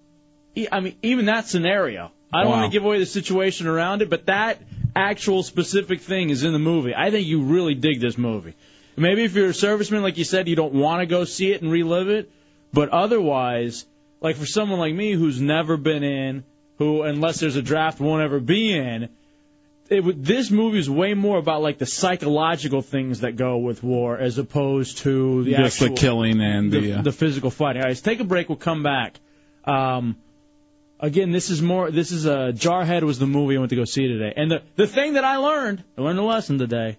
E- I mean, even that scenario. I don't Wow. want to give away the situation around it, but that actual specific thing is in the movie. I think you really dig this movie. Maybe if you're a serviceman, like you said, you don't want to go see it and relive it, but otherwise, like for someone like me who's never been in, who unless there's a draft won't ever be in, it would, this movie is way more about like the psychological things that go with war as opposed to the Just the actual- killing and the, the, uh, physical fighting. All right, let's take a break. We'll come back. Um, again, this is more. This is uh, Jarhead was the movie I went to go see today, and the the thing that I learned, I learned a lesson today.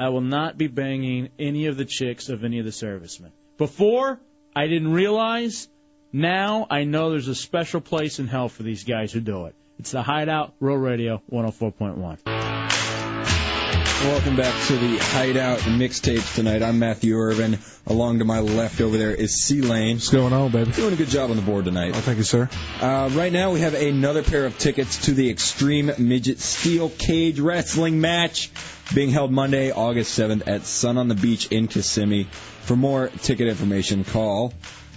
I will not be banging any of the chicks of any of the servicemen. Before I didn't realize. Now I know there's a special place in hell for these guys who do it. It's the Hideout, Real Radio 104.1. Welcome back to the Hideout mixtapes tonight. I'm Matthew Irvin. Along to my left over there is C Lane. What's going on, baby? Oh, Doing a good job on the board tonight. Thank you, sir. Uh, right now, we have another pair of tickets to the Extreme Midget Steel Cage Wrestling Match being held Monday, August 7th at Sun on the Beach in Kissimmee. For more ticket information, call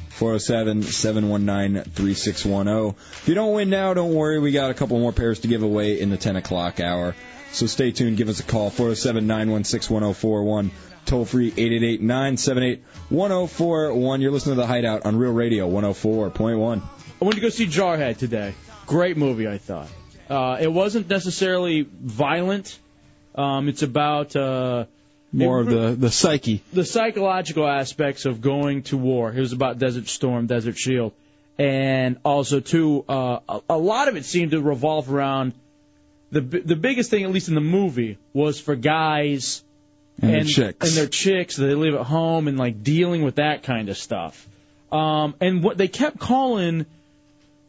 407 719 3610. oh. If you don't win now, don't worry. We got a couple more pairs to give away in the 10 o'clock hour. So stay tuned. Give us a call 407 916 1041. Toll free 888 978 1041. You're listening to The Hideout on Real Radio 104.1. I went to go see Jarhead today. Great movie, I thought. Uh, it wasn't necessarily violent. Um, it's about uh, More of it- the the psyche. the psychological aspects of going to war. It was about Desert Storm, Desert Shield, and also too, uh, a, a lot of it seemed to revolve around the bi- the biggest thing, at least in the movie, was for guys And their chicks. and their chicks that they live at home and like dealing with that kind of stuff. Um, and what they kept calling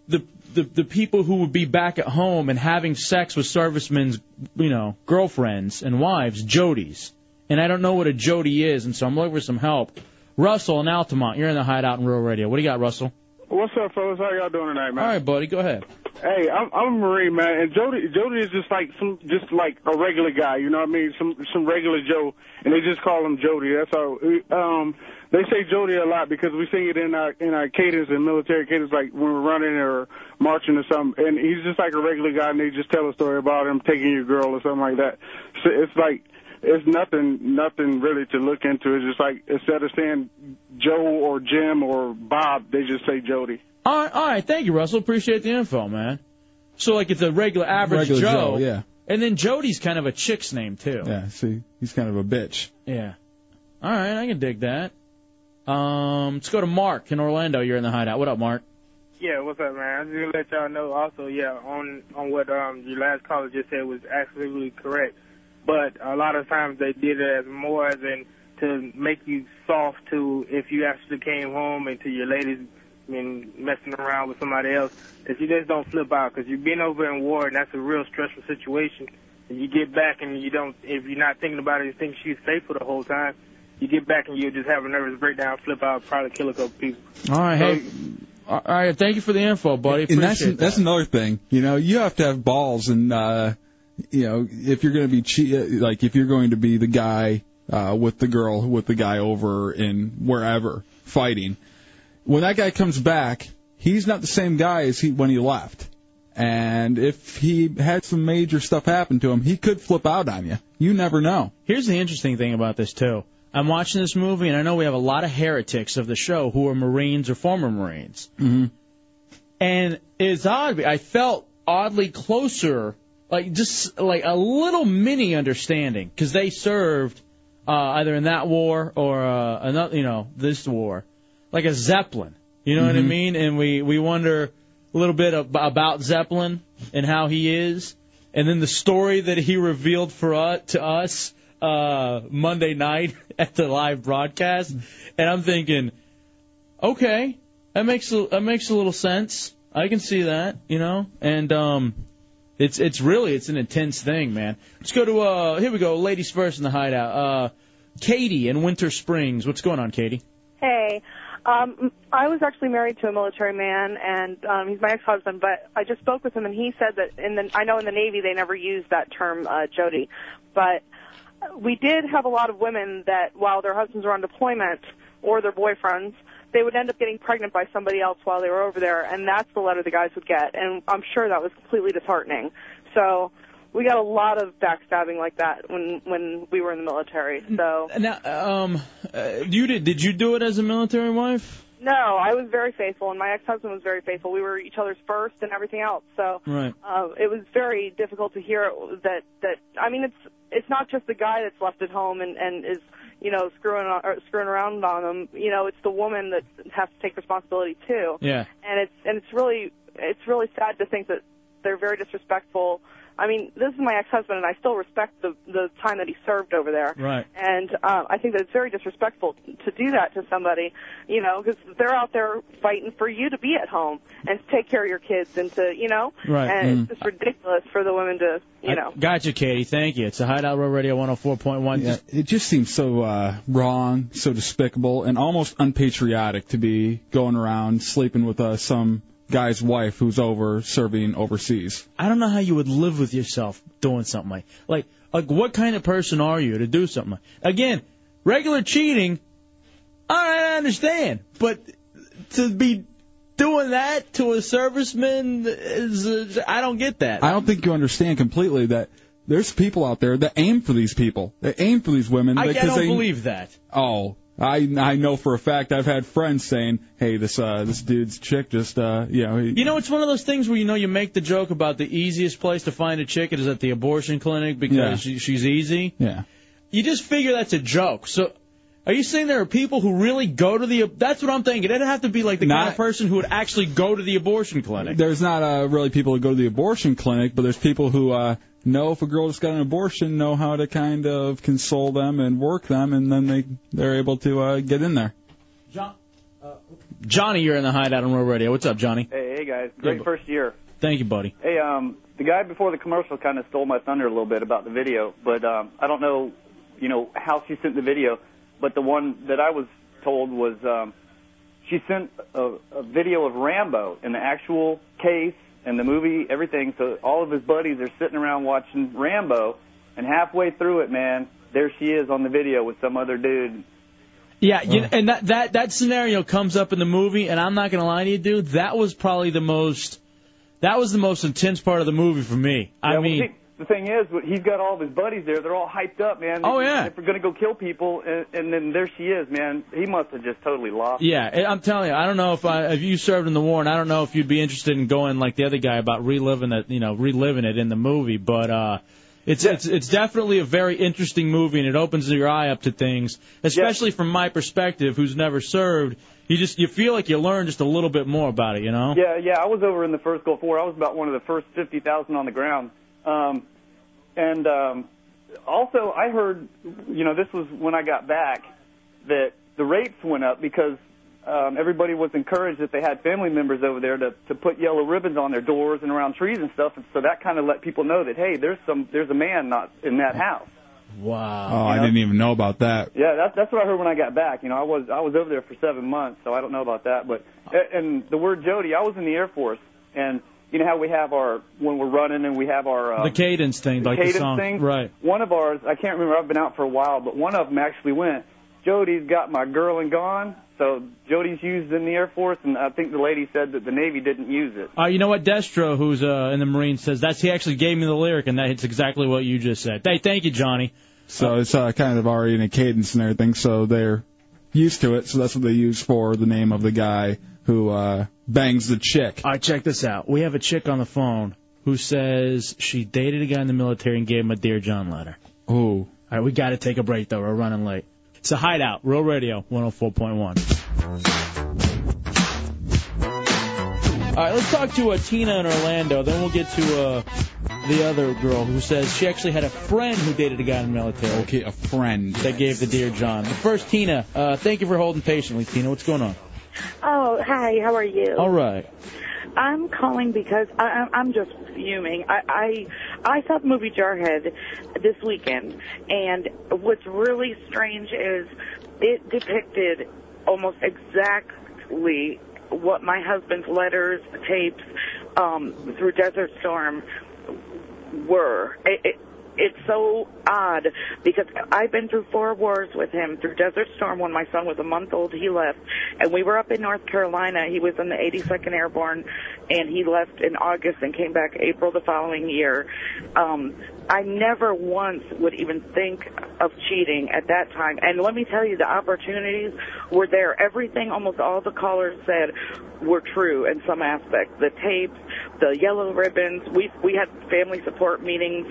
the, the the people who would be back at home and having sex with servicemen's you know girlfriends and wives Jodies, and I don't know what a Jody is, and so I'm looking for some help. Russell in Altamont, you're in the hideout in rural radio. What do you got, Russell? What's up, fellas? How y'all doing tonight, man? All right, buddy, go ahead. Hey, I'm I'm Marine man, and Jody Jody is just like some just like a regular guy, you know what I mean? Some some regular Joe, and they just call him Jody. That's how um they say Jody a lot because we sing it in our in our cadence in military cadence, like when we're running or marching or something. And he's just like a regular guy, and they just tell a story about him taking your girl or something like that. So it's like it's nothing nothing really to look into. It's just like instead of saying Joe or Jim or Bob, they just say Jody. All right, all right, thank you, Russell. Appreciate the info, man. So like it's a regular average Regular Joe, Joe, yeah. And then Jody's kind of a chick's name too. Yeah, see, he's kind of a bitch. Yeah. All right, I can dig that. Um, let's go to Mark in Orlando. You're in the hideout. What up, Mark? Yeah, what's up, man? I'm just gonna let y'all know also, yeah, on on what um your last caller just said was absolutely correct. But a lot of times they did it as more as in to make you soft to if you actually came home and to your ladies and messing around with somebody else that you just don't flip out because you've been over in war and that's a real stressful situation. And you get back and you don't if you're not thinking about it, you think she's faithful the whole time. You get back and you just have a nervous breakdown, flip out, probably kill a couple people. All right, hey. uh, All right, thank you for the info, buddy. Appreciate and that's that. that's another thing. You know, you have to have balls, and uh, you know, if you're going to be che- uh, like if you're going to be the guy uh, with the girl with the guy over in wherever fighting, when that guy comes back, he's not the same guy as he when he left. And if he had some major stuff happen to him, he could flip out on you. You never know. Here's the interesting thing about this too. I'm watching this movie, and I know we have a lot of heretics of the show who are Marines or former Marines. Mm-hmm. And it's odd. I felt oddly closer, like just like a little mini understanding, because they served uh, either in that war or uh, another, you know, this war, like a Zeppelin. You know what I Mhm. mean? And we we wonder a little bit ab- about Zeppelin and how he is, and then the story that he revealed for us to us uh, Monday night at the live broadcast. And I'm thinking, okay, that makes a, that makes a little sense. I can see that, you know. And um, it's it's really it's an intense thing, man. Let's go to uh here we go, ladies first in the hideout. Uh, Katie in Winter Springs. What's going on, Katie? Hey, um, I was actually married to a military man, and um, he's my ex-husband. But I just spoke with him, and he said that in the I know in the Navy they never use that term uh, Jody, but we did have a lot of women that while their husbands were on deployment or their boyfriends, they would end up getting pregnant by somebody else while they were over there, and that's the letter the guys would get. And I'm sure that was completely disheartening. So. We got a lot of backstabbing like that when when we were in the military. So Now, um, uh, you did did you do it as a military wife? No, I was very faithful, and my ex-husband was very faithful. We were each other's first and everything else. So Right. uh, it was very difficult to hear it- that. That I mean, it's it's not just the guy that's left at home and and is you know screwing on, or screwing around on them. You know, it's the woman that has to take responsibility too. Yeah. And it's and it's really it's really sad to think that they're very disrespectful. I mean, this is my ex-husband, and I still respect the the time that he served over there. Right. And um, I think that it's very disrespectful to do that to somebody, you know, because they're out there fighting for you to be at home and to take care of your kids and to, you know, Right. and it's Mm. just ridiculous for the women to, you know. Gotcha, Katie. Thank you. It's a Hideout Row Radio 104.1. Yeah, it just seems so uh, wrong, so despicable, and almost unpatriotic to be going around sleeping with uh, some guy's wife who's over serving overseas. I don't know how you would live with yourself doing something like like like what kind of person are you to do something like again regular cheating all right I understand but to be doing that to a serviceman is uh, I don't get that I don't think you understand completely that there's people out there that aim for these people. They aim for these women. I, I because don't they, believe that Oh, I I know for a fact. I've had friends saying, "Hey, this uh this dude's chick just uh you know." He, you know it's one of those things where you know you make the joke about the easiest place to find a chick is at the abortion clinic because Yeah. she, she's easy yeah. you just figure that's a joke. So Are you saying there are people who really go to the? That's what I'm thinking. It'd have to be like the kind of person who would actually go to the abortion clinic. There's not uh, really people who go to the abortion clinic, but there's people who uh, know if a girl just got an abortion, know how to kind of console them and work them, and then they they're able to uh, get in there. Johnny, you're in the hideout on Road Radio. What's up, Johnny? Hey, hey guys, great Yeah, first year. Thank you, buddy. Hey, um, the guy before the commercial kind of stole my thunder a little bit about the video, but um, I don't know, you know, how she sent the video. But the one that I was told was um, she sent a, a video of Rambo in the actual case and the movie, everything. So all of his buddies are sitting around watching Rambo, and halfway through it, man, there she is on the video with some other dude. Yeah, you, and that, that that scenario comes up in the movie, and I'm not gonna lie to you, dude. That was probably the most, that was the most intense part of the movie for me. I Yeah, well, mean, see, the thing is, what- he's got all of his buddies there. They're all hyped up, man. Oh, yeah. If we're gonna go kill people, and, and then there she is, man. He must have just totally lost. Yeah, I- I'm telling you, I don't know if I, if you served in the war, and I don't know if you'd be interested in going like the other guy about reliving that, you know, reliving it in the movie. But uh, it's it's it's definitely a very interesting movie, and it opens your eye up to things, especially from my perspective, who's never served. You just you feel like you learn just a little bit more about it, you know. Yeah, yeah. I was over in the first Gulf War. I was about one of the first fifty thousand on the ground. Um, and um, also, I heard, you know, this was when I got back, that the rates went up because um, everybody was encouraged that they had family members over there to to put yellow ribbons on their doors and around trees and stuff. And so that kind of let people know that hey, there's some there's a man not in that house. Wow. Oh, I didn't even know about that. Yeah, that's that's what I heard when I got back. You know, I was I was over there for seven months, so I don't know about that. But and the word Jody, I was in the Air Force, and you know how we have our when we're running and we have our uh, the cadence thing, the like cadence the song, thing. right? One of ours, I can't remember. I've been out for a while, but one of them actually went. Jody's got my girl and gone. So Jody's used in the Air Force, and I think the lady said that the Navy didn't use it. Uh, you know what, Destro, who's uh, in the Marines, says that's he actually gave me the lyric, and that's exactly what you just said. Hey, thank you, Johnny. So it's uh, kind of already in a cadence and everything, so they're used to it. So that's what they use for the name of the guy who uh, bangs the chick. All right, check this out. We have a chick on the phone who says she dated a guy in the military and gave him a Dear John letter. Oh. All right, we got to take a break, though. We're running late. It's a hideout, Real Radio 104.1. All right, let's talk to uh, Tina in Orlando. Then we'll get to uh, the other girl who says she actually had a friend who dated a guy in the military. Okay, a friend. That gave the Dear John. But first, Tina, uh, thank you for holding patiently, Tina. What's going on? Oh, hi. How are you? All right. I'm calling because I, I'm- I'm just fuming. I, I I saw the movie Jarhead this weekend, and what's really strange is it depicted almost exactly what my husband's letters, tapes um, through Desert Storm were. It, it, it's so odd because I've been through four wars with him through Desert Storm when my son was a month old he left and we were up in North Carolina he was in the 82nd Airborne and he left in August and came back April the following year um I never once would even think of cheating at that time and let me tell you the opportunities were there everything almost all the callers said were true in some aspect the tapes the yellow ribbons we we had family support meetings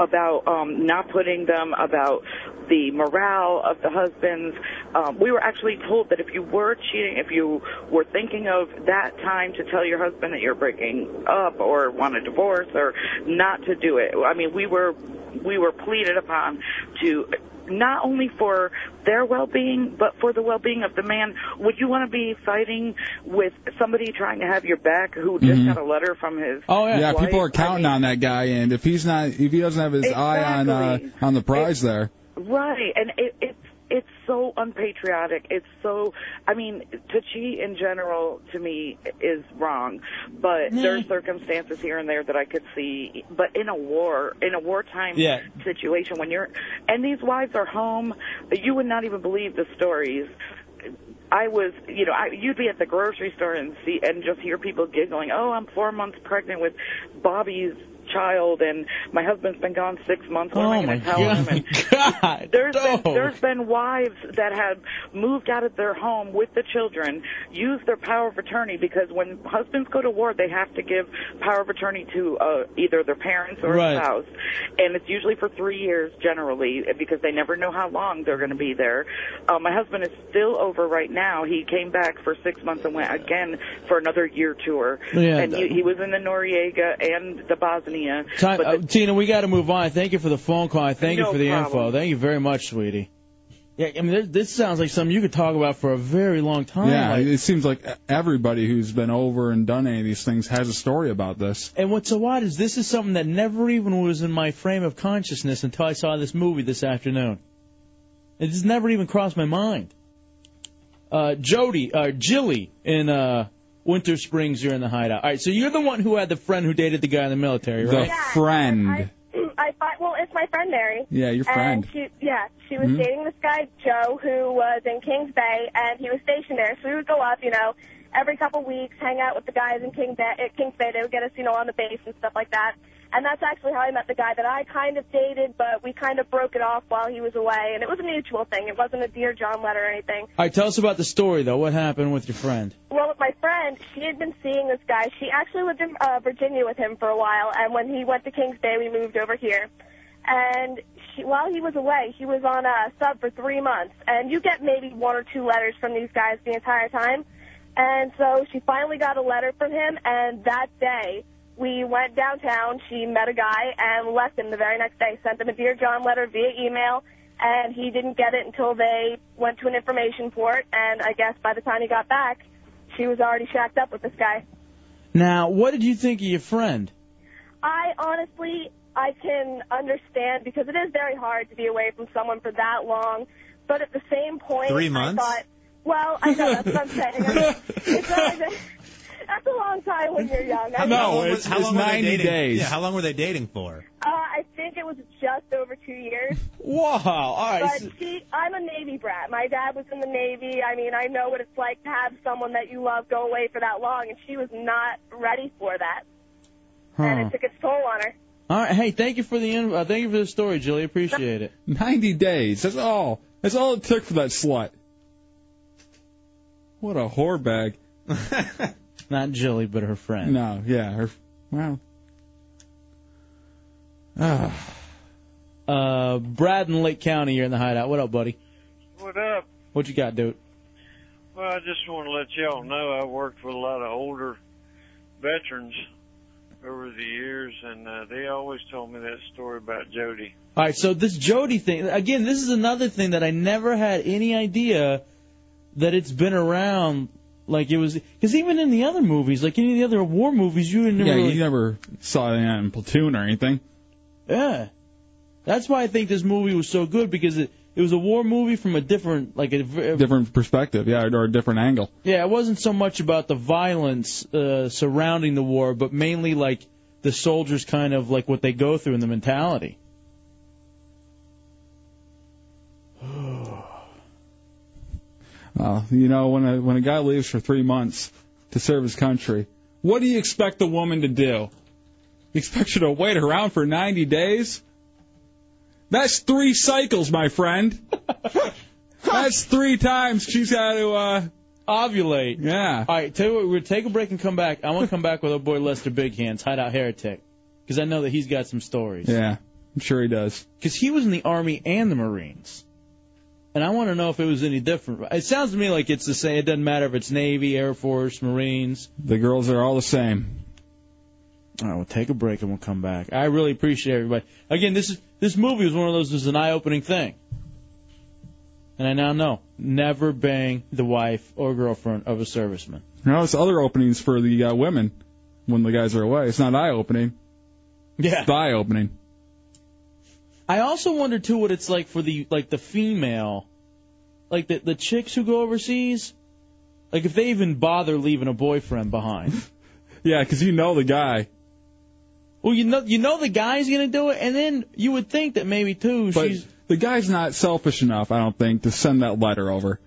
about um, not putting them, about the morale of the husbands. Um, we were actually told that if you were cheating, if you were thinking of that time to tell your husband that you're breaking up or want a divorce or not to do it. I mean, we were we were pleaded upon to not only for their well-being but for the well-being of the man would you want to be fighting with somebody trying to have your back who just Mhm. got a letter from his Oh, yeah. wife? People are counting on that guy, and if he's not, if he doesn't have his eye on uh, Exactly. on the prize there. Right, and it, it's it's so unpatriotic. It's so I mean, to cheat in general to me is wrong, but there are circumstances here and there that I could see. But in a war, in a wartime Yeah. situation, when you're and these wives are home, you would not even believe the stories. I was, you know, I, you'd be at the grocery store and see and just hear people giggling. Oh, I'm four months pregnant with Bobby's child, and my husband's been gone six months. What am oh I my going to tell him? And god. God. there's been there's been wives that have moved out of their home with the children, used their power of attorney because when husbands go to war, they have to give power of attorney to uh, either their parents or Right. a spouse, and it's usually for three years generally because they never know how long they're going to be there. Uh, my husband is still over right now. He came back for six months and went again for another year tour, Yeah, and he, he was in the Noriega and the Bosnia. Time, uh, Tina, we got to move on. Thank you for the phone call. and Thank you No for the info. problem. Thank you very much, sweetie. Yeah, I mean, there- this sounds like something you could talk about for a very long time. yeah, like- it seems like everybody who's been over and done any of these things has a story about this. and what's so odd is this is something that never even was in my frame of consciousness until I saw this movie this afternoon. It just never even crossed my mind. Uh, Jody, uh, Jilly in uh, Winter Springs, you're in the hideout. All right, so you're the one who had the friend who dated the guy in the military, The right? friend. I thought, well, it's my friend Mary. Yeah, your friend. And she, yeah, she was Mhm. dating this guy Joe who was in Kings Bay, and he was stationed there. So we would go up, you know, every couple weeks, hang out with the guys in King Bay. At Kings Bay, they would get us, you know, on the base and stuff like that. And that's actually how I met the guy that I kind of dated, but we kind of broke it off while he was away, and it was a mutual thing. It wasn't a dear John letter or anything. All right, tell us about the story though. What happened with your friend? Well, with my friend, she had been seeing this guy. She actually lived in uh, Virginia with him for a while, and when he went to Kings Bay, we moved over here. And she, while he was away, he was on a sub for three months, and you get maybe one or two letters from these guys the entire time. And so she finally got a letter from him, and that day we went downtown. She met a guy and left him the very next day. Sent him a Dear John letter via email, and he didn't get it until they went to an information port. And I guess by the time he got back, she was already shacked up with this guy. Now, what did you think of your friend? I honestly, I can understand because it is very hard to be away from someone for that long. But at the same point, Three months? I thought, well, I know that's what I'm saying. I mean, it's always a, that's a long time when you're young. I how know. long was- how long were they dating? Yeah, how long were they dating for? Uh, I think it was just over two years. Wow. All right. But she, I'm a Navy brat. My dad was in the Navy. I mean, I know what it's like to have someone that you love go away for that long, and she was not ready for that. Huh. It took its toll on her. All right. Hey, thank you for the in- uh, thank you for the story, Julie. Appreciate it. 90 days. That's all. That's all it took for that slut. What a whore bag. Not Jilly, but her friend. No, yeah, her. Wow. Ah. Uh, Brad in Lake County, you're in the hideout. What up, buddy? What up? What you got, dude? Well, I just want to let y'all know I worked with a lot of older veterans over the years, and uh, they always told me that story about Jody. All right. So this Jody thing again. This is another thing that I never had any idea that it's been around. Like it was because even in the other movies, like any of the other war movies, you didn't Yeah, really you never saw that in Platoon or anything. Yeah. That's why I think this movie was so good because it, it was a war movie from a different like a v- Different perspective, yeah, or a different angle. yeah, it wasn't so much about the violence uh, surrounding the war, but mainly like the soldiers kind of like what they go through and the mentality. Uh, you know, when a when a guy leaves for three months to serve his country, what do you expect the woman to do? You expect her to wait around for 90 days? That's three cycles, my friend. That's three times she's got to uh, ovulate. Yeah. All right, tell you what, we'll take a break and come back. I want to come back with our boy Lester Big Hands, Hideout Heretic, because I know that he's got some stories. Yeah, I'm sure he does. Because he was in the Army and the Marines. And I want to know if it was any different. It sounds to me like it's the same. It doesn't matter if it's Navy, Air Force, Marines. The girls are all the same. All right, we'll take a break and we'll come back. I really appreciate everybody. Again, this is this movie was one of those was an eye-opening thing. And I now know never bang the wife or girlfriend of a serviceman. You know, it's other openings for the uh, women when the guys are away. It's not eye opening. Yeah. It's eye opening. I also wonder too what it's like for the like the female, like the the chicks who go overseas, like if they even bother leaving a boyfriend behind. Yeah, 'cause you know the guy. Well, you know you know the guy's gonna do it, and then you would think that maybe too But she's the guy's not selfish enough, I don't think, to send that letter over.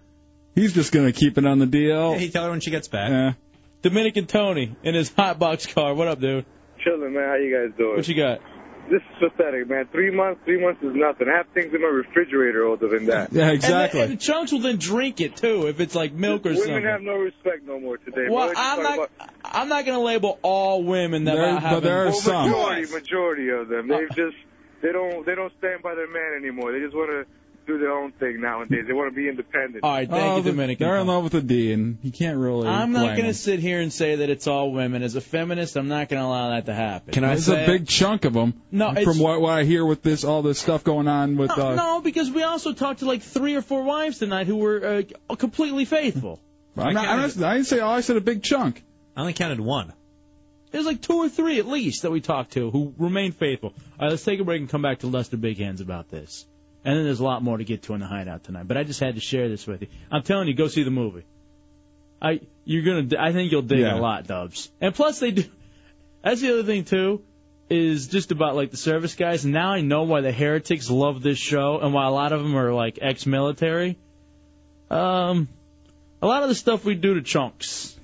He's just going to keep it on the DL. Hey, tell her when she gets back. oh. Yeah. Dominican Tony in his hot box car. What up, dude? chilling, man. How you guys doing? What you got? This is pathetic, man. Three months, three months is nothing. I have things in my refrigerator older than that. And the, and the chunks will then drink it too if it's like milk or Women something. have no respect no more today. well, boy. Just I'm talk not. about- I'm not gonna label all women that There- I but have. there are in- Well, some. majority, majority of them. They just they don't they don't stand by their man anymore. They just want to do their own thing nowadays. They want to be independent. Oh, the- They're in love with a D, and you can't really. I'm not blame gonna them. sit here and say that it's all women. As a feminist, I'm not gonna allow that to happen. It's a big chunk of them. No, it's- from what, what I hear with this, all this stuff going on with. uh, No, because we also talked to like three or four wives tonight who were uh, completely faithful. I'm not, I'm not, I didn't say all. I said a big chunk. I only counted one. There's like two or three at least that we talked to who remain faithful. All right, let's take a break and come back to Lester Big Hands about this. And then there's a lot more to get to in the hideout tonight. But I just had to share this with you. I'm telling you, go see the movie. I you're gonna I think you'll dig it Yeah. a lot, Dubs. And plus they do. That's the other thing too, is just about like the service guys. Now I know why the heretics love this show and why a lot of them are like ex-military. Um, a lot of the stuff we do to chunks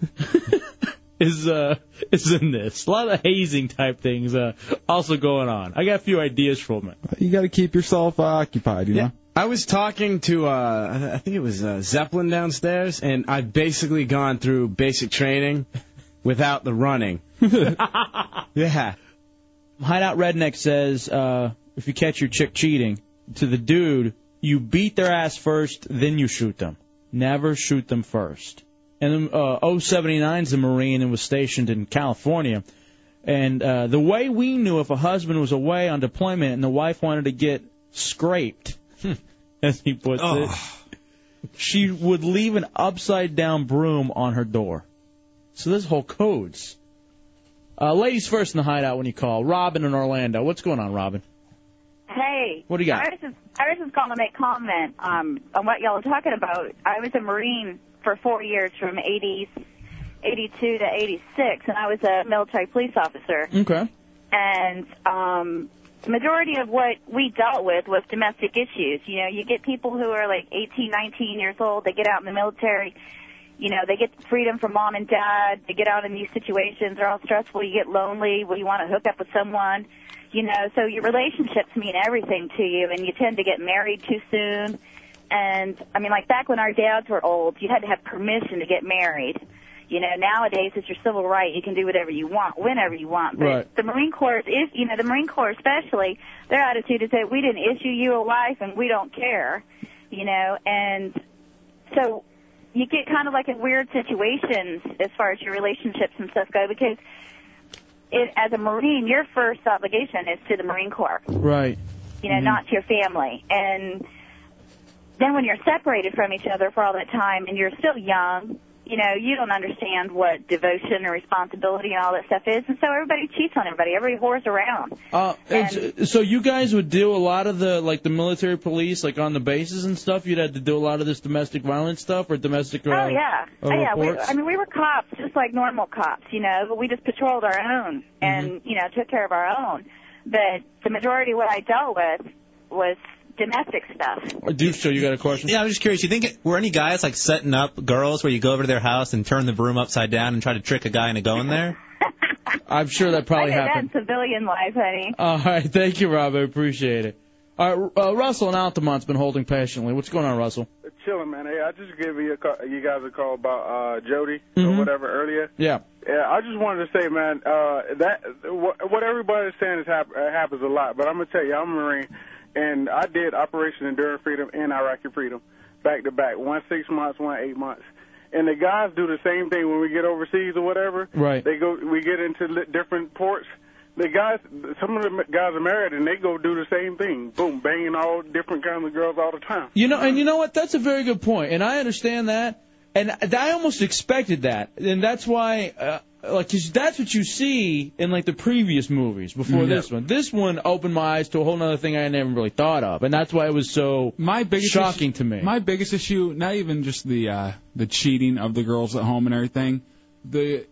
is uh is in this. A lot of hazing type things uh also going on. I got a few ideas from it. You got to keep yourself uh, occupied, you know. I was talking to uh, I think it was uh, Zeppelin downstairs, and I've basically gone through basic training without the running. Yeah. Hideout Redneck says uh, if you catch your chick cheating to the dude, you beat their ass first, then you shoot them. Never shoot them first. And then uh, 079's a Marine and was stationed in California. And uh, the way we knew if a husband was away on deployment and the wife wanted to get scraped, as he puts it, she would leave an upside down broom on her door. So there's whole codes. Uh, ladies first in the hideout when you call. Robin in Orlando. What's going on, Robin? Hey. What do you got? I was just, I was just calling to make comment um, on what y'all are talking about. I was a Marine for four years from 80, 82 to 86, and I was a military police officer. Okay. And um, the majority of what we dealt with was domestic issues. You know, you get people who are like 18, 19 years old. They get out in the military. You know, they get freedom from mom and dad. They get out in these situations. They're all stressful. You get lonely. Well, you want to hook up with someone. You know, so your relationships mean everything to you, and you tend to get married too soon. And I mean, like back when our dads were old, you had to have permission to get married. You know, nowadays it's your civil right. You can do whatever you want, whenever you want. But Right. the Marine Corps is, you know, the Marine Corps especially, their attitude is that we didn't issue you a wife and we don't care. You know, and so you get kind of like in weird situations as far as your relationships and stuff go because it, as a Marine, your first obligation is to the Marine Corps Right. you know, Mhm. not to your family. And then when you're separated from each other for all that time and you're still young, you know, you don't understand what devotion and responsibility and all that stuff is. And so everybody cheats on everybody. Everybody whores around. Uh, it's- so you guys would do a lot of the like the military police, like on the bases and stuff. You'd have to do a lot of this domestic violence stuff or domestic. Uh, oh, yeah. uh, Oh, yeah. We, reports? I mean, we were cops, just like normal cops, you know, but we just patrolled our own Mm-hmm. and, you know, took care of our own. But the majority of what I dealt with was domestic stuff. Dude, oh, so you got a question? Yeah, I was just curious. You think it, were any guys like setting up girls where you go over to their house and turn the broom upside down and try to trick a guy into going there? I'm sure that I probably did that happened. in civilian life, honey. All right, thank you, Rob. I appreciate it. All right, uh, Russell in Altamont's been holding patiently. What's going on, Russell? Chilling, man. Hey, I just gave you a call, you guys a call about uh Jody Mhm. or whatever earlier. Yeah. Yeah, I just wanted to say, man, uh that what, what everybody's saying is hap- uh, happens a lot, but I'm gonna tell you, I'm a Marine, and I did Operation Enduring Freedom and Iraqi Freedom back to back, one six months, one eight months. And the guys do the same thing when we get overseas or whatever. Right. They go, we get into li- different ports. The guys, some of the guys are married, and they go do the same thing. Boom, banging all different kinds of girls all the time. You know, and you know what? That's a very good point, and I understand that, and I almost expected that, and that's why, uh, like, 'cause that's what you see in like the previous movies before Mhm. Mm-hmm. this one. This one opened my eyes to a whole other thing I never really thought of, and that's why it was so my biggest shocking issue- to me. My biggest issue, not even just the uh, the cheating of the girls at home and everything, the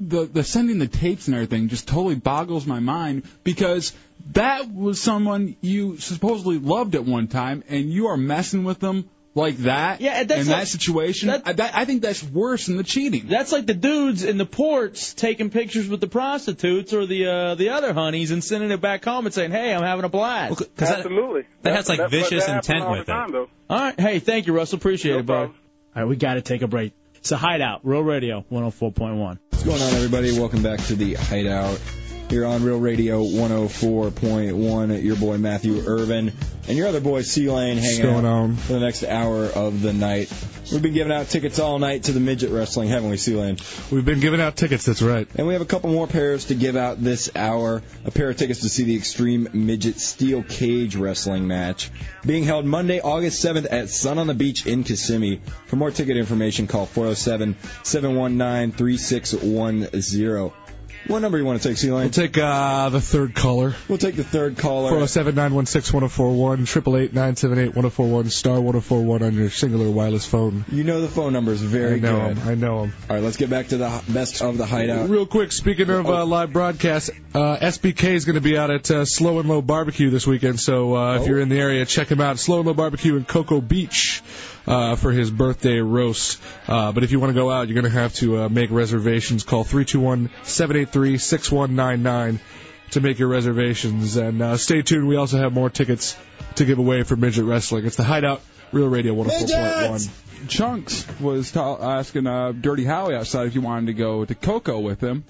the the sending the tapes and everything just totally boggles my mind because that was someone you supposedly loved at one time and you are messing with them like that Yeah, that's in like- that situation, I, that, I think that's worse than the cheating. That's like the dudes in the ports taking pictures with the prostitutes or the uh, the other honeys and sending it back home and saying, "Hey, I'm having a blast." Absolutely. that has, like, but vicious that happens intent all with the it. Time, though. All right. Hey, thank you, Russell. Appreciate it, bud. All right, we got to take a break. It's a hideout, Real Radio 104.1. What's going on, everybody? Welcome back to the Hideout. You're on Real Radio 104.1. Your boy Matthew Irvin and your other boy C Lane hanging What's going out for the next hour of the night. We've been giving out tickets all night to the midget wrestling, haven't we, C Lane? We've been giving out tickets. That's right. And we have a couple more pairs to give out this hour. A pair of tickets to see the Extreme Midget Steel Cage Wrestling match being held Monday, August 7th at Sun on the Beach in Kissimmee. For more ticket information, call 407 719 3610. What number you want to take, C Lane? We'll take uh, the third caller. We'll take the third caller. 407 916 1041, 888 978 1041, star 1041 on your singular wireless phone. You know the phone numbers very I know good. 'em, I know them. All right, let's get back to the best of the hideout. Real quick, speaking of uh, live broadcasts, uh, SBK is going to be out at uh, Slow and Low Barbecue this weekend. So uh, if you're in the area, check him out. Slow and Low Barbecue in Cocoa Beach uh, for his birthday roast. Uh, but if you want to go out, you're going to have to uh, make reservations. Call 321-783-6199 to make your reservations. And uh, stay tuned. We also have more tickets to give away for midget wrestling. It's the Hideout Real Radio 104.1. Chunks was t- asking uh, Dirty Howie outside if you wanted to go to Coco with him.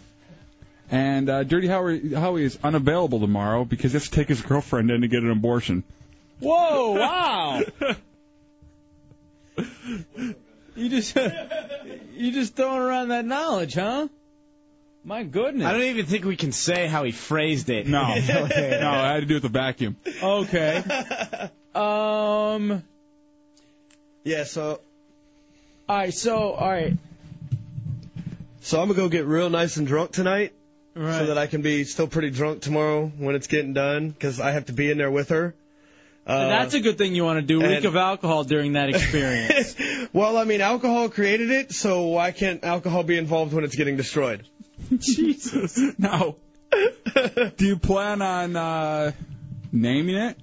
And uh, Dirty Howie, Howie is unavailable tomorrow because he has to take his girlfriend in to get an abortion. Whoa! Wow. you just you just throwing around that knowledge, huh? My goodness. I don't even think we can say how he phrased it. No, no, I had to do with the vacuum. Okay. um. Yeah, so. All right, so all right. So I'm gonna go get real nice and drunk tonight, Right. so that I can be still pretty drunk tomorrow when it's getting done, because I have to be in there with her. Uh, That's a good thing you want to do. Week and- of alcohol during that experience. well, I mean, alcohol created it, so why can't alcohol be involved when it's getting destroyed? Jesus. No. Do you plan on uh, naming it?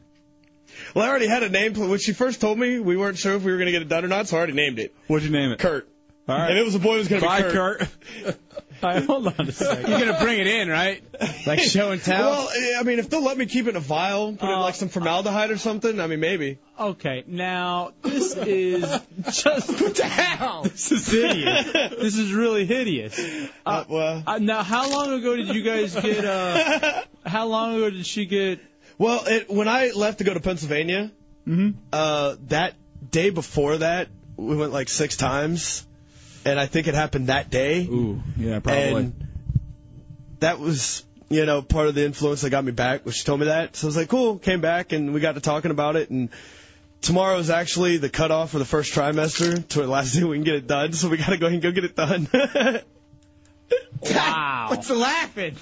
Well, I already had a name. When she first told me, we weren't sure if we were going to get it done or not, so I already named it. What'd you name it? Kurt. All right. And it was a boy, it was going to be Bye, Kurt. Kurt. hold on a second. You're gonna bring it in, right? Like show and tell. Well, I mean, if they'll let me keep it in a vial, put in like some formaldehyde or something, I mean, maybe. Uh, Okay, now this is just what the hell? This is hideous. this is really hideous. Uh, uh, now, how long ago did you guys get? Uh, how long ago did she get? Well, it, when I left to go to Pennsylvania, Mm-hmm. uh, that day before that, we went like six times, and I think it happened that day. Ooh, yeah, probably. And that was, you know, part of the influence that got me back. was She told me that, so I was like, cool. Came back, and we got to talking about it, and. Tomorrow is actually the cutoff for the first trimester to the last day we can get it done, so we gotta go ahead and go get it done. Wow. What's laughing?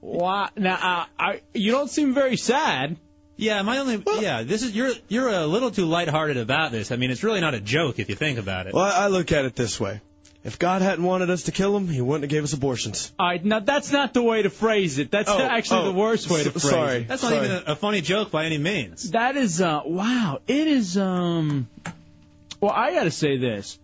Why? Now, uh, I, you don't seem very sad. Yeah, my only yeah. This is you're you're a little too lighthearted about this. I mean, it's really not a joke if you think about it. Well, I look at it this way. If God hadn't wanted us to kill him, he wouldn't have gave us abortions. All right, now that's not the way to phrase it. That's Oh, actually oh, the worst way to s- phrase sorry, it. That's not sorry. even a funny joke by any means. That is uh wow. It is um well, I got to say this.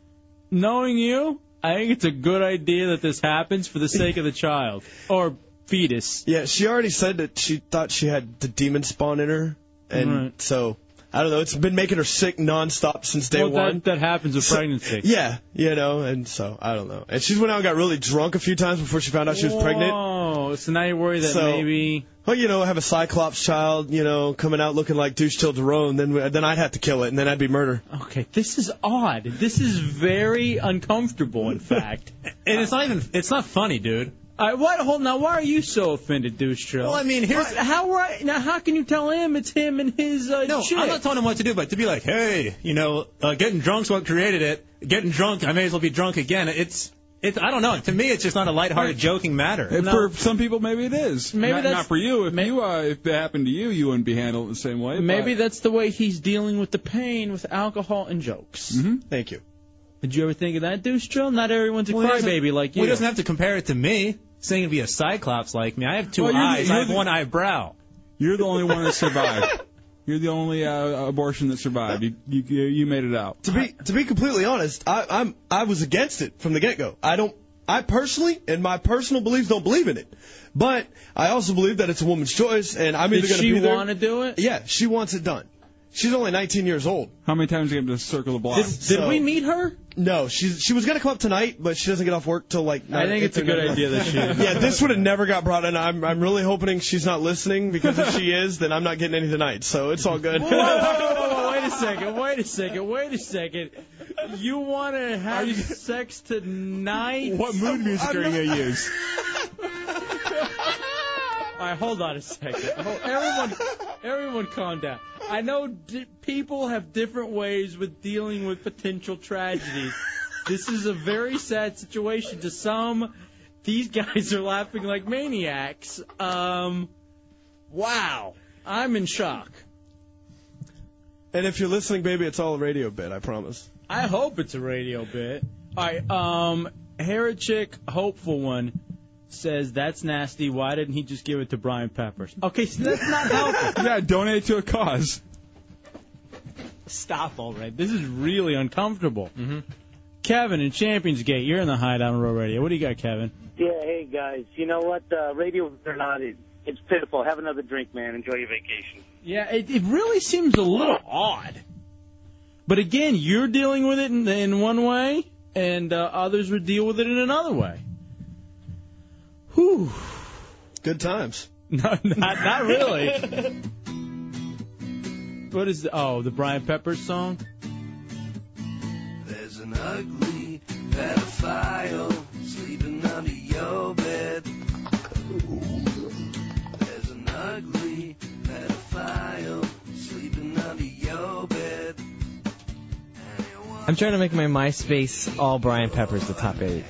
Knowing you, I think it's a good idea that this happens for the sake of the child or fetus. Yeah, she already said that she thought she had the demon spawn in her, and so I don't know. It's been making her sick nonstop since day well, one. That, that happens with So- pregnancy. Yeah, you know, and so I don't know. And she's went out and got really drunk a few times before she found out she was pregnant. Oh, so now you're worried that So- maybe Well, you know, have a cyclops child, you know, coming out looking like douche till Daron, then we- then I'd have to kill it, and then I'd be murder. Okay, this is odd. This is very uncomfortable in fact. and it's not even it's not funny, dude. All right, what hold now why are you so offended, douche Trill? Well, I mean, here's- What- how were I- now how can you tell him it's him and his uh No, chick? I'm not telling him what to do, but to be like, hey, you know, uh, getting drunk's what created it. Getting drunk, I may as well be drunk again. It's it's I don't know. To me, it's just not a lighthearted, joking matter. If For some people, maybe it is. Maybe not, that's- not for you. If you uh, if it happened to you, you wouldn't be handled the same way. Maybe that's the way he's dealing with the pain with alcohol and jokes. Mm-hmm. Mhm. Thank you. Did you ever think of that, douche Joe? Not everyone's a Well, he doesn't- crybaby like you. Well, he doesn't have to compare it to me. Saying it'd be a cyclops like me. I have two Well, you're the- eyes. you're I have the- one eyebrow. You're the only one that survived. You're the only uh, abortion that survived. You, you you made it out. To be to be completely honest, I, I'm I was against it from the get go. I don't. I personally, and my personal beliefs, don't believe in it. But I also believe that it's a woman's choice, and I'm Did either going she to be there. wanna do it? Yeah, she wants it done. She's only 19 years old. How many times do you have to circle the block? Did- did we meet her? No, she's she was going to come up tonight, but she doesn't get off work till like. I think it's a or good 9. idea that she- yeah, this would have never got brought in. I'm I'm really hoping she's not listening because if she is, then I'm not getting any tonight. So it's all good. Whoa, whoa, whoa, whoa, whoa, wait a second, wait a second, wait a second. You want to have sex tonight? What mood music are you gonna use? All right, hold on a second. Hold- Everyone, everyone, calm down. I know di- people have different ways with dealing with potential tragedies. This is a very sad situation to some. These guys are laughing like maniacs. Um, wow, I'm in shock. And if you're listening, baby, it's all a radio bit. I promise. I hope it's a radio bit. All right, um, Heretic Hopeful One says that's nasty. Why didn't he just give it to Brian Peppers? Okay, so that's not helpful. yeah, donate to a cause. Stop already. This is really uncomfortable. Mm-hmm. Kevin in Champions Gate, you're in the hideout on Row Radio. What do you got, Kevin? Yeah, hey guys. You know what? Uh, radio or not, it, it's pitiful. Have another drink, man. Enjoy your vacation. Yeah, it, it really seems a little odd. But again, you're dealing with it in, in one way, and uh, others would deal with it in another way. Whew. Good times. No, not, not really. what is the, oh the Brian Peppers song? There's an ugly pedophile sleeping under your bed. There's an ugly pedophile sleeping under your bed. I'm trying to make my MySpace all Brian Peppers the top eight.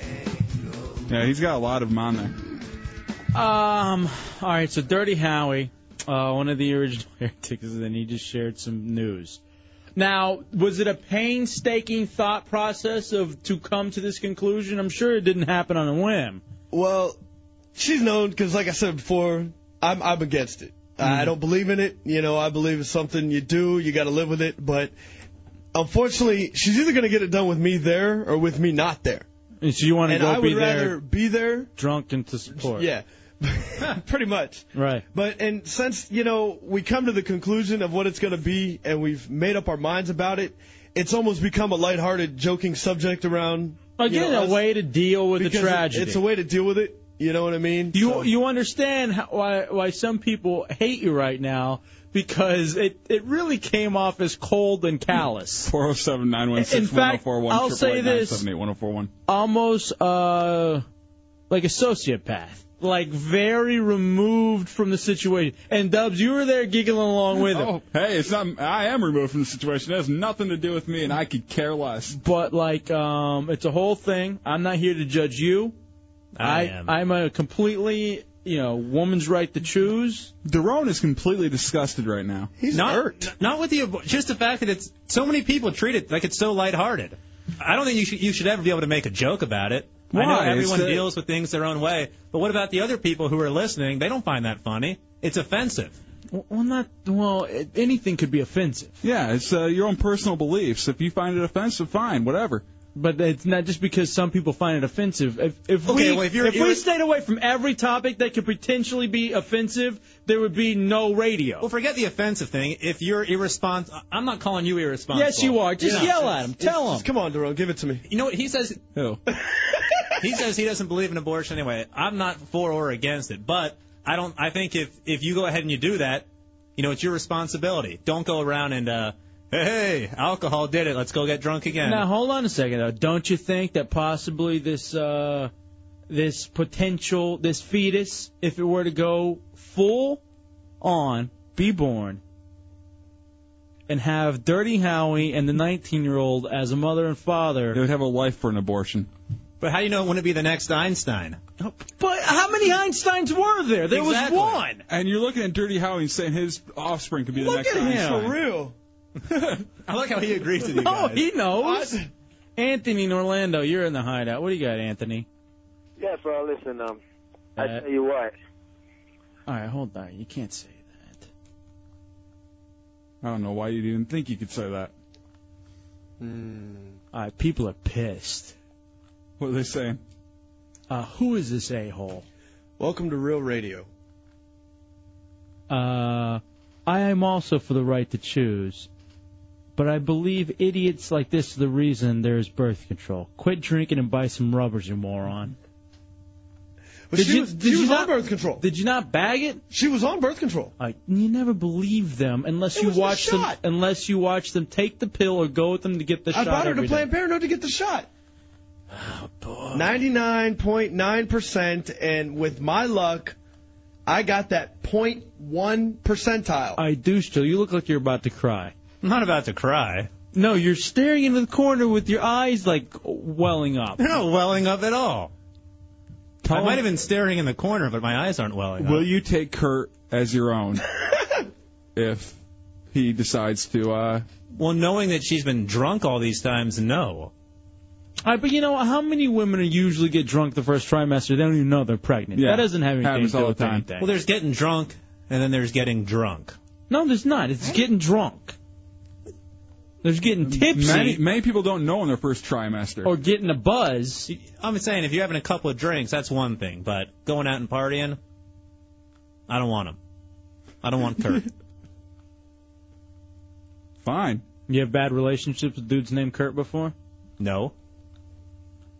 Yeah, he's got a lot of them on there. Um. All right. So Dirty Howie, uh, one of the original heretics, and then he just shared some news. Now, was it a painstaking thought process of to come to this conclusion? I'm sure it didn't happen on a whim. Well, she's known because, like I said before, I'm I'm against it. Mm. I don't believe in it. You know, I believe it's something you do. You got to live with it. But unfortunately, she's either going to get it done with me there or with me not there. And so you want to And go I would be rather there be there drunk and to support. Yeah. Pretty much. Right. But and since you know we come to the conclusion of what it's going to be and we've made up our minds about it, it's almost become a lighthearted, joking subject around. you Again, know, a us. way to deal with the Because it- tragedy. It's a way to deal with it. You know what I mean? You you understand how, why why some people hate you right now because it it really came off as cold and callous. Four zero seven nine one In six one zero fact, four one I'll say this: 1041. Hmm. almost uh like a sociopath, like very removed from the situation. And Dubs, you were there giggling along with him. Oh, hey, it's not. I am removed from the situation. It has nothing to do with me, and I could care less. But like, um, it's a whole thing. I'm not here to judge you. I am. I'm a completely, you know, woman's right to choose. Daron is completely disgusted right now. He's not, Not with the abo- just the fact that it's so many people treat it like it's so lighthearted. I don't think you should you should ever be able to make a joke about it. I know Why? It's everyone the- deals with things their own way, but what about the other people who are listening? They don't find that funny. It's offensive. Well, not well. it- Anything could be offensive. Yeah, it's uh, your own personal beliefs. If you find it offensive, fine, whatever. But it's not just because some people find it offensive. If if Okay, we well, if you're- if we you're- stayed away from every topic that could potentially be offensive, there would be no radio. Well, forget the offensive thing. If you're irresponsible, I'm not calling you irresponsible. Yes, you are. Just yell at him. Tell him. Come on, Daron, give it to me. You know what he says? Who? he says he doesn't believe in abortion anyway. I'm not for or against it, but I don't. I think if if you go ahead and you do that, you know it's your responsibility. Don't go around and uh, hey, hey, alcohol did it. Let's go get drunk again. Now hold on a second though. Don't you think that possibly this uh, this potential this fetus, if it were to go full on, be born, and have Dirty Howie and the 19 year old as a mother and father, they would have a life for an abortion. But how do you know it wouldn't be the next Einstein? But how many Einsteins were there? There Exactly. was one. And you're looking at Dirty Howie and saying his offspring could be the Look next at him. Einstein. For real. I like how he agrees with you no, guys. he knows. Anthony in Orlando, you're in the hideout. What do you got, Anthony? Yeah, bro. Listen, um, I Uh, tell you what. All right, hold on. You can't say that. I don't know why you didn't think you could say that. All right, people are pissed. What are they saying? Uh, who is this a hole? Welcome to Real Radio. Uh, I am also for the right to choose, but I believe idiots like this are the reason there is birth control. Quit drinking and buy some rubbers, you moron. But she was, she was on birth control. Did you not bag it? She was on birth control. I, you never believe them unless you was the watch them. shot. Unless you watch them take the pill or go with them to get the I shot. brought her to every day. Planned Parenthood to get the shot. Oh, Ninety-nine point nine percent, and with my luck, I got that point one percentile. I do still. You look like you're about to cry. I'm not about to cry. No, you're staring into the corner with your eyes like welling up. They're not welling up at all. I might have been staring in the corner, but my eyes aren't welling up. uh, Will you take Kurt as your own if he decides to? uh Well, knowing that she's been drunk all these times, no. All right, but you know how many women usually get drunk the first trimester? They don't even know they're pregnant. that doesn't have anything to do with anything. Well, there's getting drunk, and then there's getting drunk. no, there's not. It's getting drunk. There's getting tipsy. Many many people don't know in their first trimester. Or getting a buzz. I'm saying if you're having a couple of drinks, that's one thing, but going out and partying, I don't want him. I don't want Kurt. Fine. You have bad relationships with dudes named Kurt before? No.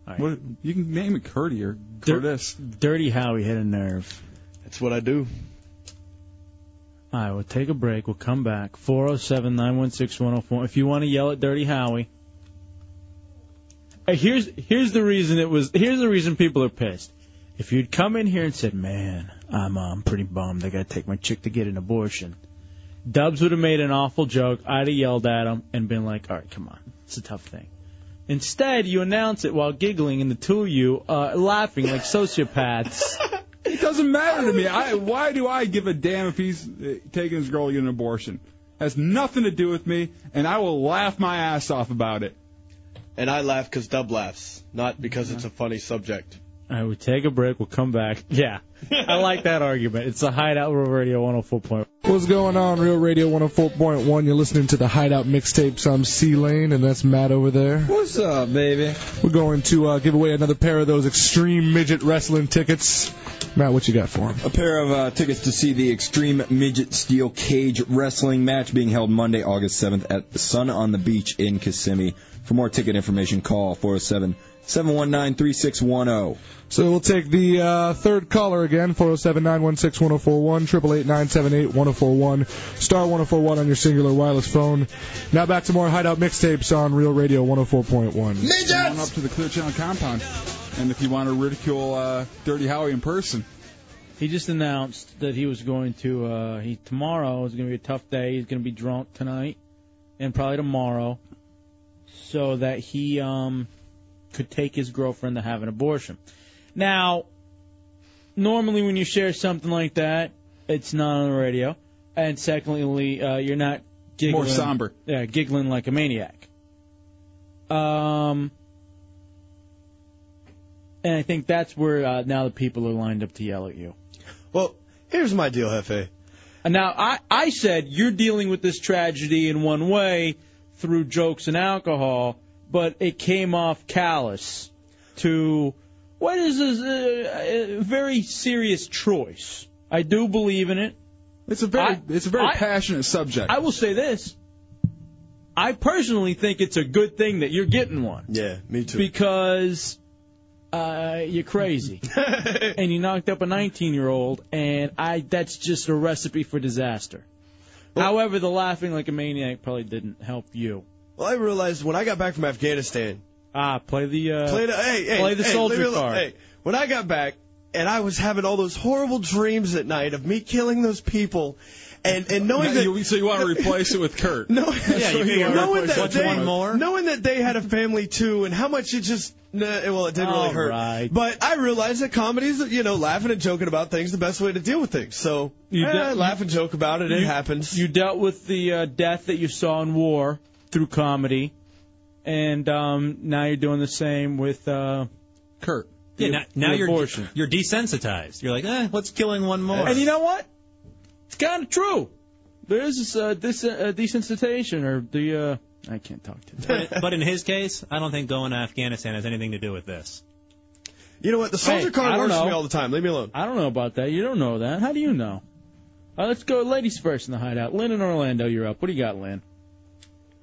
What, you can name it Curdy or Curtis. Dirty Howie hit a nerve. That's what I do. All right, we'll take a break. We'll come back. 407 916 1041. If you want to yell at Dirty Howie. Hey, Here's here's the reason it was here's the reason people are pissed. If you'd come in here and said, "Man, I'm uh, I'm pretty bummed. I got to take my chick to get an abortion," Dubs would have made an awful joke. I'd have yelled at him and been like, "All right, come on, it's a tough thing." Instead, you announce it while giggling, and the two of you uh, laughing like sociopaths. It doesn't matter to me. I why do I give a damn if he's uh, taking his girl to get an abortion? Has nothing to do with me, and I will laugh my ass off about it. And I laugh because Dub laughs, not because it's a funny subject. All right, we take a break. We'll come back. Yeah, I like that argument. It's a hideout Rural radio 104.1. What's going on, Real Radio 104.1? You're listening to the Hideout Mixtapes. I'm C Lane, and that's Matt over there. What's up, baby? We're going to uh, give away another pair of those Extreme Midget Wrestling tickets. Matt, what you got for him? A pair of uh, tickets to see the Extreme Midget Steel Cage Wrestling match being held Monday, August 7th at the Sun on the Beach in Kissimmee. For more ticket information, call 407 719 3610. So we'll take the uh, third caller again, 407-916-1041, 888-978-1041, star 1041 on your singular wireless phone. Now back to more Hideout Mixtapes on Real Radio 104.1. Come on up to the Clear Channel compound, and if you want to ridicule uh, Dirty Howie in person, He just announced that he was going to. Uh, he tomorrow is going to be a tough day. He's going to be drunk tonight and probably tomorrow, so that he um could take his girlfriend to have an abortion. Now, normally when you share something like that, it's not on the radio, and secondly, uh, you're not giggling, More somber. Yeah, giggling like a maniac. Um. And I think that's where uh, now the people are lined up to yell at you. Well, here's my deal, Hefe. And now I, I said you're dealing with this tragedy in one way through jokes and alcohol, but it came off callous to what is this, uh, a very serious choice. I do believe in it. It's a very it's a very I- passionate subject. I will say this. I personally think it's a good thing that you're getting one. Yeah, me too. Because uh, you're crazy. and you knocked up a 19 year old, and I that's just a recipe for disaster. However, the laughing like a maniac probably didn't help you. Well, I realized when I got back from Afghanistan. Ah, play the uh, play the hey, hey, play the hey, soldier leave me alone. card. Hey, when I got back and I was having all those horrible dreams at night of me killing those people, and and knowing Now, that you- so you want to replace it with Kurt? No, yeah, So you want to knowing replace that it with they, one more. knowing that they had a family too, and how much it just nah, well, it didn't All really hurt. right. But I realized that comedy is you know laughing and joking about things the best way to deal with things. So You eh, de- laugh and joke about it. It you- happens. You dealt with the uh, death that you saw in war through comedy, and um, now you're doing the same with uh, Kurt. Yeah, now, now you're abortion. you're desensitized. You're like, eh, what's killing one more? And you know what? It's kind of true. there is this, uh, this uh, desensitization or the uh, I can't talk to. But, but in his case, I don't think going to Afghanistan has anything to do with this. You know what? The soldier Hey, I card don't works for me know. all the time. Leave me alone. I don't know about that. You don't know that. How do you know? All right, let's go ladies first in the hideout. Lynn in Orlando, you're up. What do you got, Lynn?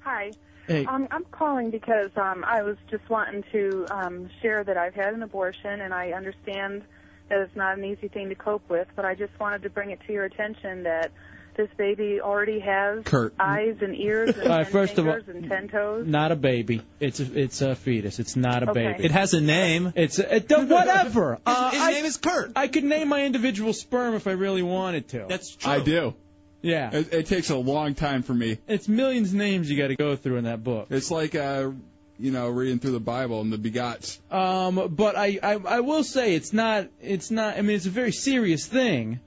Hi. Hey. Um, I'm calling because um, I was just wanting to um, share that I've had an abortion, and I understand that it's not an easy thing to cope with, but I just wanted to bring it to your attention that this baby already has Kurt. eyes and ears and All right, ten first of all- Mm-hmm. fingers and ten toes. Not a baby. It's a, it's a fetus. It's not a Okay. baby. It has a name. It's a, it, don't- whatever. His- Uh, his I- name is Kurt. I could name my individual sperm if I really wanted to. That's I do. Yeah. It, it takes a long time for me. It's millions of names you got to go through in that book. It's like uh, you know, reading through the Bible and the begots. Um, but I, I I will say it's not it's not. I mean, it's a very serious thing.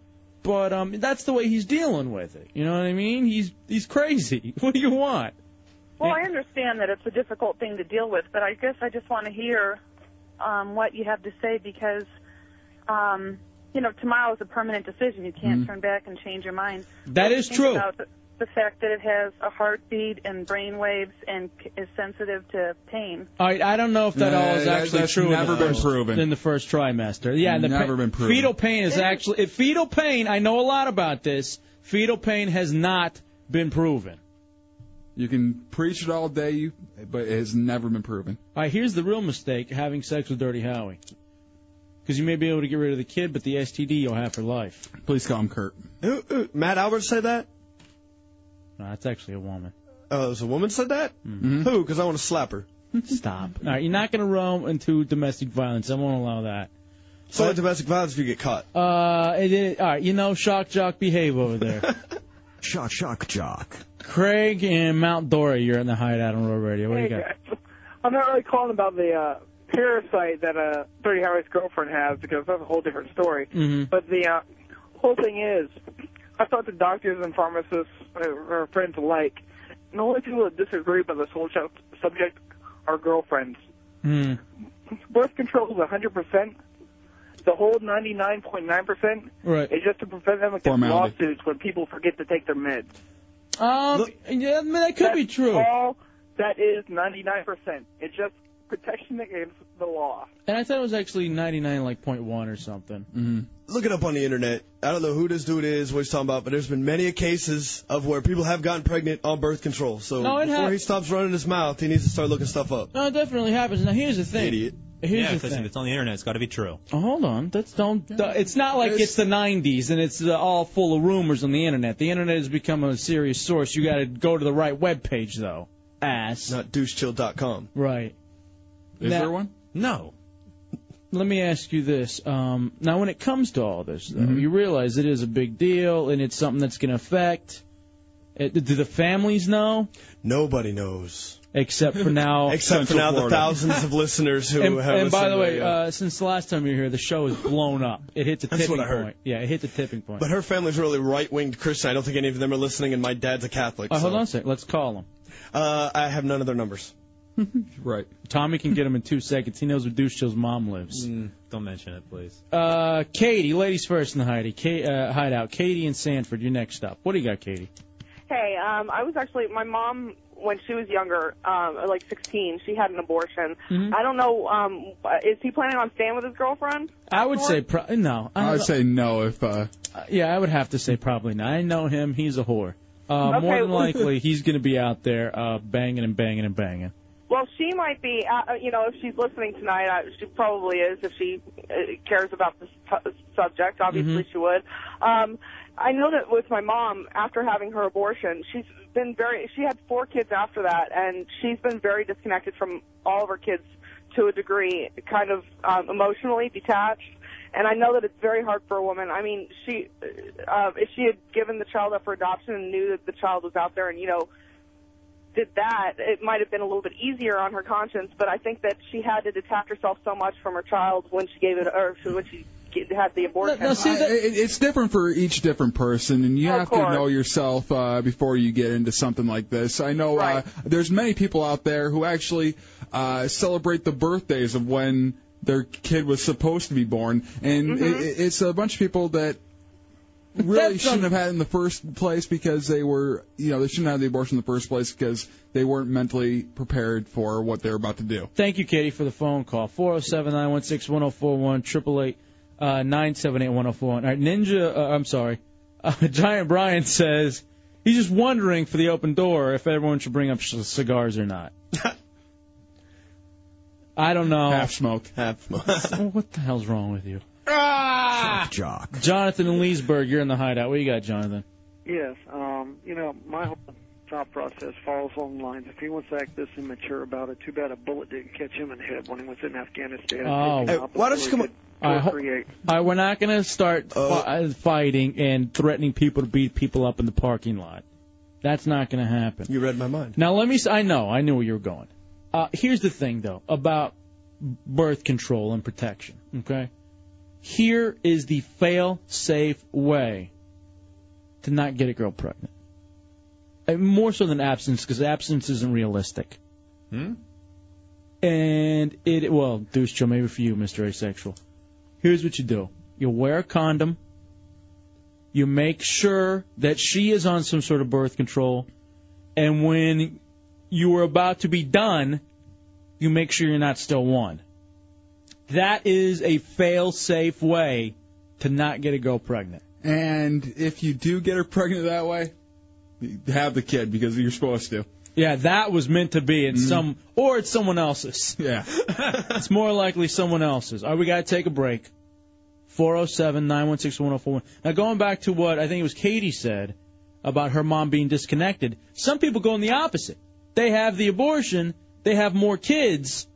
But um, that's the way he's dealing with it. You know what I mean? He's he's crazy. What do you want? Well, I understand that it's a difficult thing to deal with, but I guess I just want to hear um, what you have to say because, um, you know, tomorrow is a permanent decision. You can't Mhm. turn back and change your mind. That is Think true. About the, the fact that it has a heartbeat and brain waves and c- is sensitive to pain. All right, I don't know if that Nah, all is that- actually that's true. in the never been first- proven. in the first trimester. Yeah, and the Never pa- been proven. Fetal pain is actually if fetal pain. I know a lot about this. Fetal pain has not been proven. You can preach it all day, you, but it has never been proven. All right, here's the real mistake: having sex with Dirty Howie. Because you may be able to get rid of the kid, but the STD you'll have for life. Please call him Kurt. Who, who, Uh, Matt Albert said that? No, that's actually a woman. Oh, it was a woman said that? Mm-hmm. Who? Because I want to slap her. Stop. All right, you're not going to roam into domestic violence. I won't allow that. It's only domestic violence if you get caught. Uh, it is, all right, you know, shock jock behave over there. Shock, shock, jock. Craig and Mount Dora, you're in the hideout on Road Radio. What do you got? I'm not really calling about the uh, parasite that uh, Dirty Harry's girlfriend has because that's a whole different story. Mhm. But the uh, whole thing is, I talked to doctors and pharmacists, uh, or friends alike, and the only people that disagree about this whole sub- subject are girlfriends. Mm. Birth control is 100%. The whole 99.9% Right. is just to prevent them against Formality. lawsuits when people forget to take their meds. Um, yeah, I mean, that could be true. All that is 99%. It's just protection against the law. And I thought it was actually 99, like point one or something. Mm. Look it up on the internet. I don't know who this dude is, what he's talking about, but there's been many cases of where people have gotten pregnant on birth control. So No, it before hap- he stops running his mouth, he needs to start looking stuff up. No, it definitely happens. Now, here's the thing. Idiot. Here's yeah, the because thing. if it's on the internet, it's got to be true. Oh, hold on. That's don't. uh, It's not like it's the 90s and it's uh, all full of rumors on the internet. The internet has become a serious source. You got to go to the right web page though. Ass. Not douchechill.com. Right. Is Now- there one? No. Let me ask you this. Um, now, when it comes to all this, though, Mm-hmm. you realize it is a big deal and it's something that's going to affect. Uh, do the families know? Nobody knows. Except for now. Except for now the thousands of listeners who and, have and by listened the to way, the, uh, since the last time you were here, the show has blown up. It hit the That's tipping what I heard. point. Yeah, it hit the tipping point. But her family's really right winged Christian. I don't think any of them are listening, and my dad's a Catholic. Uh, so- hold on a sec. Let's call them. Uh, I have none of their numbers. Right. Tommy can get him in two seconds. He knows where Deuce Chill's mom lives. Mm. Don't mention it, please. Uh, Katie, ladies first in the hidey, Ka- uh, hideout. Katie and Sanford, you're next up. What do you got, Katie? Hey, um, I was actually my mom when she was younger, um, like 16. She had an abortion. Mhm. I don't know. Um, is he planning on staying with his girlfriend? I would say pro- no. I I would don't- say no if uh, yeah, I would have to say probably not. I know him. He's a whore. Uh, Okay. More than likely, he's going to be out there uh, banging and banging and banging. Well, she might be. Uh, you know, if she's listening tonight, I, she probably is. If she uh, cares about this t- subject, obviously Mhm. she would. Um, I know that with my mom, after having her abortion, she's been very. She had four kids after that, and she's been very disconnected from all of her kids to a degree, kind of um, emotionally detached. And I know that it's very hard for a woman. I mean, she, uh, if she had given the child up for adoption and knew that the child was out there, and you know, did that, it might have been a little bit easier on her conscience. But I think that she had to detach herself so much from her child when she gave it, or when she ge- had the abortion. I- it, it's different for each different person, and you have to know yourself uh, before you get into something like this. I know uh, there's many people out there who actually uh, celebrate the birthdays of when their kid was supposed to be born, and it, it's a bunch of people that really shouldn't have had in the first place because they were, you know, they shouldn't have had the abortion in the first place because they weren't mentally prepared for what they're about to do. Thank you, Katie, for the phone call. 407 916 1041 888 uh, 978 1041. All right, Ninja, uh, I'm sorry. Uh, Giant Brian says he's just wondering for the open door if everyone should bring up c- cigars or not. I don't know. Half smoked. Half smoked. what the hell's wrong with you? Ah! Jock. Jonathan in Leesburg, you're in the hideout. What you got, Jonathan? Yes, um, you know, my whole thought process follows along the lines. If he wants to act this immature about it, too bad a bullet didn't catch him in the head when he was in Afghanistan. Oh. Hey, why don't you come I ho- create? All right, Uh, we're not going to start Oh. fi- uh, fighting and threatening people to beat people up in the parking lot. That's not going to happen. You read my mind. Now let me. s- I know. I knew where you were going. Uh, here's the thing, though, about birth control and protection. Okay. Here is the fail-safe way to not get a girl pregnant. Uh, More so than abstinence, because abstinence isn't realistic. Hmm? And it well, Deuce Joe, maybe for you, Mr. Asexual. Here's what you do: you wear a condom. You make sure that she is on some sort of birth control, and when you are about to be done, you make sure you're not still one. That is a fail-safe way to not get a girl pregnant. And if you do get her pregnant that way, have the kid because you're supposed to. Yeah, that was meant to be it's some or it's someone else's. Yeah. it's more likely someone else's. All right, we got to take a break. 407-916-1041. Now going back to what I think it was Katie said about her mom being disconnected. Some people go in the opposite. They have the abortion, they have more kids,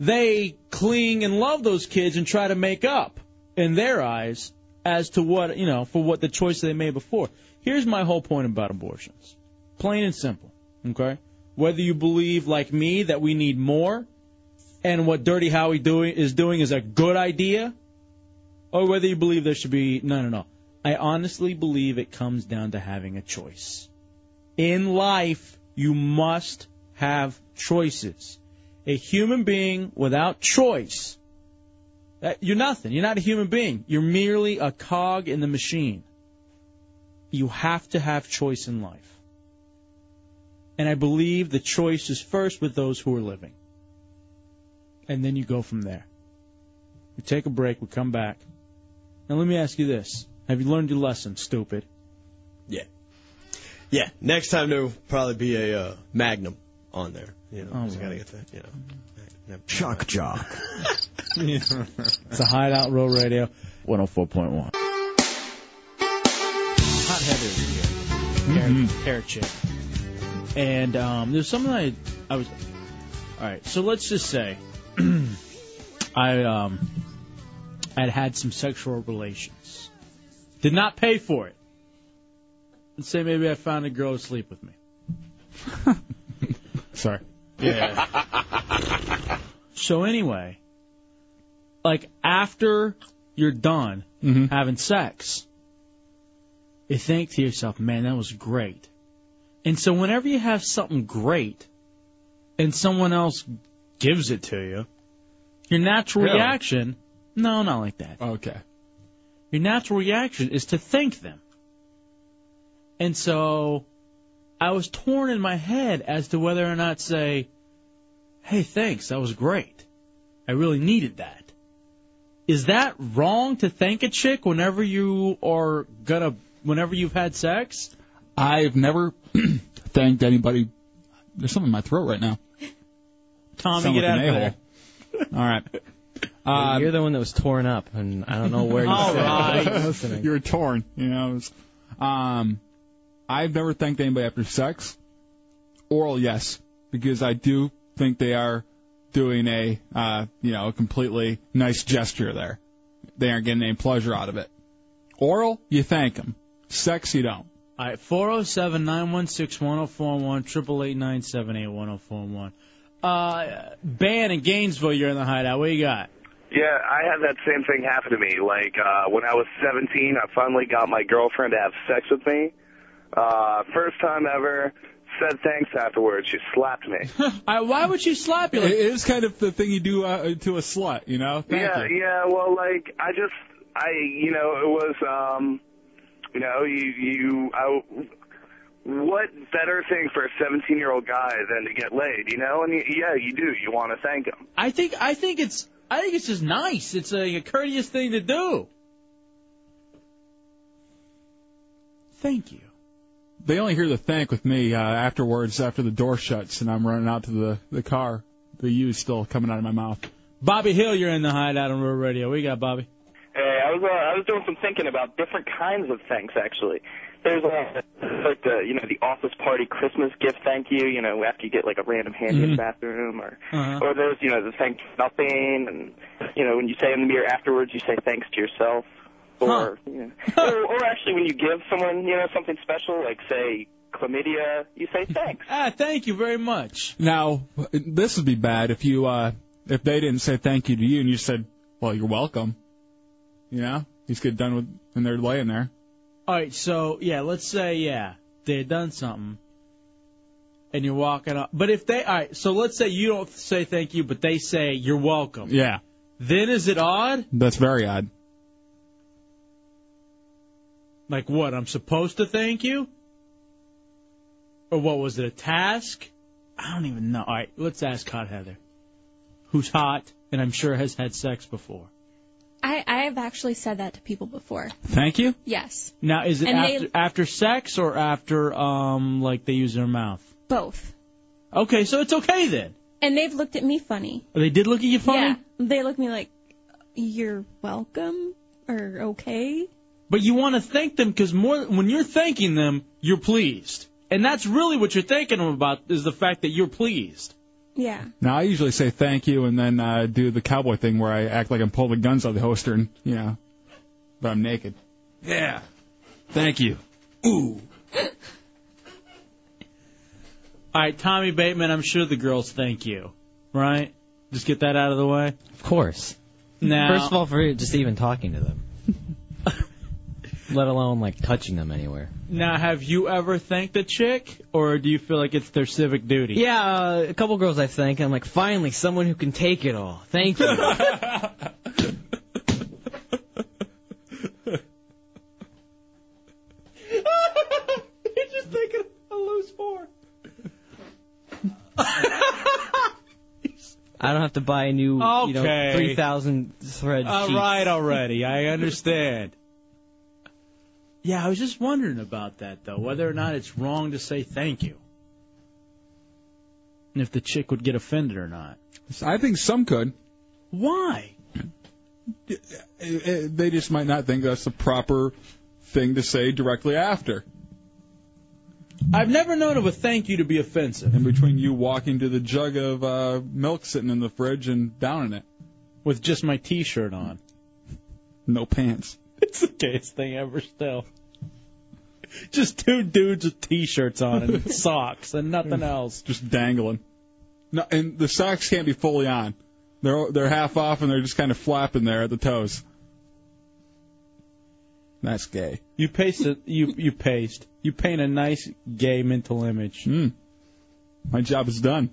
they cling and love those kids and try to make up in their eyes as to what, you know, for what the choice they made before. Here's my whole point about abortions. Plain and simple. Okay? Whether you believe, like me, that we need more, and what Dirty Howie doing is doing is a good idea, or whether you believe there should be none at all. I honestly believe it comes down to having a choice. In life, you must have choices. A human being without choice, uh, you're nothing. You're not a human being. You're merely a cog in the machine. You have to have choice in life and I believe the choice is first with those who are living. And then you go from there. We take a break, we come back. Now let me ask you this. Have you learned your lesson, stupid? Yeah, next time there'll probably be a uh, Magnum on there. You know, just gotta get that. You know, shock jock. It's a hideout row radio 104.1. Hot Heather is here. Hair, hair chick. And um, there's something I, I was. All right, so let's just say I um, I'd had some sexual relations. Did not pay for it. Let's say maybe I found a girl to sleep with me. Sorry. So anyway, like after you're done having sex, you think to yourself, "Man, that was great." And so whenever you have something great, and someone else gives it to you, your natural Really? reaction, no, not like that. Okay. Your natural reaction is to thank them. And so I was torn in my head as to whether or not say, hey, thanks, that was great. I really needed that. Is that wrong to thank a chick whenever you are gonna, whenever you've had sex? I've never thanked anybody. There's something in my throat right now. Tommy, Sound get like out an of a-hole. All right. Um, You're the one that was torn up, and I don't know where you All said it. right. I was listening. You're torn. You know, it was- um, I've never thanked anybody after sex. Oral, yes, because I do think they are doing a, uh, you know, a completely nice gesture there. They aren't getting any pleasure out of it. Oral, you thank them. Sex, you don't. All right, 407 916 1041, 888 978 1041. Uh, Ban in Gainesville, you're in the hideout. What you got? Yeah, I had that same thing happen to me. Like uh, when I was 17, I finally got my girlfriend to have sex with me. Uh, first time ever. Said thanks afterwards. She slapped me. I, Uh, why would you slap you? It is kind of the thing you do uh, to a slut, you know? Thank yeah, you. yeah. Well, like I just, I, you know, it was. um You know, you you I, what better thing for a 17 year old guy than to get laid? You know, and y yeah, you do. You want to thank him. I think I think it's I think it's just nice. It's a, a courteous thing to do. Thank you. They only hear the thank with me uh, afterwards, after the door shuts and I'm running out to the, the car. The U's still coming out of my mouth. Bobby Hill, you're in the hideout on Rural Radio. We got Bobby. Hey, I was uh, I was doing some thinking about different kinds of thanks actually. There's uh, like the you know the office party Christmas gift thank you you know after you get like a random handy in the bathroom or Mm-hmm. Uh-huh. or there's you know the thanks for nothing and you know when you say in the mirror afterwards you say thanks to yourself or you know, or, or actually when you give someone you know something special like say chlamydia you say thanks. Ah, thank you very much. Now, this would be bad if you uh if they didn't say thank you to you and you said, "Well, you're welcome." You know, you just get done with and they're laying there. All right, so yeah, let's say yeah they had done something, and you're walking up. But if they all right, so let's say you don't say thank you, but they say you're welcome. Yeah, Then is it odd? that's very odd. Like what? I'm supposed to thank you? Or what was it? A task? I don't even know. All right, let's ask Hot Heather, who's hot and I'm sure has had sex before. I, I have actually said that to people before. Thank you. Yes, Now is it And they- after after sex or after um like they use their mouth? both. Okay, so it's okay then. And they've looked at me funny. They did look at you funny. Yeah, they look at me like, "You're welcome," or "Okay." But you want to thank them because more when you're thanking them, you're pleased, and that's really what you're thanking them about is the fact that you're pleased. Yeah. Now I usually say thank you and then uh, do the cowboy thing where I act like I'm pulling guns out of the holster and you know, but I'm naked. Yeah. Thank you. Ooh. All right, Tommy Bateman. I'm sure the girls thank you, right? Just get that out of the way. Of course. Now, First of all, for just even talking to them, let alone like touching them anywhere. now have you ever thanked a chick, or do you feel like it's their civic duty? Yeah, uh, a couple girls I think. I'm like, finally, someone who can take it all. Thank you. You're just thinking a loose four. I don't have to buy a new, you know, Okay. three thousand thread All sheet. right, already. I understand. Yeah, I was just wondering about that though, whether or not it's wrong to say thank you, and if the chick would get offended or not. I think some could. Why? Eh, They just might not think that's the proper thing to say directly after. I've never known of a thank you to be offensive. In between you walking to the jug of uh, milk sitting in the fridge and downing it. With just my T-shirt on. No pants. It's the gayest thing ever. Still, just two dudes with T-shirts on and socks and nothing else. Just dangling. No, and the socks can't be fully on. They're they're half off and they're just kind of flapping there at the toes. That's gay. You paste it. You you paste. You paint a nice gay mental image. Hmm. My job is done.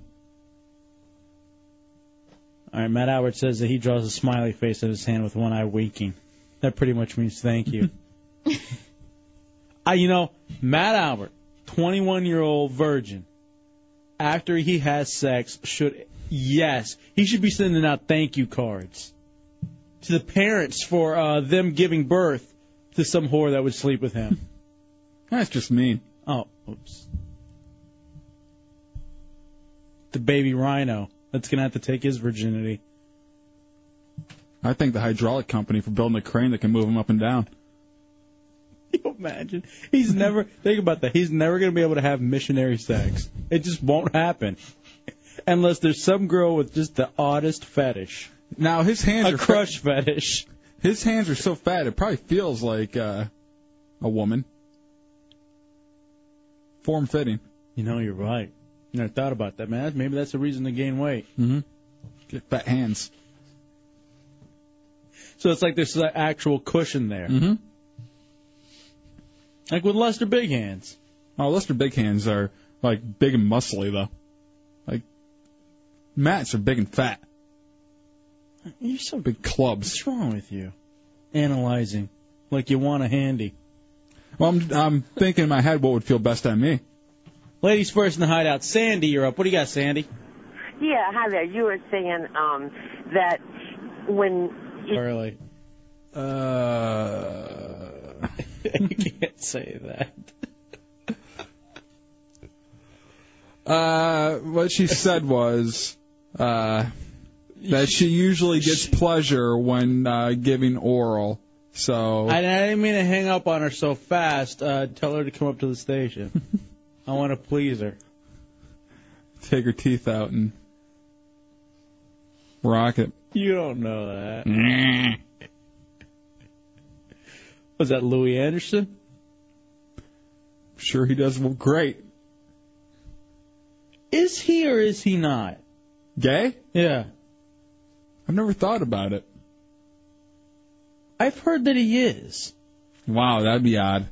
All right, Matt Howard says that he draws a smiley face in his hand with one eye winking. That pretty much means thank you. I, you know, Matt Albert, 21 year old virgin, after he has sex, should, yes, he should be sending out thank you cards to the parents for uh, them giving birth to some whore that would sleep with him. That's just mean. Oh, oops. The baby rhino that's going to have to take his virginity. I thank the hydraulic company for building a crane that can move them up and down. you imagine? He's never think about that. He's never gonna be able to have missionary sex. It just won't happen. Unless there's some girl with just the oddest fetish. Now his hands a are crush fetish. His hands are so fat it probably feels like uh, a woman. Form fitting. You know you're right. Never thought about that, man. Maybe that's a reason to gain weight. Mm-hmm. Get fat hands. So it's like there's an actual cushion there. Mm-hmm. Like with Lester Big Hands. Oh, Lester Big Hands are like big and muscly though. Like Matt's are big and fat. You're so big clubs. What's wrong with you? Analyzing, like you want a handy. Well, I'm, I'm thinking in my head what would feel best on me. Ladies first in the hideout. Sandy, you're up. What do you got, Sandy? Yeah, hi there. You were saying um, that when Early. Uh, I can't say that. Uh, what she said was uh, that she usually gets pleasure when uh, giving oral. So I, I didn't mean to hang up on her so fast. Uh, tell her to come up to the station. I want to please her. take her teeth out and rock it. You don't know Mm-hmm. that. Was that Louis Anderson? Sure, he does great. Is he or is he not? Gay? Yeah. I've never thought about it. I've heard that he is. Wow, that'd be odd.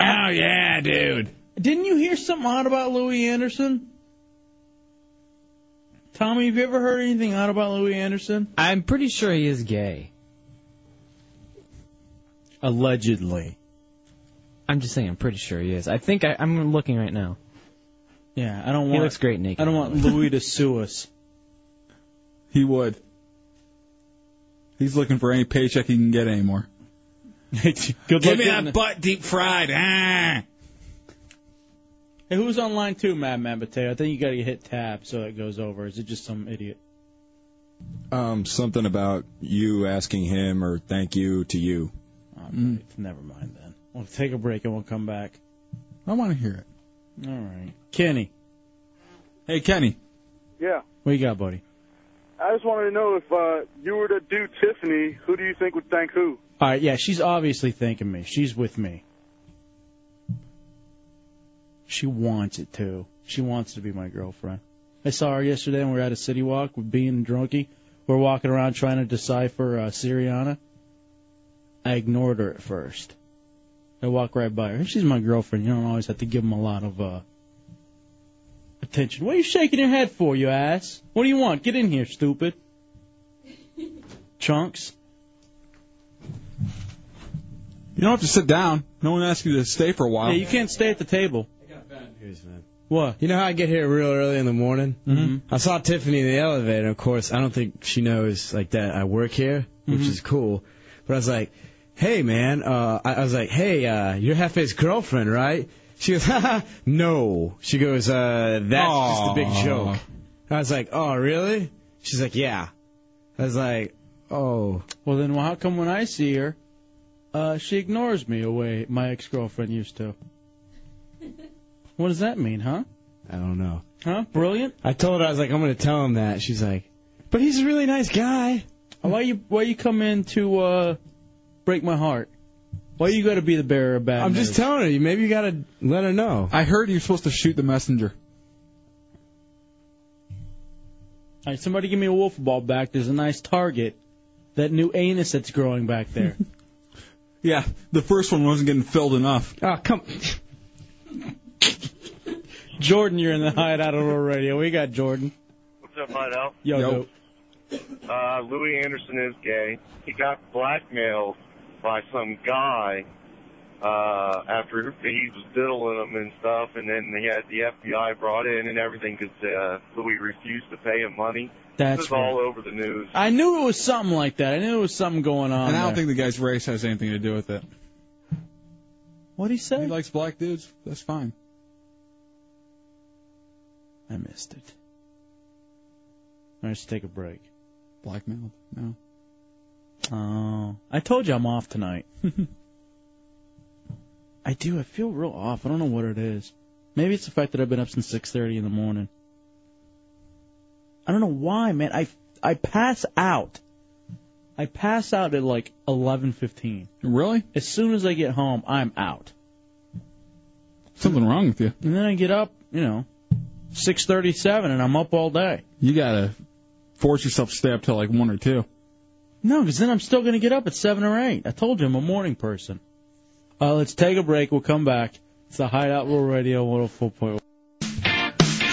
Oh yeah, dude. Didn't you hear something odd about Louis Anderson? Tommy, have you ever heard anything odd about Louis Anderson? I'm pretty sure he is gay. Allegedly. I'm just saying, I'm pretty sure he is. I think I, I'm looking right now. Yeah, I don't He want. looks great naked. I don't want Louis to sue us. He would. He's looking for any paycheck he can get anymore. Good luck me getting that butt deep fried. Ah. Hey, who's on line two, Madman Potato? I think you got to hit tab so it goes over. Is it just some idiot? Um, something about you asking him or thank you to you. Mm. Never mind then. We'll take a break and we'll come back. I want to hear it. All right, Kenny. Hey, Kenny. Yeah. What you got, buddy? I just wanted to know if uh, you were to do Tiffany, who do you think would thank who? All right, yeah, she's obviously thanking me. She's with me. She wants it too. She wants to be my girlfriend. I saw her yesterday when we were at a city walk with Bean and Drunky. We're walking around trying to decipher uh, Syriana. I ignored her at first. I walked right by her. She's my girlfriend. You don't always have to give them a lot of uh, attention. What are you shaking your head for, you ass? What do you want? Get in here, stupid. Chunks. You don't have to sit down. No one asked you to stay for a while. Yeah, you can't stay at the table. What? You know how I get here real early in the morning? Mm-hmm. I saw Tiffany in the elevator. Of course, I don't think she knows like that I work here, which is cool. But I was like, "Hey, man," uh, I, I was like, "Hey, uh, you're Hefe's girlfriend, right?" She goes, "Haha, "No." She goes, uh, "That's just a big Aw. joke." I was like, "Oh, really?" She's like, "Yeah." I was like, Oh. Well, then well, how come when I see her, uh, she ignores me the way my ex girlfriend used to? What does that mean, huh? "I don't know." Huh? Brilliant. I told her I was like, "I'm gonna tell him that." She's like, But he's a really nice guy. Why you Why you come in to uh, break my heart? Why you got to be the bearer of bad "I'm just news? telling her. You Maybe you gotta let her know." I heard you're supposed to shoot the messenger. All right, somebody give me a wolf ball back. There's a nice target. That new anus that's growing back there. Yeah, the first one wasn't getting filled enough. Ah, come. Jordan, you're in the hideout on Rural Radio. We got Jordan. What's up, Hideout? Yo, dope. Uh, Louis Anderson is gay. He got blackmailed by some guy uh, after he was diddling him and stuff, and then he had the FBI brought in and everything because uh, Louis refused to pay him money. That's this is right. all over the news. I knew it was something like that. I knew there was something going on. and I don't there. think the guy's race has anything to do with it. What he say? He likes black dudes. That's fine. I missed it. All right, let's take a break. Blackmailed? No. Oh, I told you I'm off tonight. I do. I feel real off. I don't know what it is. Maybe it's the fact that I've been up since 6:30 in the morning. I don't know why, man. I I pass out. I pass out at like 11:15. Really? As soon as I get home, I'm out. Something wrong with you. And then I get up, you know, 6:37 and I'm up all day. You gotta force yourself to stay up till like one or two. No, because then I'm still going to get up at 7 or 8. I told you I'm a morning person. Uh, let's take a break. We'll come back. It's the Hideout World Radio 104.1.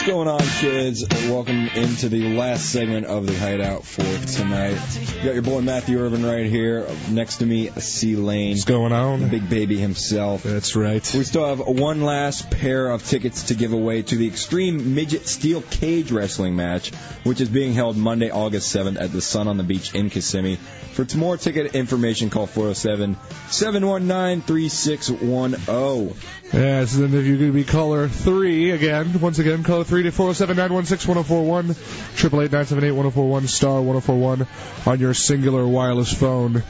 What's going on, kids? Welcome into the last segment of the Hideout for tonight. You got your boy Matthew Irvin right here. Next to me, C Lane. What's going on? The big baby himself. That's right. We still have one last pair of tickets to give away to the Extreme Midget Steel Cage Wrestling match, which is being held Monday, August 7th at the Sun on the Beach in Kissimmee. For t- more ticket information, call 407 719 3610. Yes, and if you're going to be caller three again, once again, caller three to 407 916 1041, 888 978 1041, star 1041 on your singular wireless phone.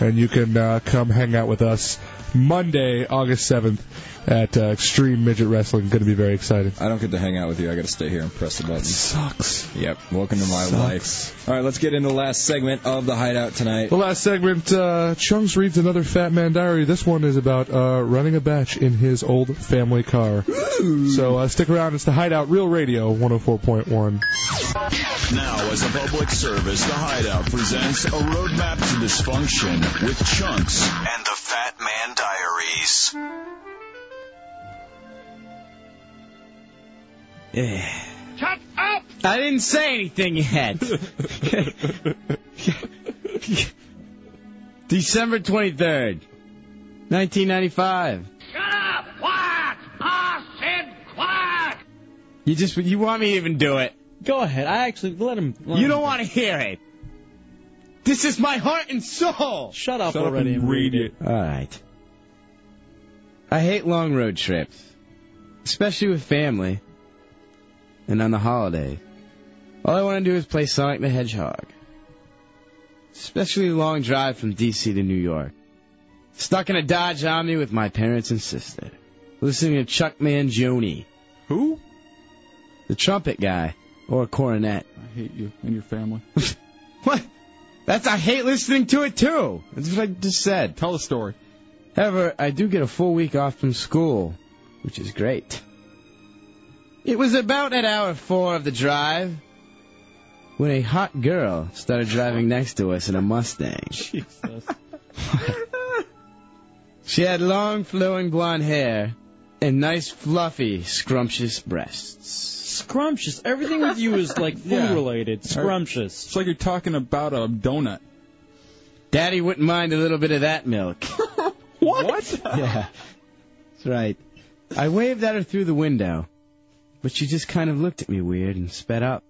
And you can uh, come hang out with us Monday, August 7th at uh, Extreme Midget Wrestling. Going to be very exciting. I don't get to hang out with you. I got to stay here and press the button. Sucks. Yep. Welcome to my Sucks. life. All right, let's get into the last segment of the Hideout tonight. The last segment, uh, Chunks reads another Fat Man diary. This one is about uh, running a batch in his old family car. So uh, stick around. It's the Hideout Real Radio 104.1. Now, as a public service, The Hideout presents a roadmap to dysfunction with Chunks and the Fat Man Diaries. Shut up! I didn't say anything yet. December 23rd, 1995. Shut up! Quiet! I said quiet! You just you want me to even do it? Go ahead. I actually let him. you don't want to hear it. This is my heart and soul. Shut up Shut up already and and read it. All right. I hate long road trips, especially with family and on the holiday. All I want to do is play Sonic the Hedgehog. Especially the long drive from DC to New York. Stuck in a Dodge Omni with my parents and sister. Listening to Chuck Mangione. Who? The trumpet guy. Or coronet. I hate you and your family. what? That's I hate listening to it too. That's what I just said. Tell a story. However, I do get a full week off from school, which is great. It was about at hour four of the drive when a hot girl started driving next to us in a Mustang. Jesus. she had long, flowing blonde hair and nice, fluffy, scrumptious breasts. Scrumptious. Everything with you is like food Yeah. related. Scrumptious. It's like you're talking about a donut. Daddy wouldn't mind a little bit of that milk. What? yeah, that's right. I waved at her through the window, but she just kind of looked at me weird and sped up.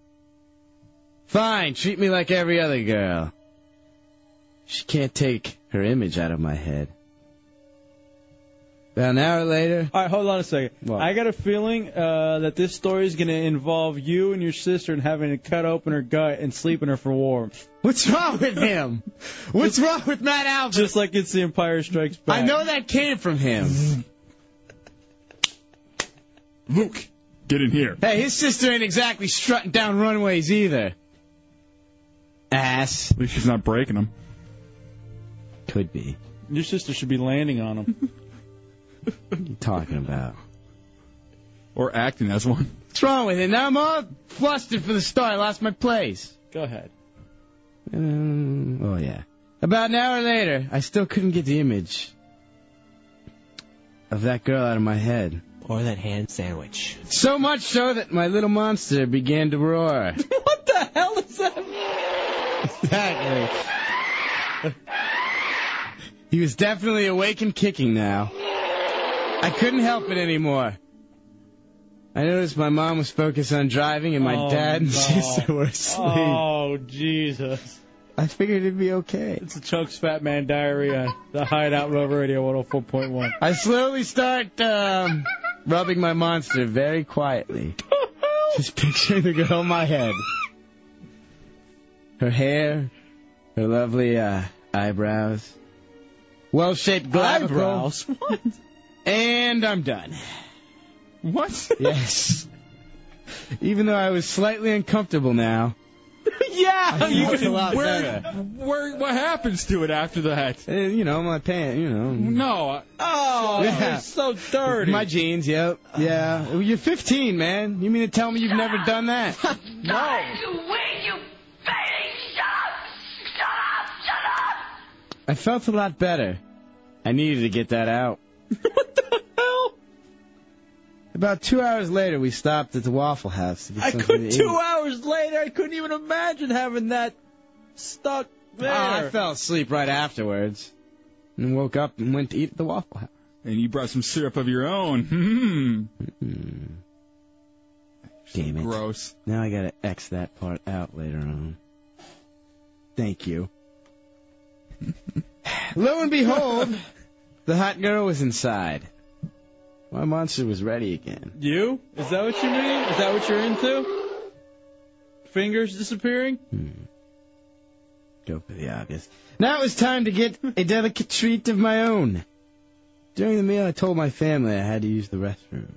Fine, treat me like every other girl. She can't take her image out of my head. About an hour later. All right, hold on a second. I got a feeling uh, that this story is going to involve you and your sister and having to cut open her gut and sleeping her for warmth. What's wrong with him? What's wrong with Matt Albert? Just like it's The Empire Strikes Back. I know that came from him. Luke, get in here. Hey, his sister ain't exactly strutting down runways either. Ass. At least she's not breaking them. Could be. Your sister should be landing on him. What are you talking about? Or acting as one. What's wrong with it? Now I'm all flustered for the start. I lost my place. Go ahead. Um, oh, yeah. About an hour later, I still couldn't get the image of that girl out of my head. Or that hand sandwich. So much so that my little monster began to roar. what the hell is that? exactly. he was definitely awake and kicking now. I couldn't help it anymore. I noticed my mom was focused on driving and my Oh, dad and no. sister were asleep. Oh, Jesus. I figured it'd be okay. It's a Chuck's Fat Man Diary on the Hideout Rover Radio 104.1. I slowly start um, rubbing my monster very quietly. Just picturing the girl in my head. Her hair, her lovely uh, eyebrows, well shaped clavicle. Eyebrows? What? And I'm done. What? Yes. Even though I was slightly uncomfortable now, yeah! I felt a lot better. Where, what happens to it after that? you know, my pants, you know. No. Oh, Yeah. it's so dirty. My jeans, yep. Yeah. Well, You're 15, man. You mean to tell me you've never done that? No! You wait, you baby! Shut up! Shut up! Shut up! I felt a lot better. I needed to get that out. what the hell? About two hours later, we stopped at the Waffle House. To get I something could to two eat. hours later. I couldn't even imagine having that stuck there. Oh, I fell asleep right afterwards, and woke up and went to eat at the Waffle House. And you brought some syrup of your own. Hmm. Mm-hmm. Damn it! Gross. Now I gotta X that part out later on. Thank you. Lo and behold, the hot girl was inside. My monster was ready again. You? Is that what you mean? Is that what you're into? Fingers disappearing? Go for the obvious. Now it was time to get a delicate treat of my own. During the meal, I told my family I had to use the restroom.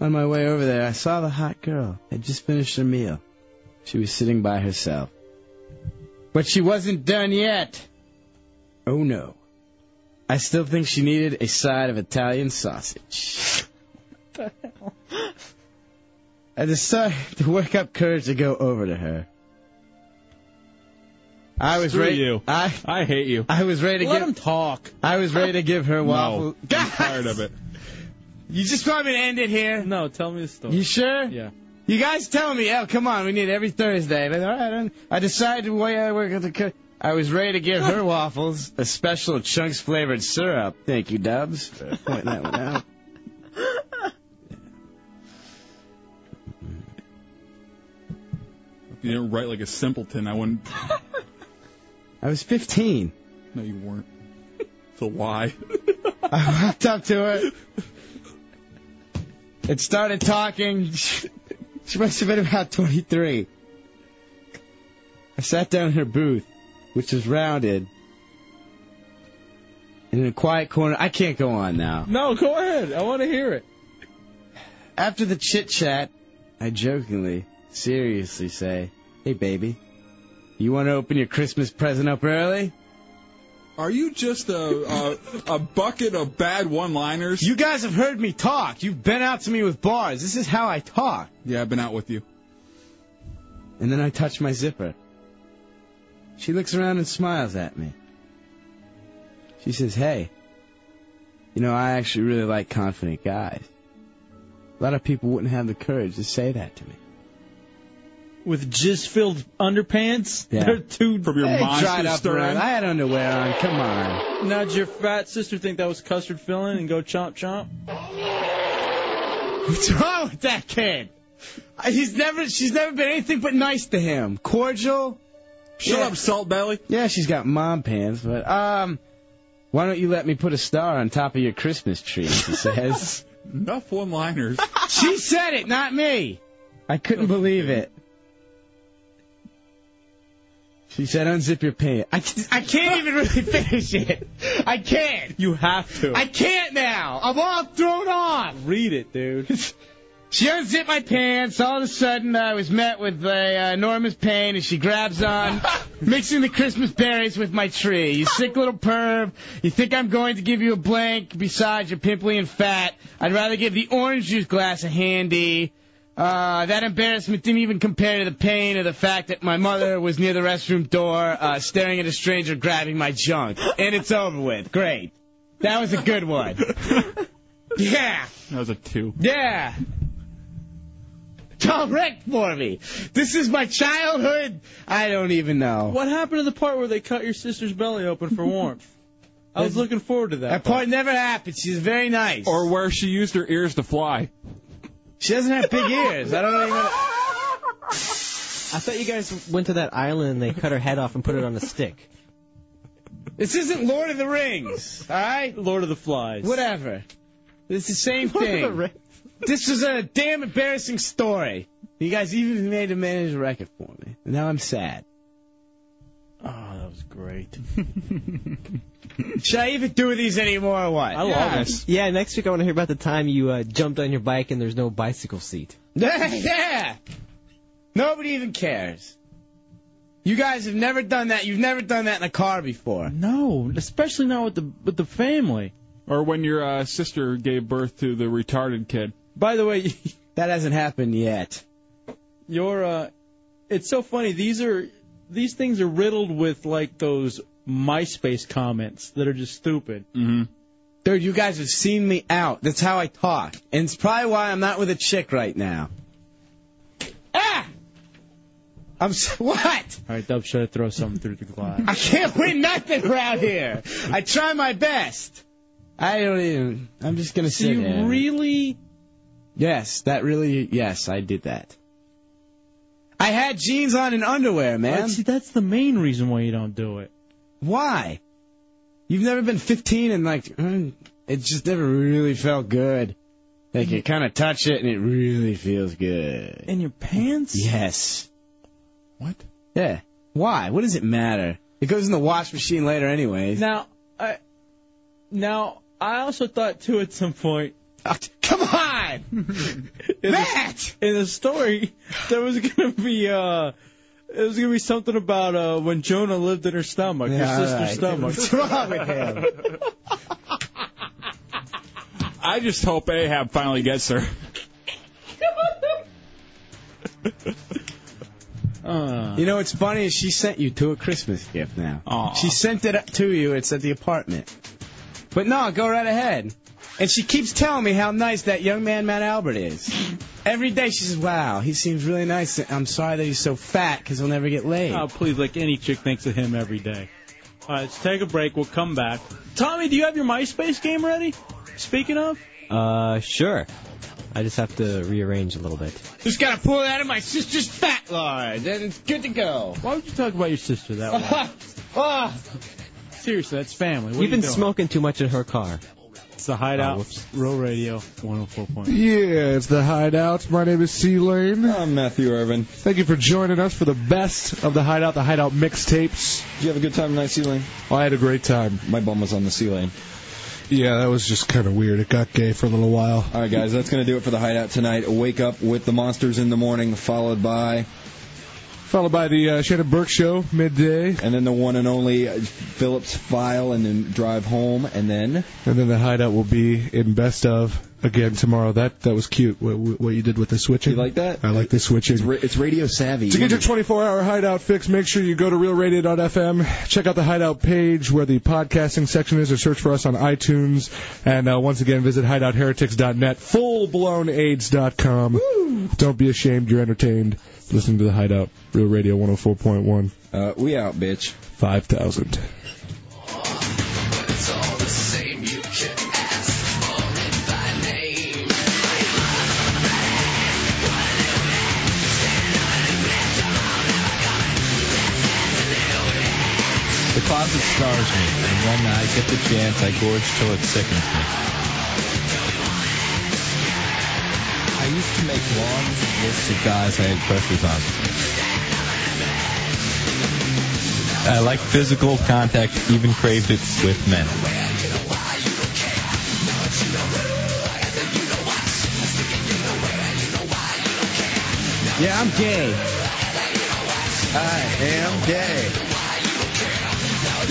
On my way over there, I saw the hot girl had just finished her meal. She was sitting by herself. But she wasn't done yet. Oh no. I still think she needed a side of Italian sausage. I decided to work up courage to go over to her. I was Screw ready. you. I I hate you. I was ready to Let give, him talk. I was ready to give her waffle. I'm tired of it. You just want me to end it here? No, tell me the story. You sure? Yeah. You guys tell me. Oh, come on. We need every Thursday. But all right, I'm- I decided the way I work at the. Co- I was ready to give her waffles a special chunks flavored syrup. Thank you, Dubs, for pointing that one out. If you didn't write like a simpleton, I wouldn't. I was 15. No, you weren't. It's a lie. I walked up to her. It started talking. She must have been about 23. I sat down in her booth, which was rounded. And in a quiet corner, I can't go on now. No, go ahead. I want to hear it. After the chit chat, I jokingly, seriously say, Hey, baby, you want to open your Christmas present up early? Are you just a a, a bucket of bad one-liners? You guys have heard me talk. You've been out to me with bars. This is how I talk. Yeah, I've been out with you. And then I touch my zipper. She looks around and smiles at me. She says, Hey, you know, I actually really like confident guys. A lot of people wouldn't have the courage to say that to me. With jizz filled underpants? Yeah. They're too. From Hey, dried up around. I had underwear on. Come on. Now, did your fat sister think that was custard filling and go chomp chomp? What's wrong with that kid? He's never, she's never been anything but nice to him. Cordial. Shut up, salt belly. Yeah, she's got mom pants, but um, why don't you let me put a star on top of your Christmas tree? She says. Enough one-liners. she said it, not me. I couldn't believe it. She said, "Unzip your pants." I, c- I can't even really finish it. I can't. You have to. I can't now. I'm all thrown off. Read it, dude. She unzipped my pants. All of a sudden, I was met with a, uh, enormous pain as she grabs on, mixing the Christmas berries with my tree. You sick little perv. You think I'm going to give you a blank besides your pimply and fat. I'd rather give the orange juice glass a handy. Uh, that embarrassment didn't even compare to the pain of the fact that my mother was near the restroom door, uh, staring at a stranger grabbing my junk. And it's over with. Great. That was a good one. Yeah. That was a two. Yeah. Direct for me. This is my childhood. I don't even know. What happened to the part where they cut your sister's belly open for warmth? I was looking forward to that. That part never happened. She's very nice. Or where she used her ears to fly. She doesn't have big ears. I don't even. I thought you guys went to that island and they cut her head off and put it on a stick. This isn't Lord of the Rings, all right? Lord of the Flies. Whatever. It's the same Lord of the thing. This was a damn embarrassing story. You guys even made a manage a record for me. Now I'm sad. Oh, that was great. Should I even do these anymore or what? I love this. Yeah, next week I want to hear about the time you uh, jumped on your bike and there's no bicycle seat. yeah. Nobody even cares. You guys have never done that. You've never done that in a car before. No, especially not with the with the family. Or when your uh, sister gave birth to the retarded kid. By the way, that hasn't happened yet. Your uh, it's so funny. These are these things are riddled with like those MySpace comments that are just stupid. Mm-hmm. Dude, you guys have seen me out. That's how I talk. And it's probably why I'm not with a chick right now. Ah! I'm s what? All right, Dub, should I throw something through the glass? I can't win nothing around here. I try my best. I don't even. I'm just gonna sit you there. really? Yes, that really. Yes, I did that. I had jeans on and underwear, man. See, that's the main reason why you don't do it. Why? You've never been 15 and like, mm, it just never really felt good. Like you kind of touch it and it really feels good. In your pants? Yes. What? Yeah. Why? What does it matter? It goes in the wash machine later, anyways. Now, I, now I also thought too at some point. Come on, Matt. in the story, there was gonna be uh, it was gonna be something about uh when Jonah lived in her stomach, Yeah, her sister's all right. stomach. What's wrong with him? I just hope Ahab finally gets her. you know what's funny is she sent you two a Christmas gift now. She sent it up to you. It's at the apartment. But no, go right ahead. And she keeps telling me how nice that young man Matt Albert is. Every day she says, "Wow, he seems really nice." and I'm sorry that he's so fat because he'll never get laid. Oh, please, like any chick thinks of him every day. All right, let's take a break. We'll come back. Tommy, do you have your MySpace game ready? Speaking of, Uh, sure. I just have to rearrange a little bit. Just gotta pull it out of my sister's fat line, and it's good to go. Why would you talk about your sister that way? Seriously, that's family. What You've are you been doing? smoking too much in her car. Oh, It's the Hideout Row Radio 104.1. Yeah, it's the Hideout. My name is C Lane. I'm Matthew Irvin. Thank you for joining us for the best of the Hideout, the Hideout mixtapes. Oh, Did you have a good time tonight, C Lane? I had a great time. My bum was on the C Lane. Yeah, that was just kind of weird. It got gay for a little while. All right, guys, that's going to do it for the hideout tonight. Wake up with the monsters in the morning, followed by. Followed by the uh, Shannon Burke Show, midday. And then the one and only uh, Phillips File, and then drive home, and then. And then the Hideout will be in best of again tomorrow. That that was cute. What, what you did with the switching. You like that? I like the switching. It's, ra- it's radio savvy. To get your 24 hour hideout fix, make sure you go to realradio.fm, check out the hideout page where the podcasting section is, or search for us on iTunes. And uh, once again, visit hideoutheretics.net, fullblownaids.com. Don't be ashamed, you're entertained. Listen to the hideout, Real Radio 104.1. Uh, we out, bitch. 5,000. It's all the same. You can ask for it by name. The closet stars me, and when I get the chance, I gorge till it sickens me. I used to make long lists of guys I had crushes on. I like physical contact, even craved it with men. Yeah, I'm gay. I am gay.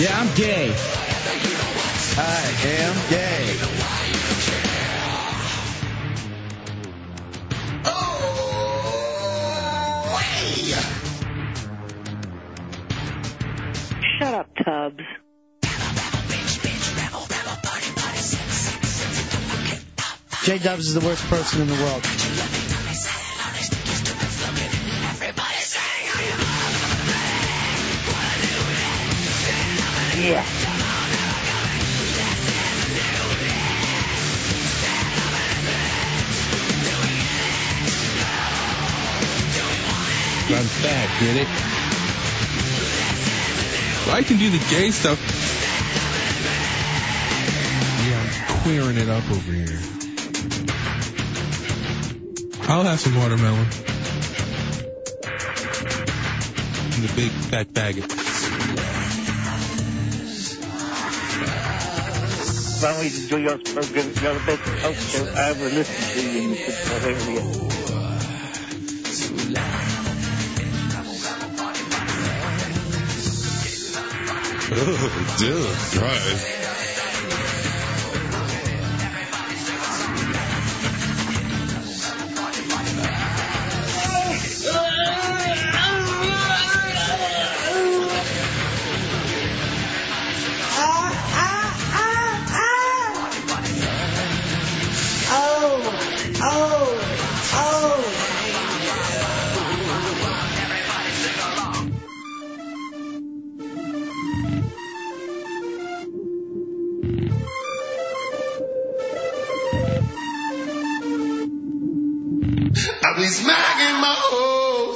Yeah, I'm gay. I am gay. Shut up, Tubbs. J Dubs is the worst person in the world. Yeah. I'm fat, get it? I can do the gay stuff. Yeah, I'm queering it up over here. I'll have some watermelon. I'm the big fat faggot. When we do your program, your best culture, I will listen to you, Mr. Bohemian. Oh, dear God. Ah, ah, ah, ah.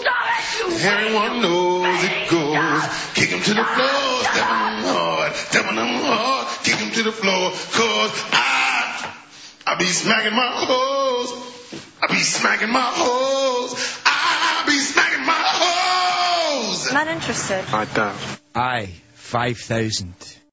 everyone knows it goes. Kick him to the floor, step on him hard, step on him hard, kick him to the floor, cause I, I be smacking my hoes, I be smacking my hoes, I be smacking my hoes. Not interested. I, 5,000.